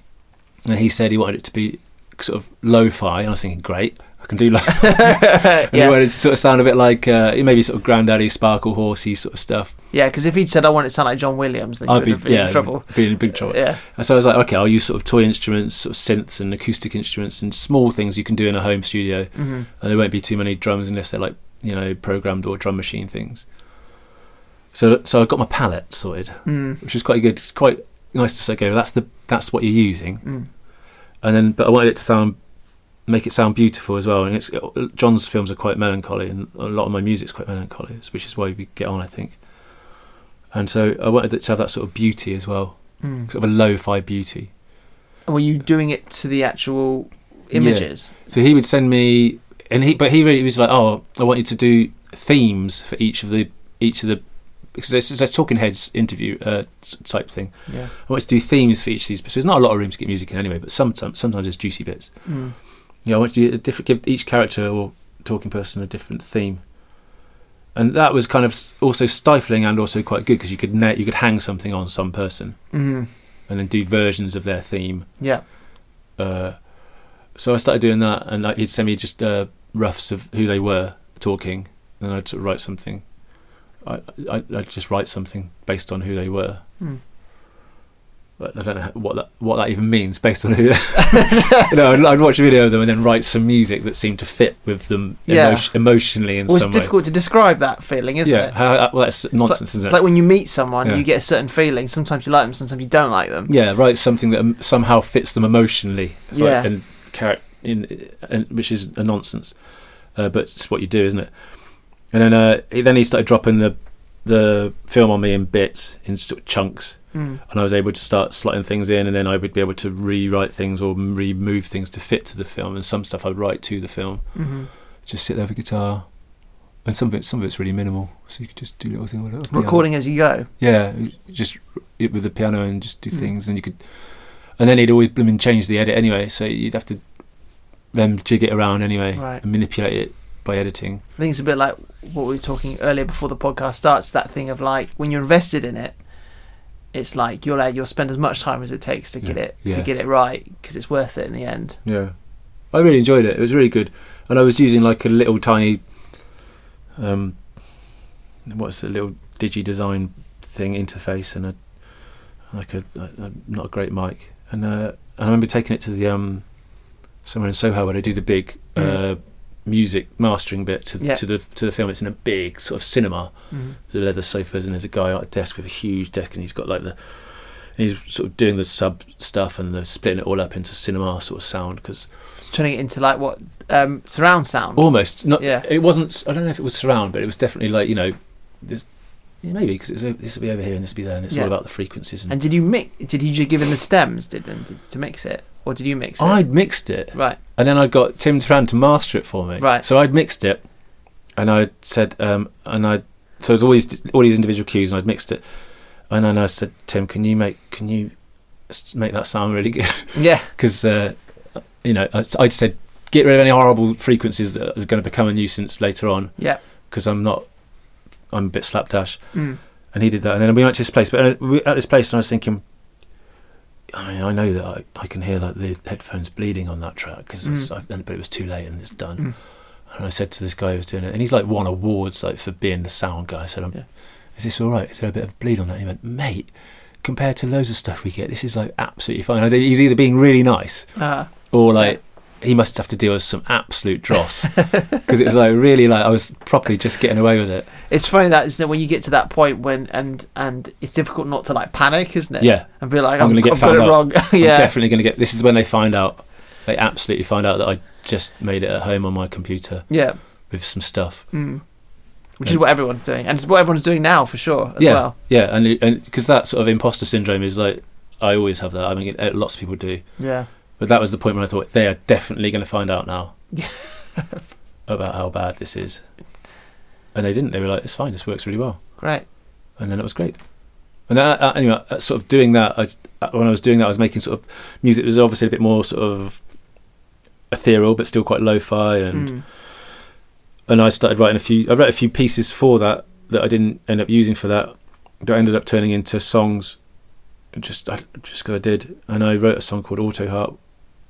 [SPEAKER 2] and he said he wanted it to be sort of lo-fi, and I was thinking, "Great, I can do lo
[SPEAKER 1] yeah,
[SPEAKER 2] And where it sort of sound a bit like uh, maybe sort of granddaddy sparkle horsey sort of stuff.
[SPEAKER 1] yeah. Because if he'd said I want it to sound like John Williams, then you
[SPEAKER 2] I'd
[SPEAKER 1] would
[SPEAKER 2] be
[SPEAKER 1] have been
[SPEAKER 2] yeah,
[SPEAKER 1] in trouble.
[SPEAKER 2] be in big trouble.
[SPEAKER 1] Yeah,
[SPEAKER 2] And so I was like, okay, I'll use sort of toy instruments, sort of synths and acoustic instruments and small things you can do in a home studio.
[SPEAKER 1] hmm
[SPEAKER 2] And there won't be too many drums unless they're like you know programmed or drum machine things. So so I got my palette sorted,
[SPEAKER 1] mm.
[SPEAKER 2] which was quite good. It's quite nice to say, okay, that's the that's what you're using.
[SPEAKER 1] Mm.
[SPEAKER 2] And then, but I wanted it to sound. Make it sound beautiful as well, and it's John's films are quite melancholy, and a lot of my music's quite melancholy, which is why we get on, I think. And so I wanted it to have that sort of beauty as well,
[SPEAKER 1] Mm.
[SPEAKER 2] sort of a lo-fi beauty.
[SPEAKER 1] And were you doing it to the actual images?
[SPEAKER 2] So he would send me, and he, but he really was like, "Oh, I want you to do themes for each of the each of the because this is a Talking Heads interview uh, s- type thing.
[SPEAKER 1] Yeah.
[SPEAKER 2] I want you to do themes for each of these. So there's not a lot of room to get music in anyway, but sometimes sometimes there's juicy bits.
[SPEAKER 1] Mm.
[SPEAKER 2] Yeah, I want you to do a different, give each character or talking person a different theme. And that was kind of s- also stifling and also quite good because you could na- you could hang something on some person
[SPEAKER 1] hmm
[SPEAKER 2] and then do versions of their theme
[SPEAKER 1] Yeah.
[SPEAKER 2] uh, so I started doing that, and like, he'd send me just uh, roughs of who they were talking, and I'd sort of write something. I, I I'd just write something based on who they were.
[SPEAKER 1] Mm.
[SPEAKER 2] But I don't know what that what that even means based on who. no, I'd, I'd watch a video of them and then write some music that seemed to fit with them
[SPEAKER 1] Yeah.
[SPEAKER 2] emotio- emotionally in
[SPEAKER 1] Well, it's
[SPEAKER 2] some way.
[SPEAKER 1] difficult to describe that feeling, isn't
[SPEAKER 2] yeah,
[SPEAKER 1] it?
[SPEAKER 2] how- well, that's nonsense,
[SPEAKER 1] It's
[SPEAKER 2] isn't it?
[SPEAKER 1] like when you meet someone,
[SPEAKER 2] Yeah.
[SPEAKER 1] you get a certain feeling. Sometimes you like them, sometimes you don't like them.
[SPEAKER 2] yeah, write something that um, somehow fits them emotionally. It's like-
[SPEAKER 1] Yeah.
[SPEAKER 2] and character in, and which is a nonsense, uh, but it's what you do, isn't it? And then uh, he- then he started dropping the the film on me in bits, in sort of chunks,
[SPEAKER 1] Mm.
[SPEAKER 2] and I was able to start slotting things in, and then I would be able to rewrite things or m- remove things to fit to the film, and some stuff I'd write to the film.
[SPEAKER 1] hmm
[SPEAKER 2] Just sit there with a guitar. And some of it, some of it's really minimal, so you could just do little thing like that.
[SPEAKER 1] Recording as you go.
[SPEAKER 2] Yeah, just it with the piano and just do
[SPEAKER 1] Mm.
[SPEAKER 2] things, and you could, and then he'd always blooming change the edit anyway, so you'd have to then jig it around anyway
[SPEAKER 1] Right.
[SPEAKER 2] and manipulate it by editing.
[SPEAKER 1] I think it's a bit like what we were talking earlier before the podcast starts. That thing of like when you're invested in it, it's like you'll you'll spend as much time as it takes to get
[SPEAKER 2] Yeah,
[SPEAKER 1] it
[SPEAKER 2] yeah.
[SPEAKER 1] to get it right because it's worth it in the end.
[SPEAKER 2] Yeah, I really enjoyed it. It was really good, and I was using like a little tiny, um, what's the little digi design thing interface and a like a, a, a- not a great mic, and uh, and I remember taking it to the um, somewhere in Soho where they do the big uh, music mastering bit to,
[SPEAKER 1] Yeah.
[SPEAKER 2] to the to the film. It's in a big sort of cinema, the leather sofas, and there's a guy at a desk with a huge desk, and he's got like the and he's sort of doing the sub stuff and the splitting it all up into cinema sort of sound because
[SPEAKER 1] It's turning it into like what um, surround sound.
[SPEAKER 2] almost not.
[SPEAKER 1] Yeah.
[SPEAKER 2] It wasn't. I don't know if it was surround, but it was definitely like you know, this, yeah, maybe because this will be over here and this will be there, and it's
[SPEAKER 1] Yeah.
[SPEAKER 2] all about the frequencies. And,
[SPEAKER 1] And did you mix? Did he just give him the stems? Did, then did to mix it, or did you mix it?
[SPEAKER 2] I'd mixed it.
[SPEAKER 1] right.
[SPEAKER 2] And then I got Tim Tran to master it for me.
[SPEAKER 1] Right.
[SPEAKER 2] So I'd mixed it, and I said, um, and I so it was all these all these individual cues, and I'd mixed it, and then I said, Tim, can you make can you s- make that sound really good?
[SPEAKER 1] Yeah.
[SPEAKER 2] Because uh, you know, I, I'd said get rid of any horrible frequencies that are going to become a nuisance later on.
[SPEAKER 1] Yeah.
[SPEAKER 2] Because I'm not, I'm a bit slapdash
[SPEAKER 1] Mm.
[SPEAKER 2] and he did that. And then we went to this place, but uh, we at this place, and I was thinking, I mean, I know that I, I can hear like the headphones bleeding on that track because, but it was too late and it's done.
[SPEAKER 1] Mm.
[SPEAKER 2] And I said to this guy who was doing it, and he's like won awards like for being the sound guy. I said, um
[SPEAKER 1] Yeah.
[SPEAKER 2] "Is this all right? Is there a bit of bleed on that?" And he went, "Mate." Compared to loads of stuff we get, this is like absolutely fine. I think He's either being really nice
[SPEAKER 1] Uh,
[SPEAKER 2] or like he must have to deal with some absolute dross because it was like really like I was properly just getting away with it.
[SPEAKER 1] it's funny that isn't it when you get to that point when and and it's difficult not to like panic, isn't it?
[SPEAKER 2] Yeah,
[SPEAKER 1] And be like,
[SPEAKER 2] I'm
[SPEAKER 1] I'm,
[SPEAKER 2] gonna
[SPEAKER 1] I've
[SPEAKER 2] get
[SPEAKER 1] got it
[SPEAKER 2] found out.
[SPEAKER 1] wrong.
[SPEAKER 2] I'm
[SPEAKER 1] yeah.
[SPEAKER 2] definitely going to get. This is when they find out. They absolutely find out that I just made it at home on my computer
[SPEAKER 1] Yeah.
[SPEAKER 2] with some stuff.
[SPEAKER 1] Mm. Which
[SPEAKER 2] Yeah.
[SPEAKER 1] is what everyone's doing, and it's what everyone's doing now for sure as
[SPEAKER 2] yeah,
[SPEAKER 1] well.
[SPEAKER 2] yeah, and because that sort of imposter syndrome is like I always have that. I mean, it, lots of people do,
[SPEAKER 1] Yeah.
[SPEAKER 2] but that was the point when I thought they are definitely going to find out now about how bad this is, and they didn't. They were like, "It's fine. This works really well,"
[SPEAKER 1] Great.
[SPEAKER 2] and then it was great. And that, uh, anyway, uh, sort of doing that, I, s- uh, when I was doing that, I was making sort of music that was obviously a bit more sort of ethereal, but still quite lo-fi and.
[SPEAKER 1] Mm.
[SPEAKER 2] and I started writing a few. I wrote a few pieces for that that I didn't end up using for that. That ended up turning into songs, just I, just because I did. And I wrote a song called Auto Heart,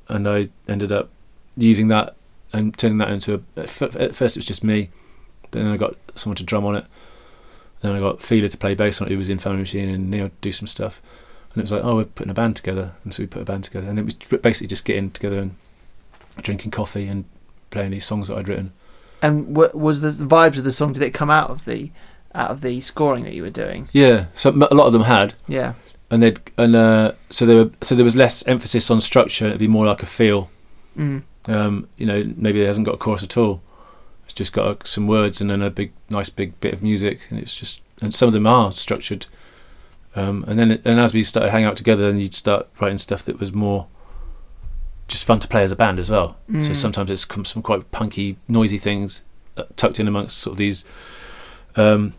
[SPEAKER 2] and I ended up using that and turning that into a. At fir- at first, it was just me. Then I got someone to drum on it. Then I got Feeler to play bass on it, who was in Family Machine, and Neil to do some stuff. And it was like, oh, we're putting a band together, and so we put a band together. And it was basically just getting together and drinking coffee and playing these songs that I'd written.
[SPEAKER 1] And w- was the the vibes of the song? Did it come out of the out of the scoring that you were doing?
[SPEAKER 2] Yeah, so m- a lot of them had,
[SPEAKER 1] Yeah.
[SPEAKER 2] and they'd and uh, so there were so there was less emphasis on structure. It'd be more like a feel.
[SPEAKER 1] Mm.
[SPEAKER 2] Um, you know, maybe it hasn't got a chorus at all. It's just got uh, some words and then a big, nice big bit of music, and it's just and some of them are structured. Um, and then and as we started hanging out together, then you'd start writing stuff that was more just fun to play as a band as well. So
[SPEAKER 1] Mm.
[SPEAKER 2] sometimes it's come some quite punky, noisy things uh, tucked in amongst sort of these um,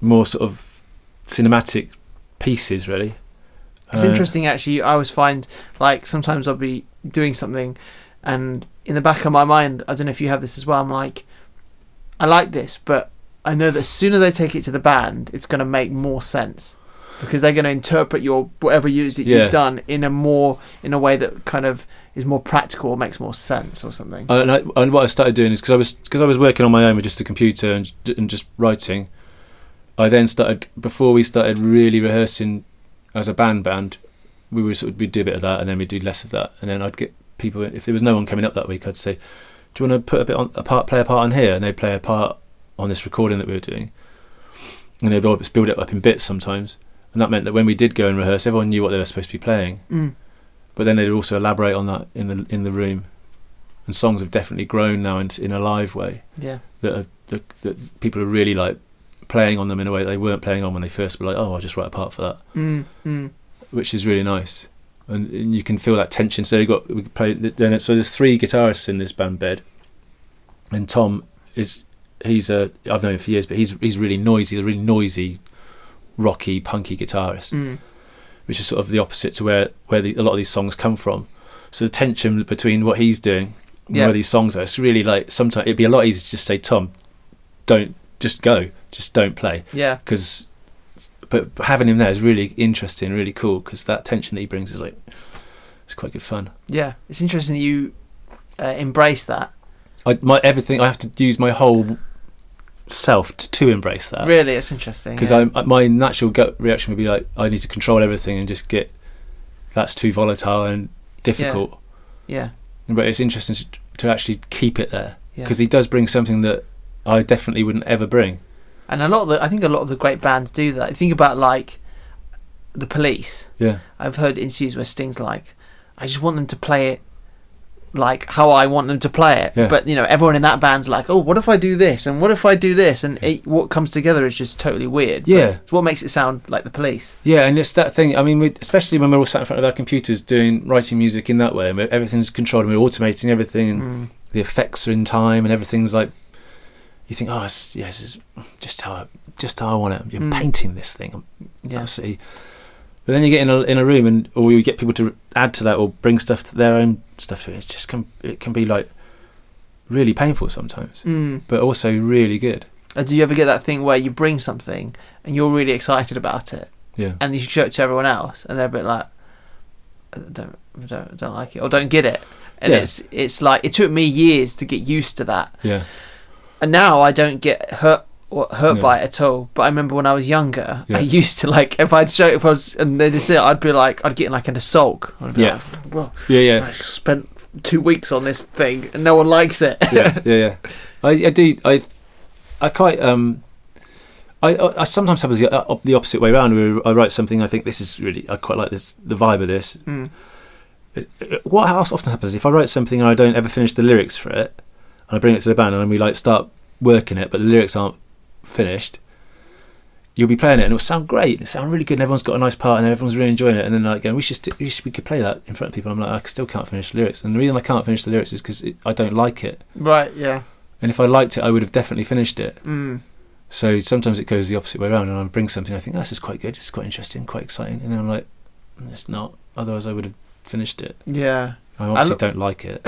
[SPEAKER 2] more sort of cinematic pieces, really.
[SPEAKER 1] It's
[SPEAKER 2] Uh,
[SPEAKER 1] interesting, actually. I always find like sometimes I'll be doing something, and in the back of my mind, I don't know if you have this as well. I'm like, I like this, but I know that as soon as I take it to the band, it's going to make more sense because they're going to interpret your whatever you that
[SPEAKER 2] Yeah.
[SPEAKER 1] you've done in a more in a way that kind of is more practical or makes more sense or something.
[SPEAKER 2] And, I, and what I started doing is because I was because I was working on my own with just the computer and, and just writing. I then started before we started really rehearsing as a band. Band, we would sort of, we'd do a bit of that, and then we'd do less of that, and then I'd get people. If there was no one coming up that week, I'd say, "Do you want to put a bit on a part, play a part on here?" And they would play a part on this recording that we were doing, and they'd all build it up in bits sometimes. And that meant that when we did go and rehearse, everyone knew what they were supposed to be playing
[SPEAKER 1] Mm.
[SPEAKER 2] but then they'd also elaborate on that in the in the room. And songs have definitely grown now in, in a live way
[SPEAKER 1] Yeah.
[SPEAKER 2] that, are, that that people are really like playing on them in a way that they weren't playing on when they first were like, oh, I'll just write a part for that,
[SPEAKER 1] Mm. Mm.
[SPEAKER 2] which is really nice. And, and you can feel that tension. So you got we could play then so there's three guitarists in this band bed, and Tom is he's a I've known him for years, but he's he's really noisy. He's a really noisy, rocky, punky guitarist
[SPEAKER 1] Mm.
[SPEAKER 2] which is sort of the opposite to where where the, a lot of these songs come from. So the tension between what he's doing and
[SPEAKER 1] Yeah.
[SPEAKER 2] where these songs are, it's really like sometimes it'd be a lot easier to just say, Tom, don't just go, just don't play,
[SPEAKER 1] Yeah.
[SPEAKER 2] because. But having him there is really interesting, really cool, because that tension that he brings is like, it's quite good fun.
[SPEAKER 1] Yeah. It's interesting that you uh, embrace that.
[SPEAKER 2] I my everything I have to use my whole self to, to embrace that.
[SPEAKER 1] really, it's interesting.
[SPEAKER 2] Uh, because
[SPEAKER 1] yeah.
[SPEAKER 2] I my natural gut reaction would be like I need to control everything and just get that's too volatile and difficult
[SPEAKER 1] Yeah.
[SPEAKER 2] But it's interesting to, to actually keep it there
[SPEAKER 1] Yeah.
[SPEAKER 2] because he does bring something that I definitely wouldn't ever bring.
[SPEAKER 1] And a lot of the, I think a lot of the great bands do that. Think about like the Police.
[SPEAKER 2] Yeah,
[SPEAKER 1] I've heard interviews where Sting's like, I just want them to play it like how I want them to play it.
[SPEAKER 2] Yeah.
[SPEAKER 1] But you know, everyone in that band's like, oh, what if I do this and what if I do this and it, what comes together is just totally weird.
[SPEAKER 2] Yeah.
[SPEAKER 1] But it's what makes it sound like the Police.
[SPEAKER 2] yeah, and it's that thing. I mean, we, especially when we're all sat in front of our computers doing writing music in that way, and we're- everything's controlled, and we're automating everything, and
[SPEAKER 1] Mm.
[SPEAKER 2] the effects are in time, and everything's like. You think, oh, it's, yeah, this is just how I, just how I want it. You're
[SPEAKER 1] Mm.
[SPEAKER 2] painting this thing.
[SPEAKER 1] Yeah.
[SPEAKER 2] Absolutely. But then you get in a in a room and or you get people to add to that or bring stuff to their own stuff to it. It's just can it can be like really painful sometimes,
[SPEAKER 1] Mm.
[SPEAKER 2] but also really good.
[SPEAKER 1] And do you ever get that thing where you bring something and you're really excited about it
[SPEAKER 2] Yeah.
[SPEAKER 1] and you show it to everyone else and they're a bit like, I don't, I don't, I don't like it or don't get it. And
[SPEAKER 2] Yeah.
[SPEAKER 1] it's it's like it took me years to get used to that,
[SPEAKER 2] Yeah.
[SPEAKER 1] and now I don't get hurt or hurt
[SPEAKER 2] Yeah.
[SPEAKER 1] by it at all. But I remember when I was younger,
[SPEAKER 2] Yeah.
[SPEAKER 1] I used to like if I'd show if I was and they just said I'd be like I'd get like in a sulk. I'd be
[SPEAKER 2] Yeah.
[SPEAKER 1] like, well,
[SPEAKER 2] Yeah.
[SPEAKER 1] I spent two weeks on this thing and no one likes it.
[SPEAKER 2] yeah, yeah, yeah. I, I do. I, I quite. Um, I, I, I sometimes happens the, uh, the opposite way around. Where I write something, I think this is really. I quite like this. The vibe of this.
[SPEAKER 1] Mm.
[SPEAKER 2] It- it- What else often happens is if I write something and I don't ever finish the lyrics for it, and I bring it to the band and we like start working it, but the lyrics aren't finished. You'll be playing it and it'll sound great. It'll sound really good, and everyone's got a nice part, and everyone's really enjoying it. And then like, going, we should, st- we should, we could play that in front of people. I'm like, I still can't finish the lyrics, and the reason I can't finish the lyrics is because I don't like it.
[SPEAKER 1] Right? Yeah.
[SPEAKER 2] And if I liked it, I would have definitely finished it.
[SPEAKER 1] Mm.
[SPEAKER 2] So sometimes it goes the opposite way around, and I bring something I think, oh, this is quite good, it's quite interesting, quite exciting, and then I'm like, "Mm, it's not. Otherwise, I would have finished it.
[SPEAKER 1] Yeah.
[SPEAKER 2] I obviously
[SPEAKER 1] lo-
[SPEAKER 2] don't like it.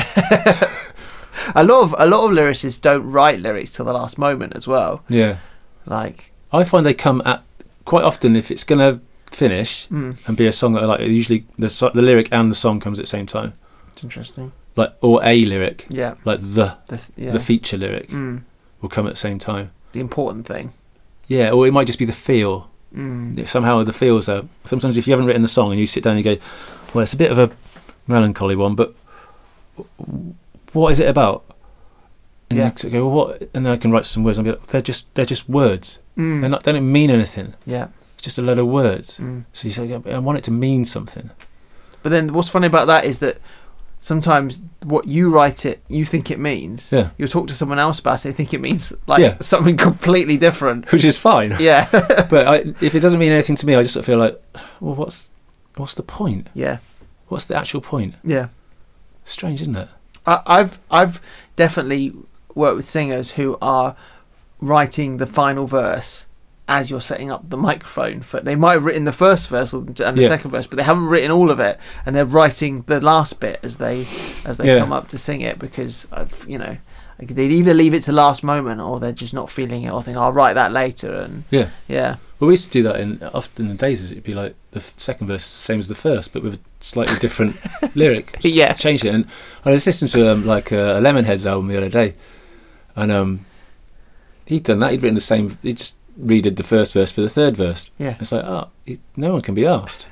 [SPEAKER 1] a lot of a lot of lyricists don't write lyrics till the last moment as well.
[SPEAKER 2] yeah,
[SPEAKER 1] Like,
[SPEAKER 2] I find they come at quite often if it's gonna finish
[SPEAKER 1] mm,
[SPEAKER 2] and be a song that I like. Usually the so- the lyric and the song comes at the same time,
[SPEAKER 1] it's interesting.
[SPEAKER 2] like or a lyric,
[SPEAKER 1] Yeah,
[SPEAKER 2] like the
[SPEAKER 1] the th- yeah,
[SPEAKER 2] the
[SPEAKER 1] the,
[SPEAKER 2] feature lyric
[SPEAKER 1] mm,
[SPEAKER 2] will come at the same time.
[SPEAKER 1] the important thing.
[SPEAKER 2] Yeah, or it might just be the feel.
[SPEAKER 1] Mm.
[SPEAKER 2] it- somehow the feels are sometimes if you haven't written the song and you sit down and you go well it's a bit of a melancholy one but w- what is it about and
[SPEAKER 1] Yeah.
[SPEAKER 2] you sort of go well what and then I can write some words and I'll be like they're just they're just words
[SPEAKER 1] Mm.
[SPEAKER 2] they're not they don't mean anything
[SPEAKER 1] yeah.
[SPEAKER 2] it's just a load of words
[SPEAKER 1] Mm.
[SPEAKER 2] so you say "Yeah, but I want it to mean something
[SPEAKER 1] But then, what's funny about that is that sometimes what you write it, you think it means.
[SPEAKER 2] Yeah.
[SPEAKER 1] You'll talk to someone else about it, they think it means like
[SPEAKER 2] Yeah.
[SPEAKER 1] something completely different.
[SPEAKER 2] which is fine
[SPEAKER 1] Yeah,
[SPEAKER 2] but I, if it doesn't mean anything to me I just sort of feel like well what's what's the point
[SPEAKER 1] yeah,
[SPEAKER 2] what's the actual point
[SPEAKER 1] yeah.
[SPEAKER 2] strange isn't it
[SPEAKER 1] I, I've I've definitely worked with singers who are writing the final verse as you're setting up the microphone for they might have written the first verse or- and the
[SPEAKER 2] Yeah.
[SPEAKER 1] second verse but they haven't written all of it and they're writing the last bit as they as they
[SPEAKER 2] Yeah.
[SPEAKER 1] come up to sing it because I've, you know like, they'd either leave it to last moment or they're just not feeling it or think I'll write that later and
[SPEAKER 2] Yeah.
[SPEAKER 1] yeah
[SPEAKER 2] Well, we used to do that in often in days. Is it'd be like the f- second verse is the same as the first, but with a slightly different lyric. S-
[SPEAKER 1] Yeah.
[SPEAKER 2] changed it. And I was listening to um, like a Lemonheads album the other day, and um, he'd done that. He'd written the same. He just redid the first verse for the third verse.
[SPEAKER 1] yeah
[SPEAKER 2] It's like, oh, it, no one can be asked.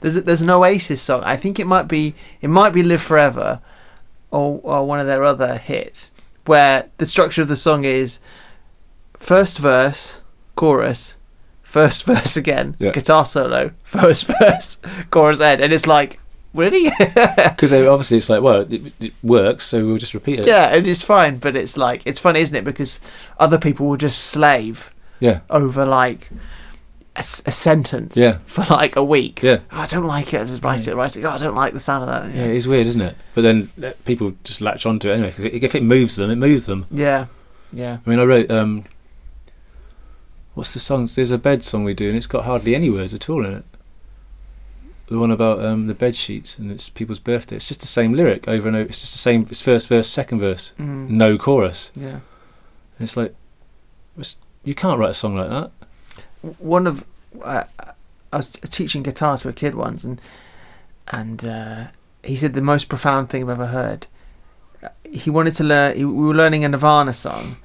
[SPEAKER 1] There's a, there's an Oasis song. I think it might be it might be Live Forever, or or one of their other hits, where the structure of the song is first verse, chorus, first verse again,
[SPEAKER 2] Yeah.
[SPEAKER 1] guitar solo, first verse, chorus end, and it's like really
[SPEAKER 2] Because obviously it's like, well, it, it works, so we'll just repeat it.
[SPEAKER 1] yeah, and it's fine, but it's like it's funny, isn't it? Because other people will just slave
[SPEAKER 2] Yeah.
[SPEAKER 1] over like. A, s- a sentence
[SPEAKER 2] Yeah.
[SPEAKER 1] for like a week.
[SPEAKER 2] Yeah.
[SPEAKER 1] Oh, I don't like it. I just write it, write it. Oh, I don't like the sound of that.
[SPEAKER 2] Yeah, it is weird, isn't it? But then uh, people just latch onto it anyway. Because if it moves them, it moves them.
[SPEAKER 1] Yeah, yeah.
[SPEAKER 2] I mean, I wrote um, what's the song? There's a bed song we do, and it's got hardly any words at all in it. The one about um, the bed sheets and it's people's birthday. It's just the same lyric over and over. It's just the same. It's first verse, second verse,
[SPEAKER 1] Mm.
[SPEAKER 2] no chorus.
[SPEAKER 1] Yeah.
[SPEAKER 2] And it's like it's, you can't write a song like that.
[SPEAKER 1] W- One of uh, I was t- teaching guitar to a kid once, and and uh, he said the most profound thing I've ever heard. Uh, He wanted to learn. He, we were learning a Nirvana song,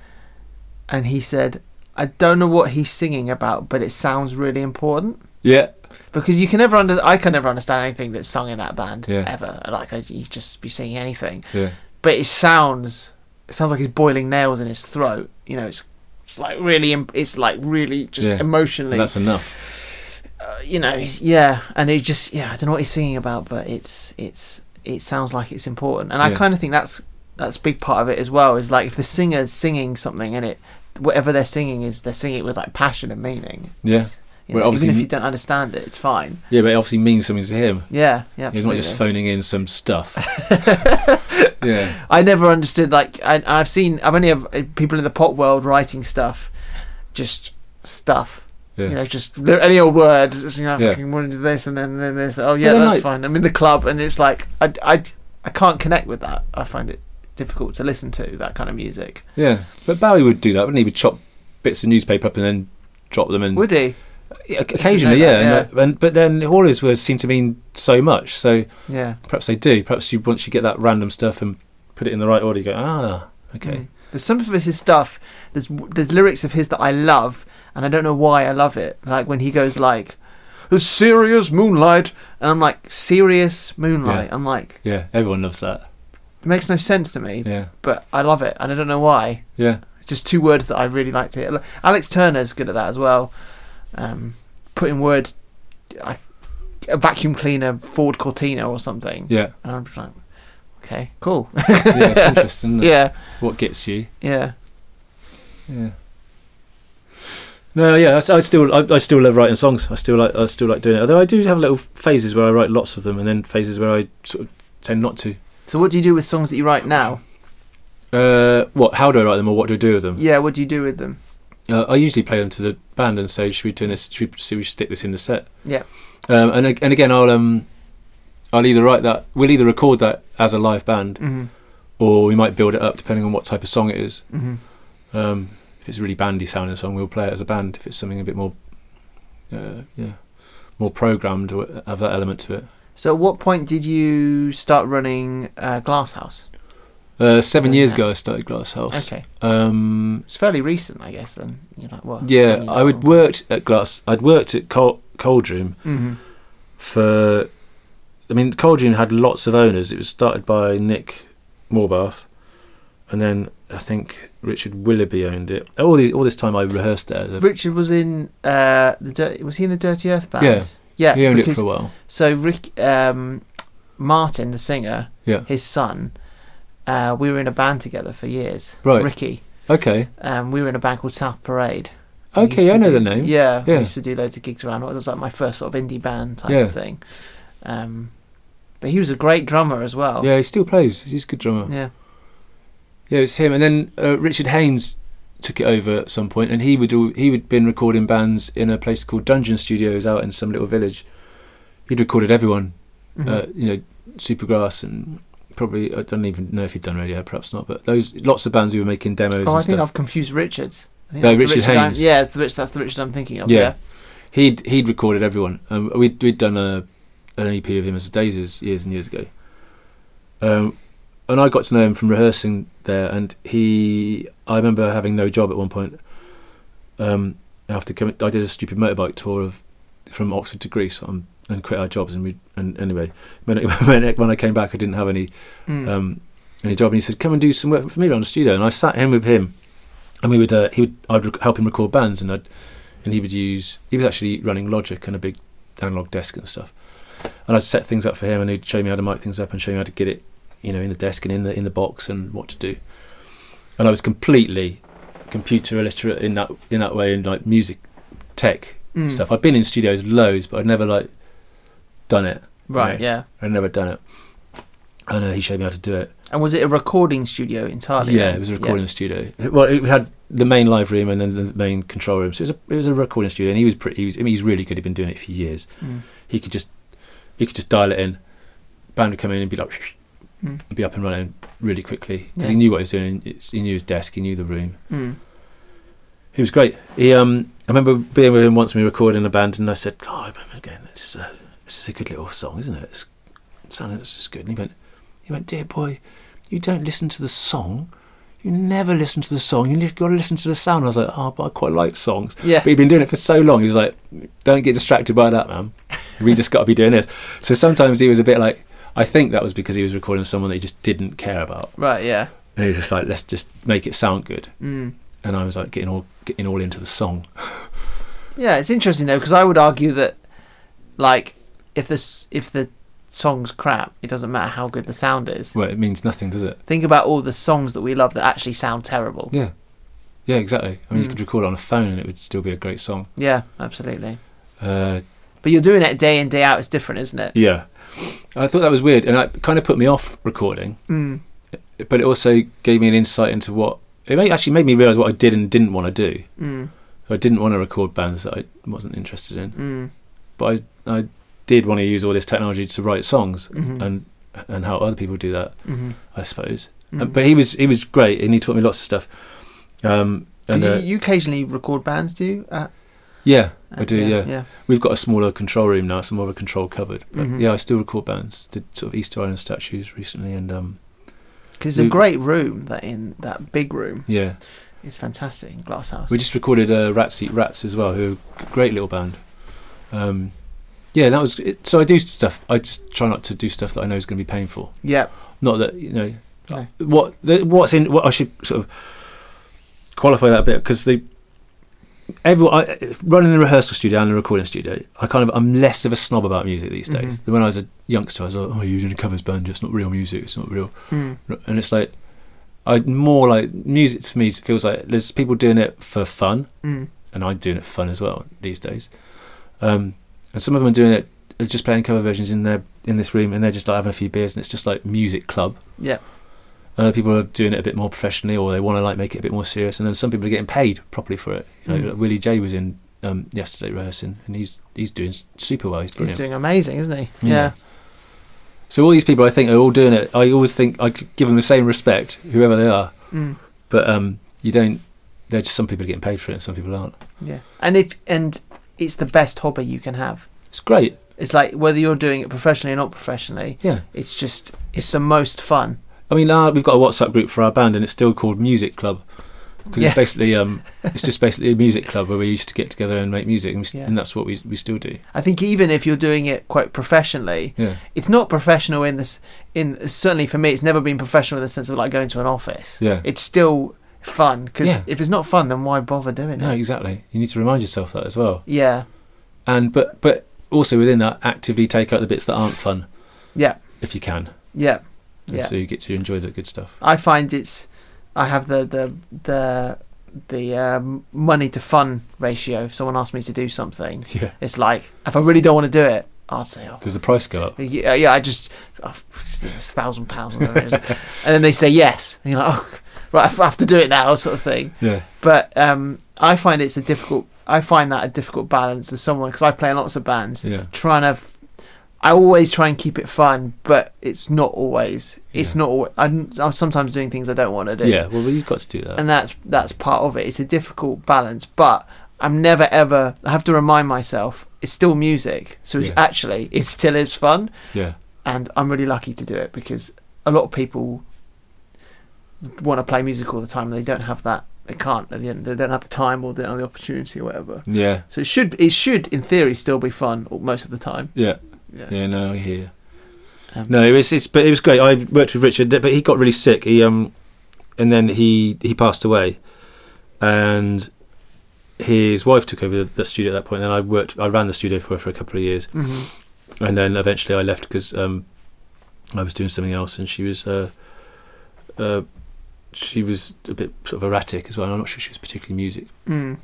[SPEAKER 1] and he said, "I don't know what he's singing about, but it sounds really important."
[SPEAKER 2] Yeah,
[SPEAKER 1] because you can never under I can never understand anything that's sung in that band
[SPEAKER 2] Yeah.
[SPEAKER 1] ever. Like I, you just be singing anything,
[SPEAKER 2] yeah,
[SPEAKER 1] but it sounds it sounds like he's boiling nails in his throat. You know, it's it's like really im- it's like really just
[SPEAKER 2] Yeah.
[SPEAKER 1] emotionally.
[SPEAKER 2] and that's enough.
[SPEAKER 1] uh, you know, he's, yeah, and it just yeah I don't know what he's singing about, but it's it's it sounds like it's important, and I
[SPEAKER 2] Yeah.
[SPEAKER 1] kind of think that's that's a big part of it as well. Is like if the singer's singing something and it whatever they're singing is they're singing it with like passion and meaning.
[SPEAKER 2] Yeah,
[SPEAKER 1] You
[SPEAKER 2] Well,
[SPEAKER 1] know,
[SPEAKER 2] obviously
[SPEAKER 1] even if
[SPEAKER 2] m-
[SPEAKER 1] you don't understand it, it's fine.
[SPEAKER 2] yeah, but it obviously means something to him.
[SPEAKER 1] Yeah, yeah.
[SPEAKER 2] He's not
[SPEAKER 1] Absolutely.
[SPEAKER 2] just phoning in some stuff. yeah,
[SPEAKER 1] I never understood. Like, I, I've seen. I've only have uh, people in the pop world writing stuff, just stuff.
[SPEAKER 2] yeah.
[SPEAKER 1] You know, just li- any old word. just, you know,
[SPEAKER 2] Yeah.
[SPEAKER 1] fucking want to do this and then, then this. Oh yeah,
[SPEAKER 2] then,
[SPEAKER 1] that's
[SPEAKER 2] like-
[SPEAKER 1] fine. I'm in the club, and it's like I, I, I can't connect with that. I find it difficult to listen to that kind of music.
[SPEAKER 2] Yeah, but Bowie would do that, wouldn't he? He Would chop bits of newspaper up and then drop them, and
[SPEAKER 1] Would he?
[SPEAKER 2] Yeah, oc- occasionally,
[SPEAKER 1] know
[SPEAKER 2] yeah,
[SPEAKER 1] that,
[SPEAKER 2] and, uh, and but then all his words seem to mean so much. So
[SPEAKER 1] Yeah.
[SPEAKER 2] perhaps they do. Perhaps you once you get that random stuff and put it in the right order, you go, ah, okay,
[SPEAKER 1] Mm. There's some of his stuff. There's there's lyrics of his that I love, and I don't know why I love it. Like when he goes like, "The serious moonlight," and I'm like, "Serious moonlight." I'm like,
[SPEAKER 2] yeah, everyone loves that.
[SPEAKER 1] it makes no sense to me,
[SPEAKER 2] Yeah,
[SPEAKER 1] but I love it, and I don't know why.
[SPEAKER 2] yeah,
[SPEAKER 1] Just two words that I really like to hear. Like, Alex Turner's good at that as well. Um, putting words, I, a vacuum cleaner, Ford Cortina or something.
[SPEAKER 2] yeah,
[SPEAKER 1] And I'm just like, okay, cool.
[SPEAKER 2] yeah. It's interesting. isn't it?
[SPEAKER 1] yeah,
[SPEAKER 2] What gets you?
[SPEAKER 1] yeah,
[SPEAKER 2] Yeah. No, yeah, I s- I, still, I, I still love writing songs. I still like, I still like doing it. Although I do have little phases where I write lots of them, and then phases where I sort of tend not to.
[SPEAKER 1] So what do you do with songs that you write now?
[SPEAKER 2] Uh, what? How do I write them, or what do I do with them?
[SPEAKER 1] Yeah, what do you do with them?
[SPEAKER 2] Uh, I usually play them to the band and say, "Should we do this? Should we, should we stick this in the set?"
[SPEAKER 1] Yeah.
[SPEAKER 2] Um, and ag- and again, I'll um, I'll either write that. We'll either record that as a live band,
[SPEAKER 1] Mm-hmm.
[SPEAKER 2] or we might build it up depending on what type of song it is.
[SPEAKER 1] Mm-hmm.
[SPEAKER 2] Um, if it's a really bandy sounding song, we'll play it as a band. If it's something a bit more, uh, yeah, more programmed, or have that element to it.
[SPEAKER 1] So at what point did you start running uh, Glasshouse?
[SPEAKER 2] Uh, seven
[SPEAKER 1] Yeah.
[SPEAKER 2] years ago, I started Glasshouse.
[SPEAKER 1] Okay,
[SPEAKER 2] Um,
[SPEAKER 1] it's fairly recent, I guess. Then you're like, what?
[SPEAKER 2] Yeah, I would worked at Glass. I'd worked at Col- Coldroom
[SPEAKER 1] Mm-hmm.
[SPEAKER 2] for. I mean, Coldroom had lots of owners. It was started by Nick Morbath, and then I think Richard Willoughby owned it. All this, all this time, I rehearsed there. as a-
[SPEAKER 1] Richard was in uh, the Dir- was he in the Dirty Earth band?
[SPEAKER 2] Yeah.
[SPEAKER 1] yeah.
[SPEAKER 2] he owned it
[SPEAKER 1] because,
[SPEAKER 2] for a while.
[SPEAKER 1] so Rick um, Martin, the singer,
[SPEAKER 2] Yeah.
[SPEAKER 1] his son, uh, we were in a band together for years.
[SPEAKER 2] Right.
[SPEAKER 1] Ricky,
[SPEAKER 2] Okay.
[SPEAKER 1] um, we were in a band called South Parade. We used
[SPEAKER 2] Okay, I
[SPEAKER 1] to
[SPEAKER 2] know
[SPEAKER 1] do-
[SPEAKER 2] the name.
[SPEAKER 1] Yeah, we
[SPEAKER 2] Yeah.
[SPEAKER 1] used to do loads of gigs around. It was like my first sort of indie band type
[SPEAKER 2] Yeah.
[SPEAKER 1] of thing. Um, but he was a great drummer as well.
[SPEAKER 2] Yeah, Uh, he still plays. He's a good drummer.
[SPEAKER 1] Oh. yeah.
[SPEAKER 2] Yeah, it's him. And then uh, Richard Haynes took it over at some point, and he would do, he would been recording bands in a place called Dungeon Studios out in some little village. He'd recorded everyone
[SPEAKER 1] Mhm.
[SPEAKER 2] uh, you know, Supergrass and probably I don't even know if he'd done Radiohead, perhaps not. But those lots of bands who were making demos
[SPEAKER 1] oh, I
[SPEAKER 2] and
[SPEAKER 1] think
[SPEAKER 2] stuff.
[SPEAKER 1] I've confused Richards. I think
[SPEAKER 2] No,
[SPEAKER 1] that's the
[SPEAKER 2] Richard
[SPEAKER 1] I'm-
[SPEAKER 2] Haynes.
[SPEAKER 1] yeah, it's the Rich, that's the Richard I'm thinking of.
[SPEAKER 2] Yeah.
[SPEAKER 1] Yeah.
[SPEAKER 2] He'd he'd recorded everyone. Um, we'd we'd done a an EP of him as a Daisies years and years ago. Um, and I got to know him from rehearsing there, and he I remember having no job at one point. Um, after coming, I did a stupid motorbike tour of from Oxford to Greece um, and quit our jobs and we and anyway when, it, when, it, when I came back I didn't have any
[SPEAKER 1] Mm.
[SPEAKER 2] um, in a job, and he said, "Come and do some work for me around the studio." And I sat in with him, and we would uh, he would I'd rec- help him record bands, and I'd and he would use he was actually running Logic and a big analog desk and stuff, and I'd set things up for him, and he'd show me how to mic things up and show me how to get it, you know, in the desk and in the in the box and what to do, and I was completely computer illiterate in that in that way and like music tech
[SPEAKER 1] Mm.
[SPEAKER 2] stuff. I'd been in studios loads, but I'd never like done it.
[SPEAKER 1] Right.
[SPEAKER 2] know.
[SPEAKER 1] Yeah.
[SPEAKER 2] I'd never done it. And uh, he showed me how to do it.
[SPEAKER 1] And was it a recording studio entirely?
[SPEAKER 2] Yeah,
[SPEAKER 1] then?
[SPEAKER 2] it was a recording studio. Well, it had the main live room and then the main control room. So it was a, it was a recording studio, and he was pretty. He was, I mean, he's really good. He'd been doing it for years.
[SPEAKER 1] Yeah. Mm.
[SPEAKER 2] He could just he could just dial it in. Band would come in and be like,
[SPEAKER 1] Mm.
[SPEAKER 2] be up and running really quickly because
[SPEAKER 1] Yeah.
[SPEAKER 2] he knew what he was doing. It's- He knew his desk. He knew the room.
[SPEAKER 1] Mm.
[SPEAKER 2] He was great. He um, I remember being with him once we were recording a band, and I said, "God, I remember again. This is a this is a good little song, isn't it? It's it sounded it's just good." And he went, he went, "Dear boy, you don't listen to the song, you never listen to the song. You just got to listen to the sound. I was like, oh, but I quite like songs.
[SPEAKER 1] Yeah.
[SPEAKER 2] But he'd been doing it for so long. He was like, don't get distracted by that, man. We just got to be doing this. So sometimes he was a bit like, I think that was because he was recording someone that he just didn't care about.
[SPEAKER 1] Right. Yeah.
[SPEAKER 2] And he was just like, let's just make it sound good.
[SPEAKER 1] Mm.
[SPEAKER 2] And I was like, getting all getting all into the song.
[SPEAKER 1] Yeah. It's interesting though because I would argue that, like, if this if the song's crap, it doesn't matter how good the sound is.
[SPEAKER 2] Well, it means nothing, does it?
[SPEAKER 1] Think about all the songs that we love that actually sound terrible.
[SPEAKER 2] Yeah. Yeah, exactly. I mean,
[SPEAKER 1] Mm.
[SPEAKER 2] you could record it on a phone and it would still be a great song.
[SPEAKER 1] Yeah. Absolutely.
[SPEAKER 2] Uh,
[SPEAKER 1] But you're doing it day in day out. It's different, isn't it?
[SPEAKER 2] Yeah. I thought that was weird and it kind of put me off recording,
[SPEAKER 1] Mm.
[SPEAKER 2] but it also gave me an insight into what it made, actually made me realize what I did and didn't want to do.
[SPEAKER 1] Mm.
[SPEAKER 2] I didn't want to record bands that I wasn't interested in,
[SPEAKER 1] Mm.
[SPEAKER 2] but I I did want to use all this technology to write songs
[SPEAKER 1] Mhm.
[SPEAKER 2] and and how other people do that,
[SPEAKER 1] Mhm.
[SPEAKER 2] I suppose.
[SPEAKER 1] Mm.
[SPEAKER 2] Uh, But he was he was great and he taught me lots of stuff. Um, and
[SPEAKER 1] you,
[SPEAKER 2] uh,
[SPEAKER 1] you occasionally record bands, do you? Uh,
[SPEAKER 2] yeah, I
[SPEAKER 1] uh,
[SPEAKER 2] do, yeah.
[SPEAKER 1] Yeah.
[SPEAKER 2] we've got a smaller control room now, it's more of a control cupboard. But
[SPEAKER 1] Mhm.
[SPEAKER 2] yeah, I still record bands. Did sort of Easter Island statues recently, and um,
[SPEAKER 1] 'Cause it's a
[SPEAKER 2] You-
[SPEAKER 1] great room that in that big room.
[SPEAKER 2] yeah,
[SPEAKER 1] It's fantastic in Glasshouse.
[SPEAKER 2] We just recorded uh, Rats Eat Rats as well, who are a great little band. Um, yeah, that was it. So I do stuff. I just try not to do stuff that I know is going to be painful.
[SPEAKER 1] yeah.
[SPEAKER 2] Not that you know
[SPEAKER 1] No.
[SPEAKER 2] what the, what's in. What I should sort of qualify that a bit because the everyone I, running the rehearsal studio and the recording studio. I kind of I'm less of a snob about music these days.
[SPEAKER 1] Mhm.
[SPEAKER 2] than When I was a youngster, I was like, oh, you're doing a covers band, it's not real music, it's not real
[SPEAKER 1] Mm.
[SPEAKER 2] and it's like I more like music to me feels like there's people doing it for fun,
[SPEAKER 1] Mm.
[SPEAKER 2] and I'm doing it for fun as well these days. Um, and some of them are doing it are just playing cover versions in their in this room, and they're just like having a few beers, and it's just like music club.
[SPEAKER 1] Yeah.
[SPEAKER 2] And other people are doing it a bit more professionally, or they want to like make it a bit more serious. And then some people are getting paid properly for it. You know,
[SPEAKER 1] Mm.
[SPEAKER 2] like Willie J was in um, yesterday rehearsing, and he's he's doing s- super well. He's brilliant.
[SPEAKER 1] He's doing amazing, isn't he? Yeah.
[SPEAKER 2] So all these people, I think, are all doing it. I always think I could give them the same respect, whoever they are.
[SPEAKER 1] Mm.
[SPEAKER 2] But um, you don't. There's just some people are getting paid for it, and some people aren't.
[SPEAKER 1] Yeah. And if and it's the best hobby you can have.
[SPEAKER 2] It's great.
[SPEAKER 1] It's like whether you're doing it professionally or not professionally,
[SPEAKER 2] Yeah.
[SPEAKER 1] it's just it's the most fun.
[SPEAKER 2] I mean, uh, we've got a WhatsApp group for our band, and it's still called Music Club because
[SPEAKER 1] Yeah.
[SPEAKER 2] it's basically um, it's just basically a music club where we used to get together and make music, and, we, s
[SPEAKER 1] Yeah.
[SPEAKER 2] and that's what we we still do.
[SPEAKER 1] I think even if you're doing it quite professionally,
[SPEAKER 2] Yeah.
[SPEAKER 1] it's not professional in this in certainly for me it's never been professional in the sense of like going to an office.
[SPEAKER 2] Yeah.
[SPEAKER 1] It's still fun because
[SPEAKER 2] Yeah.
[SPEAKER 1] if it's not fun then why bother doing
[SPEAKER 2] No,
[SPEAKER 1] it?
[SPEAKER 2] exactly. You need to remind yourself that as well.
[SPEAKER 1] Yeah.
[SPEAKER 2] And but but also within that, actively take out the bits that aren't fun.
[SPEAKER 1] Yeah.
[SPEAKER 2] If you can,
[SPEAKER 1] Yeah.
[SPEAKER 2] and
[SPEAKER 1] Yeah.
[SPEAKER 2] so you get to enjoy the good stuff.
[SPEAKER 1] I find it's I have the the the the um, money to fun ratio. If someone asks me to do something,
[SPEAKER 2] Yeah.
[SPEAKER 1] it's like if I really don't want to do it, I'd say, oh,
[SPEAKER 2] Does the price go up?
[SPEAKER 1] yeah, yeah, I just oh, it's thousand pounds, or whatever it is. and then they say yes, and you're like, oh, right, I have to do it now, sort of thing.
[SPEAKER 2] Yeah.
[SPEAKER 1] But um, I find it's a difficult. I find that a difficult balance as someone because I play in lots of bands,
[SPEAKER 2] Yeah.
[SPEAKER 1] trying to. F- I always try and keep it fun, but it's not always. It's
[SPEAKER 2] Yeah.
[SPEAKER 1] not. Always, I'm, I'm sometimes doing things I don't want to do
[SPEAKER 2] Yeah. Well, you've got to do that.
[SPEAKER 1] and that's that's part of it. It's a difficult balance, but I'm never ever. I have to remind myself it's still music, so it's
[SPEAKER 2] Yeah.
[SPEAKER 1] actually it still is fun,
[SPEAKER 2] yeah.
[SPEAKER 1] and I'm really lucky to do it because a lot of people want to play music all the time and they don't have that. They can't. They don't they don't have the time or they don't have the opportunity or whatever.
[SPEAKER 2] Yeah.
[SPEAKER 1] So it should it should in theory still be fun or most of the time.
[SPEAKER 2] Yeah.
[SPEAKER 1] Yeah.
[SPEAKER 2] Yeah, no, I hear. you.
[SPEAKER 1] Um,
[SPEAKER 2] No, it was it's but it was great. I worked with Richard, but he got really sick. He um, and then he he passed away, and his wife took over the, the studio at that point. And I worked, I ran the studio for her for a couple of years,
[SPEAKER 1] Mhm.
[SPEAKER 2] and then eventually I left because um, I was doing something else, and she was uh, uh, she was a bit sort of erratic as well. and I'm not sure she was particularly music.
[SPEAKER 1] Mm.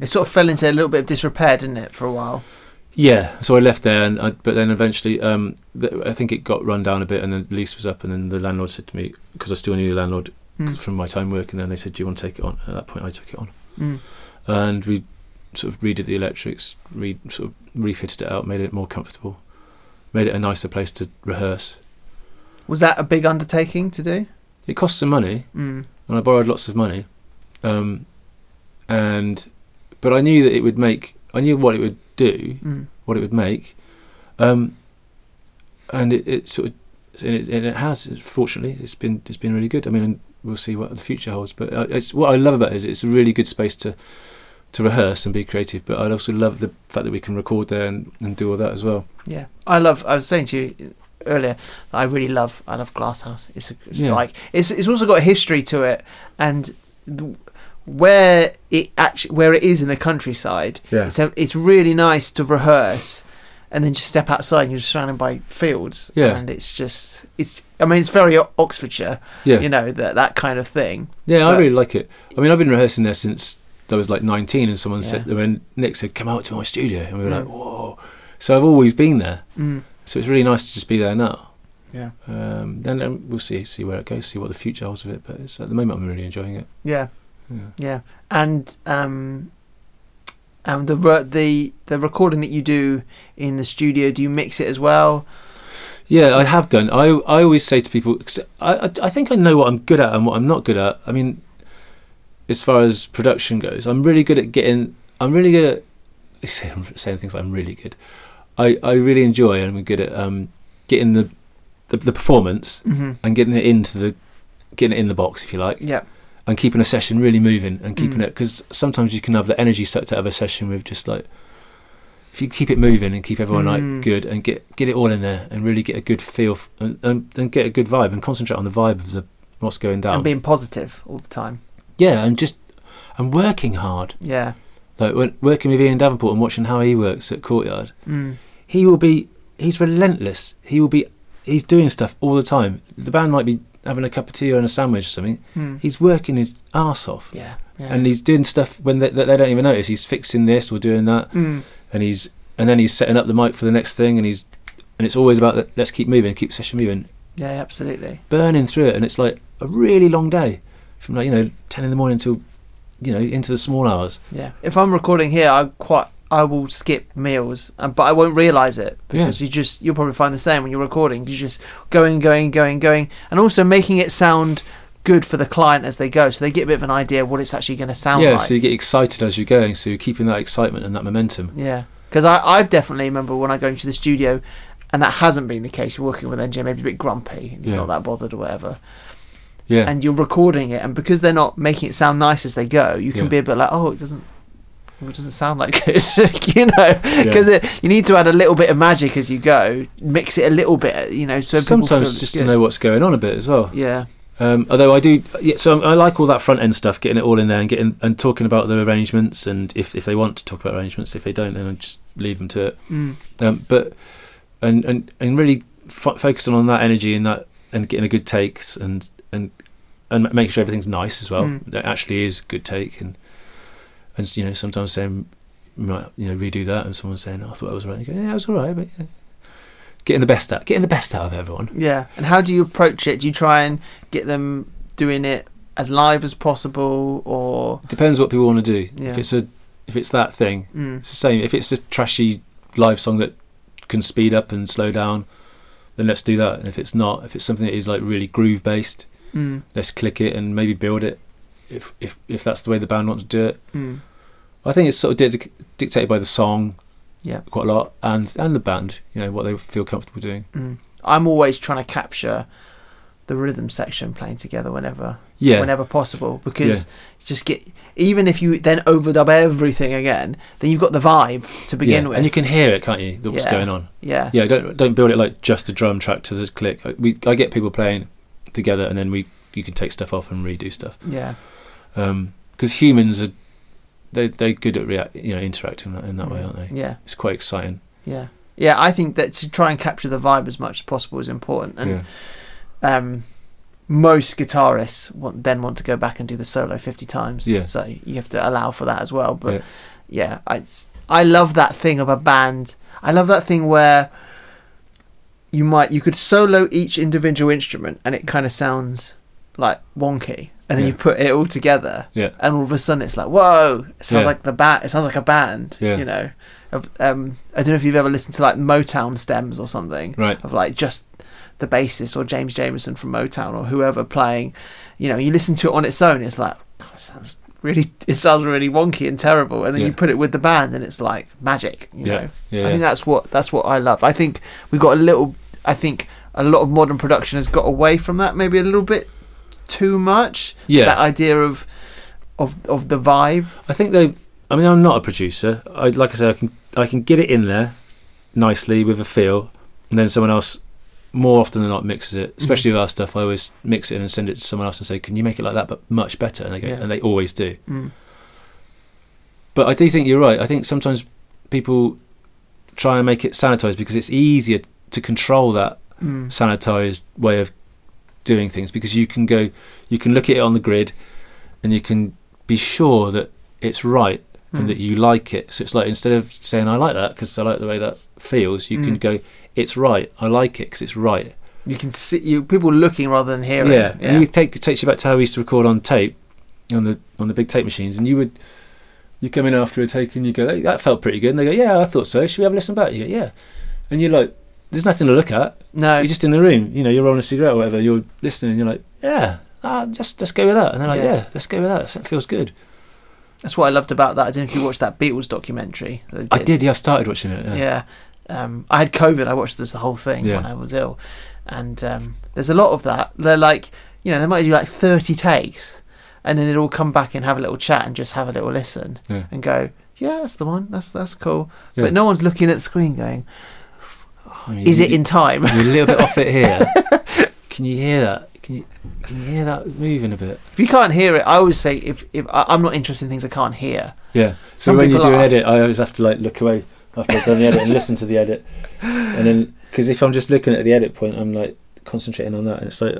[SPEAKER 1] It sort of fell into a little bit of disrepair, didn't it, for a while?
[SPEAKER 2] Yeah, so I left there, and I, but then eventually, um, th- I think it got run down a bit, and then the lease was up, and then the landlord said to me, because I still knew the landlord
[SPEAKER 1] Mm.
[SPEAKER 2] from my time working there, and they said, "Do you want to take it on?" At that point, I took it on,
[SPEAKER 1] Mm.
[SPEAKER 2] and we sort of redid the electrics, re sort of refitted it out, made it more comfortable, made it a nicer place to rehearse.
[SPEAKER 1] Was that a big undertaking to do?
[SPEAKER 2] It cost some money,
[SPEAKER 1] Mm.
[SPEAKER 2] and I borrowed lots of money. Um, and but I knew that it would make I knew what it would do,
[SPEAKER 1] Mm.
[SPEAKER 2] what it would make, um, and it, it sort of and it, and it has fortunately it's been it's been really good. I mean, we'll see what the future holds. But uh, it's what I love about it is it's a really good space to to rehearse and be creative. But I also love the fact that we can record there and, and do all that as well.
[SPEAKER 1] Yeah, I love. I was saying to you earlier that I really love. I love Glasshouse. It's, a, it's
[SPEAKER 2] Yeah.
[SPEAKER 1] like it's it's also got a history to it, and the, where it actually where it is in the countryside.
[SPEAKER 2] Yeah,
[SPEAKER 1] It's a, it's really nice to rehearse, and then just step outside and you're surrounded by fields.
[SPEAKER 2] Yeah.
[SPEAKER 1] and it's just it's. I mean, it's very O- Oxfordshire.
[SPEAKER 2] yeah,
[SPEAKER 1] You know that that kind of thing.
[SPEAKER 2] yeah. I
[SPEAKER 1] but-
[SPEAKER 2] really like it. I mean, I've been rehearsing there since I was like 19, and someone said,
[SPEAKER 1] Yeah.
[SPEAKER 2] when Nick said, "Come out to my studio," and we were like,
[SPEAKER 1] Mm.
[SPEAKER 2] "Whoa!" So I've always been there.
[SPEAKER 1] Mm.
[SPEAKER 2] So it's really nice to just be there now.
[SPEAKER 1] Yeah.
[SPEAKER 2] Um, then um, we'll see see where it goes, see what the future holds of it. But it's, at the moment, I'm really enjoying it.
[SPEAKER 1] Yeah,
[SPEAKER 2] Yeah.
[SPEAKER 1] yeah, and um, and the re- the the recording that you do in the studio, do you mix it as well?
[SPEAKER 2] Yeah, I have done. I I always say to people, 'cause I, I I think I know what I'm good at and what I'm not good at. I mean, as far as production goes, I'm really good at getting. I'm really good at I say- I'm saying things like I'm really good. I, I really enjoy and I'm good at um, getting the, the the performance
[SPEAKER 1] Mm-hmm.
[SPEAKER 2] and getting it into the getting it in the box, if you like.
[SPEAKER 1] Yeah,
[SPEAKER 2] and keeping a session really moving and keeping
[SPEAKER 1] Mm.
[SPEAKER 2] it because sometimes you can have the energy sucked out of a session with just like if you keep it moving and keep everyone
[SPEAKER 1] Mm.
[SPEAKER 2] like good and get get it all in there and really get a good feel f- and, and, and get a good vibe and concentrate on the vibe of the what's going down
[SPEAKER 1] and being positive all the time.
[SPEAKER 2] yeah and just and working hard
[SPEAKER 1] Yeah,
[SPEAKER 2] like when, working with Ian Davenport and watching how he works at Courtyard
[SPEAKER 1] mm.
[SPEAKER 2] he will be he's relentless he will be he's doing stuff all the time the band might be having a cup of tea or a sandwich or something
[SPEAKER 1] Mm.
[SPEAKER 2] he's working his arse off
[SPEAKER 1] yeah, yeah,
[SPEAKER 2] and he's doing stuff when they, that they don't even notice. He's fixing this or doing that,
[SPEAKER 1] mm.
[SPEAKER 2] and he's and then he's setting up the mic for the next thing, and he's and it's always about let's keep moving, keep session moving,
[SPEAKER 1] yeah, absolutely.
[SPEAKER 2] burning through it, and it's like a really long day from like you know ten in the morning till you know into the small hours.
[SPEAKER 1] Yeah, if I'm recording here, I quite I will skip meals, and but I won't realize it because you just you'll probably find the same when you're recording. You're just going, going, going, going, and also making it sound good for the client as they go, so they get a bit of an idea of what it's actually going to sound
[SPEAKER 2] yeah,
[SPEAKER 1] like.
[SPEAKER 2] so you get excited as you're going, so you're keeping that excitement and that momentum.
[SPEAKER 1] yeah, because I I've definitely remember when I go into the studio, and that hasn't been the case. You're working with an engineer, maybe a bit grumpy, and he's
[SPEAKER 2] Yeah.
[SPEAKER 1] not that bothered or whatever,
[SPEAKER 2] Yeah,
[SPEAKER 1] and you're recording it, and because they're not making it sound nice as they go, you can
[SPEAKER 2] Yeah.
[SPEAKER 1] be a bit like, oh, it doesn't. It doesn't sound like good, you know.
[SPEAKER 2] yeah.
[SPEAKER 1] because you need to add a little bit of magic as you go, mix it a little bit, you know, so people feel
[SPEAKER 2] sometimes
[SPEAKER 1] it's
[SPEAKER 2] just
[SPEAKER 1] good.
[SPEAKER 2] to know what's going on a bit as well.
[SPEAKER 1] Yeah,
[SPEAKER 2] Um, although I do, yeah, so I like all that front end stuff, getting it all in there and getting and talking about the arrangements, and if, if they want to talk about arrangements, if they don't, then I just leave them to it.
[SPEAKER 1] mm.
[SPEAKER 2] Um, but and and and really f- focusing on that energy and that and getting a good takes and and and making sure everything's nice as well.
[SPEAKER 1] Mm.
[SPEAKER 2] That actually is a good take, and and you know sometimes saying you might you know redo that, and someone's saying oh, I thought I was right, you go, yeah, I was all right, but yeah. getting the best out, getting the best out of everyone.
[SPEAKER 1] yeah. And how do you approach it? Do you try and get them doing it as live as possible, or
[SPEAKER 2] depends what people want to do.
[SPEAKER 1] Yeah.
[SPEAKER 2] If it's a if it's that thing,
[SPEAKER 1] mm.
[SPEAKER 2] it's the same. If it's a trashy live song that can speed up and slow down, then let's do that. And if it's not, if it's something that is like really groove based,
[SPEAKER 1] Mm.
[SPEAKER 2] let's click it and maybe build it. If if if that's the way the band wants to do it,
[SPEAKER 1] Mm.
[SPEAKER 2] I think it's sort of dic- dictated by the song,
[SPEAKER 1] Yeah.
[SPEAKER 2] quite a lot, and and the band, you know, what they feel comfortable doing.
[SPEAKER 1] Mm. I'm always trying to capture the rhythm section playing together whenever
[SPEAKER 2] Yeah,
[SPEAKER 1] whenever possible because you just get even if you then overdub everything again then you've got the vibe to begin
[SPEAKER 2] yeah.
[SPEAKER 1] with
[SPEAKER 2] and you can hear it, can't you? that What's
[SPEAKER 1] Yeah.
[SPEAKER 2] going on?
[SPEAKER 1] yeah
[SPEAKER 2] yeah don't don't build it like just a drum track to this click I, we i get people playing together and then we you can take stuff off and redo stuff
[SPEAKER 1] yeah
[SPEAKER 2] because humans are they they're good at react you know interacting in that, in that way aren't they
[SPEAKER 1] Mm. yeah
[SPEAKER 2] it's quite exciting
[SPEAKER 1] Yeah. Yeah, I think that to try and capture the vibe as much as possible is important. And
[SPEAKER 2] yeah
[SPEAKER 1] um, most guitarists want, then want to go back and do the solo 50 times.
[SPEAKER 2] Yeah.
[SPEAKER 1] So you have to allow for that as well. But yeah, I, it's- I love that thing of a band. I love that thing where you might you could solo each individual instrument and it kind of sounds like wonky and then
[SPEAKER 2] Yeah.
[SPEAKER 1] you put it all together
[SPEAKER 2] Yeah.
[SPEAKER 1] and all of a sudden it's like whoa it sounds
[SPEAKER 2] Yeah.
[SPEAKER 1] like the bat it sounds like a band
[SPEAKER 2] Yeah.
[SPEAKER 1] you know Of- um i don't know if you've ever listened to like motown stems or something
[SPEAKER 2] right
[SPEAKER 1] of like just the bassist or James Jameson from Motown or whoever playing, you know, you listen to it on its own, it's like "God, it sounds really, it sounds really wonky and terrible, and then you
[SPEAKER 2] Yeah.
[SPEAKER 1] put it with the band, and it's like magic. You
[SPEAKER 2] Yeah.
[SPEAKER 1] know, I
[SPEAKER 2] yeah
[SPEAKER 1] think that's what that's what I love. I think we got a little, I think a lot of modern production has got away from that maybe a little bit too much.
[SPEAKER 2] Yeah,
[SPEAKER 1] That idea of of of the vibe.
[SPEAKER 2] I think they. I mean, I'm not a producer. I like I say, I can I can get it in there nicely with a feel, and then someone else more often than not mixes it. Especially with our stuff, I always mix it in and send it to someone else and say, "Can you make it like that, but much better?" And they go,
[SPEAKER 1] Yeah.
[SPEAKER 2] and they always do.
[SPEAKER 1] Mm.
[SPEAKER 2] But I do think you're right. I think sometimes people try and make it sanitized because it's easier to control that
[SPEAKER 1] Mm.
[SPEAKER 2] sanitized way of doing things because you can go, you can look at it on the grid, and you can be sure that it's right and that
[SPEAKER 1] Mm.
[SPEAKER 2] you like it. So it's like instead of saying I like that because I like the way that feels, you can
[SPEAKER 1] Mm.
[SPEAKER 2] go, it's right. I like it because it's right.
[SPEAKER 1] You can see you people looking rather than hearing.
[SPEAKER 2] yeah.
[SPEAKER 1] yeah.
[SPEAKER 2] And you take it takes you back to how we used to record on tape, on the on the big tape machines, and you would. You come in after a take and you go, hey, that felt pretty good. And they go, yeah, I thought so. Should we have a listen back? You go, yeah. And you're like, there's nothing to look at.
[SPEAKER 1] no,
[SPEAKER 2] You're just in the room. You know, you're rolling a cigarette or whatever. You're listening and you're like, yeah, ah, just let's go with that. And they're like,
[SPEAKER 1] Yeah.
[SPEAKER 2] yeah, let's go with that. That feels good.
[SPEAKER 1] that's what I loved about that. I don't know if you watched that Beatles documentary. that they
[SPEAKER 2] I did. Yeah, I started watching it. Yeah.
[SPEAKER 1] yeah. Um, I had COVID. I watched this the whole thing
[SPEAKER 2] Yeah.
[SPEAKER 1] when I was ill, and um, there's a lot of that. They're like, you know, they might do like 30 takes, and then they'd all come back and have a little chat and just have a little listen
[SPEAKER 2] Yeah.
[SPEAKER 1] and go, yeah, that's the one. That's that's cool.
[SPEAKER 2] Yeah.
[SPEAKER 1] But no one's looking at the screen going,
[SPEAKER 2] I mean,
[SPEAKER 1] is
[SPEAKER 2] you-
[SPEAKER 1] it in time?
[SPEAKER 2] We're a little bit off it here. Can you hear that? Can you can you hear that moving a bit?
[SPEAKER 1] if you can't hear it, I always say if if I, I'm not interested in things I can't hear.
[SPEAKER 2] Yeah. So
[SPEAKER 1] Some
[SPEAKER 2] when you
[SPEAKER 1] people
[SPEAKER 2] do an
[SPEAKER 1] are.
[SPEAKER 2] edit, I always have to like look away after I've done the edit and listen to the edit, and then because if I'm just looking at the edit point, I'm like concentrating on that, and it's like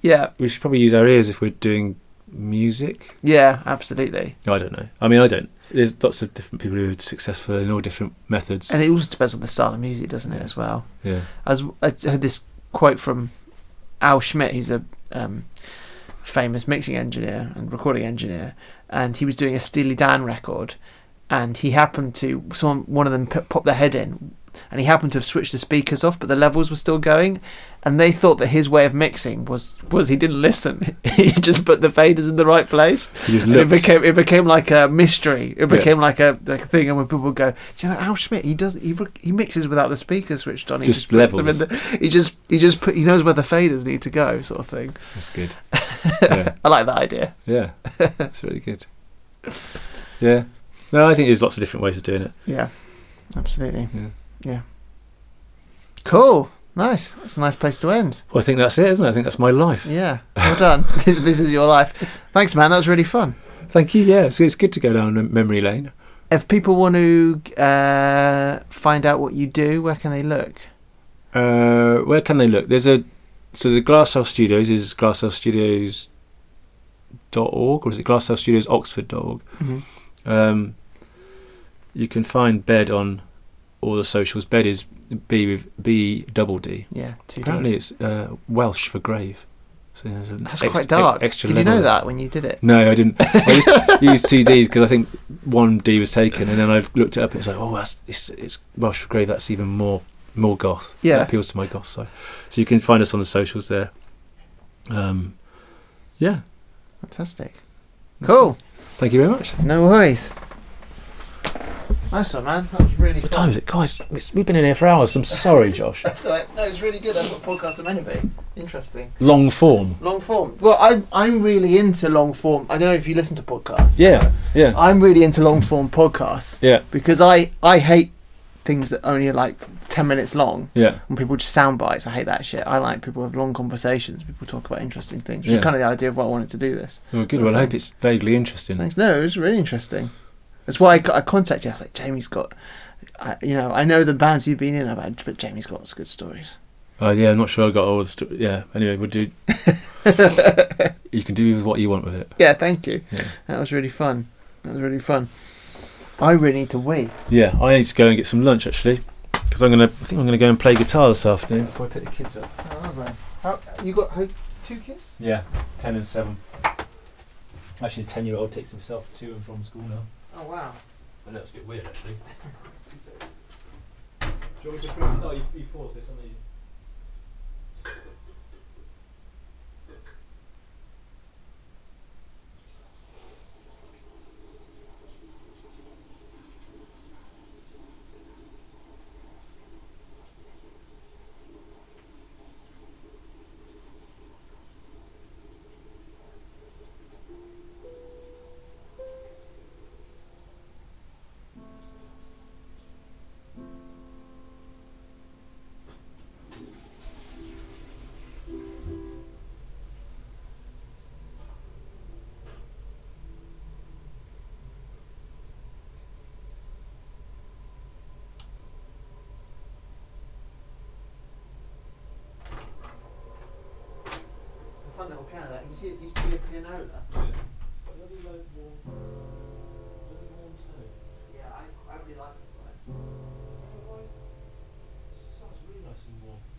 [SPEAKER 1] Yeah,
[SPEAKER 2] we should probably use our ears if we're doing music.
[SPEAKER 1] yeah, absolutely.
[SPEAKER 2] I don't know. I mean, I don't. There's lots of different people who are successful in all different methods.
[SPEAKER 1] And it also depends on the style of music, doesn't it, as well?
[SPEAKER 2] yeah.
[SPEAKER 1] as I heard this quote from Al Schmidt, who's a um, famous mixing engineer and recording engineer, and he was doing a Steely Dan record, and he happened to someone one of them p- popped their head in, and he happened to have switched the speakers off, but the levels were still going, and they thought that his way of mixing was was he didn't listen, he just put the faders in the right place,
[SPEAKER 2] You just
[SPEAKER 1] and it
[SPEAKER 2] look.
[SPEAKER 1] became it became like a mystery. It
[SPEAKER 2] Yeah.
[SPEAKER 1] became like a like a thing, and when people go, "Do you know Al Schmidt? He does he re- he mixes without the speakers switched on. He
[SPEAKER 2] Just
[SPEAKER 1] puts them
[SPEAKER 2] levels.
[SPEAKER 1] in the- he just he just put he knows where the faders need to go, sort of thing.
[SPEAKER 2] That's good. Yeah.
[SPEAKER 1] I like that idea.
[SPEAKER 2] Yeah, that's really good. Yeah, no, I think there's lots of different ways of doing it.
[SPEAKER 1] Yeah, absolutely.
[SPEAKER 2] Yeah.
[SPEAKER 1] Cool. Nice. That's a nice place to end.
[SPEAKER 2] Well, I think that's it, isn't it? I think that's my life.
[SPEAKER 1] Yeah. Well done. this, this is your life. Thanks, man. That was really fun.
[SPEAKER 2] Thank you. Yeah, it's, it's good to go down mem- memory lane.
[SPEAKER 1] If people want to uh, find out what you do, where can they look?
[SPEAKER 2] Uh, where can they look? There's a so the Glasshouse Studios is glasshouse.studios.org or is it glasshousestudiosoxford.org?
[SPEAKER 1] Mhm.
[SPEAKER 2] Um, you can find Bed on all the socials. Bed is B with B double D.
[SPEAKER 1] Yeah. Two
[SPEAKER 2] Apparently,
[SPEAKER 1] Ds.
[SPEAKER 2] it's uh, Welsh for grave. So there's an
[SPEAKER 1] That's
[SPEAKER 2] ex-
[SPEAKER 1] quite dark.
[SPEAKER 2] ex- extra
[SPEAKER 1] Did you know
[SPEAKER 2] level.
[SPEAKER 1] that when you did it?
[SPEAKER 2] No, I didn't. I just used two Ds because I think one D was taken, and then I looked it up and it's like, oh, that's it's, it's Welsh for grave. That's even more more goth.
[SPEAKER 1] Yeah.
[SPEAKER 2] that appeals to my goth side. So you can find us on the socials there. Um, yeah,
[SPEAKER 1] Fantastic.
[SPEAKER 2] that's
[SPEAKER 1] Cool.
[SPEAKER 2] it. Thank you very much.
[SPEAKER 1] No worries. Nice one, man. That was really
[SPEAKER 2] What time is it, guys? It's, we've been in here for hours. I'm sorry, Josh.
[SPEAKER 1] That's all right. No, it's really good. That's what podcasts are meant to be. Interesting.
[SPEAKER 2] Long form.
[SPEAKER 1] Long form. Well, I'm, I'm really into long form. I don't know if you listen to podcasts.
[SPEAKER 2] Yeah, yeah,
[SPEAKER 1] I'm really into long form podcasts
[SPEAKER 2] yeah,
[SPEAKER 1] because I, I hate things that only are like 10 minutes long.
[SPEAKER 2] yeah,
[SPEAKER 1] When people just sound bites, I hate that shit. I like people have long conversations. People talk about interesting things. Which
[SPEAKER 2] Yeah.
[SPEAKER 1] is kind of the idea of why I wanted to do this.
[SPEAKER 2] Well, Oh, good.
[SPEAKER 1] Sort of
[SPEAKER 2] Well, I
[SPEAKER 1] thing.
[SPEAKER 2] hope it's vaguely interesting.
[SPEAKER 1] Thanks. No, it was really interesting. That's why I, got, I contacted you. I was like, Jamie's got, I, you know, I know the bands you've been in, about, but Jamie's got lots of good stories.
[SPEAKER 2] Oh yeah, I'm not sure I got all the story. Yeah. Anyway, we'll do. you can do what you want with it.
[SPEAKER 1] Yeah, thank you.
[SPEAKER 2] Yeah.
[SPEAKER 1] That was really fun. That was really fun. I really need to wee.
[SPEAKER 2] Yeah, I need to go and get some lunch actually, because I'm gonna. I think I'm gonna go and play guitar this afternoon before I pick the kids up.
[SPEAKER 1] Oh, How, you got how, two kids?
[SPEAKER 2] Yeah, ten and seven. Actually, a ten-year-old takes himself to and from school now.
[SPEAKER 1] Oh wow.
[SPEAKER 2] I know it's a bit weird actually. Do you want me to press start? You, you pause this, and then you.
[SPEAKER 1] fun little piano. That. You can see it used to be a pianola. Yeah, I, I really like it.
[SPEAKER 3] Sounds really nice and warm.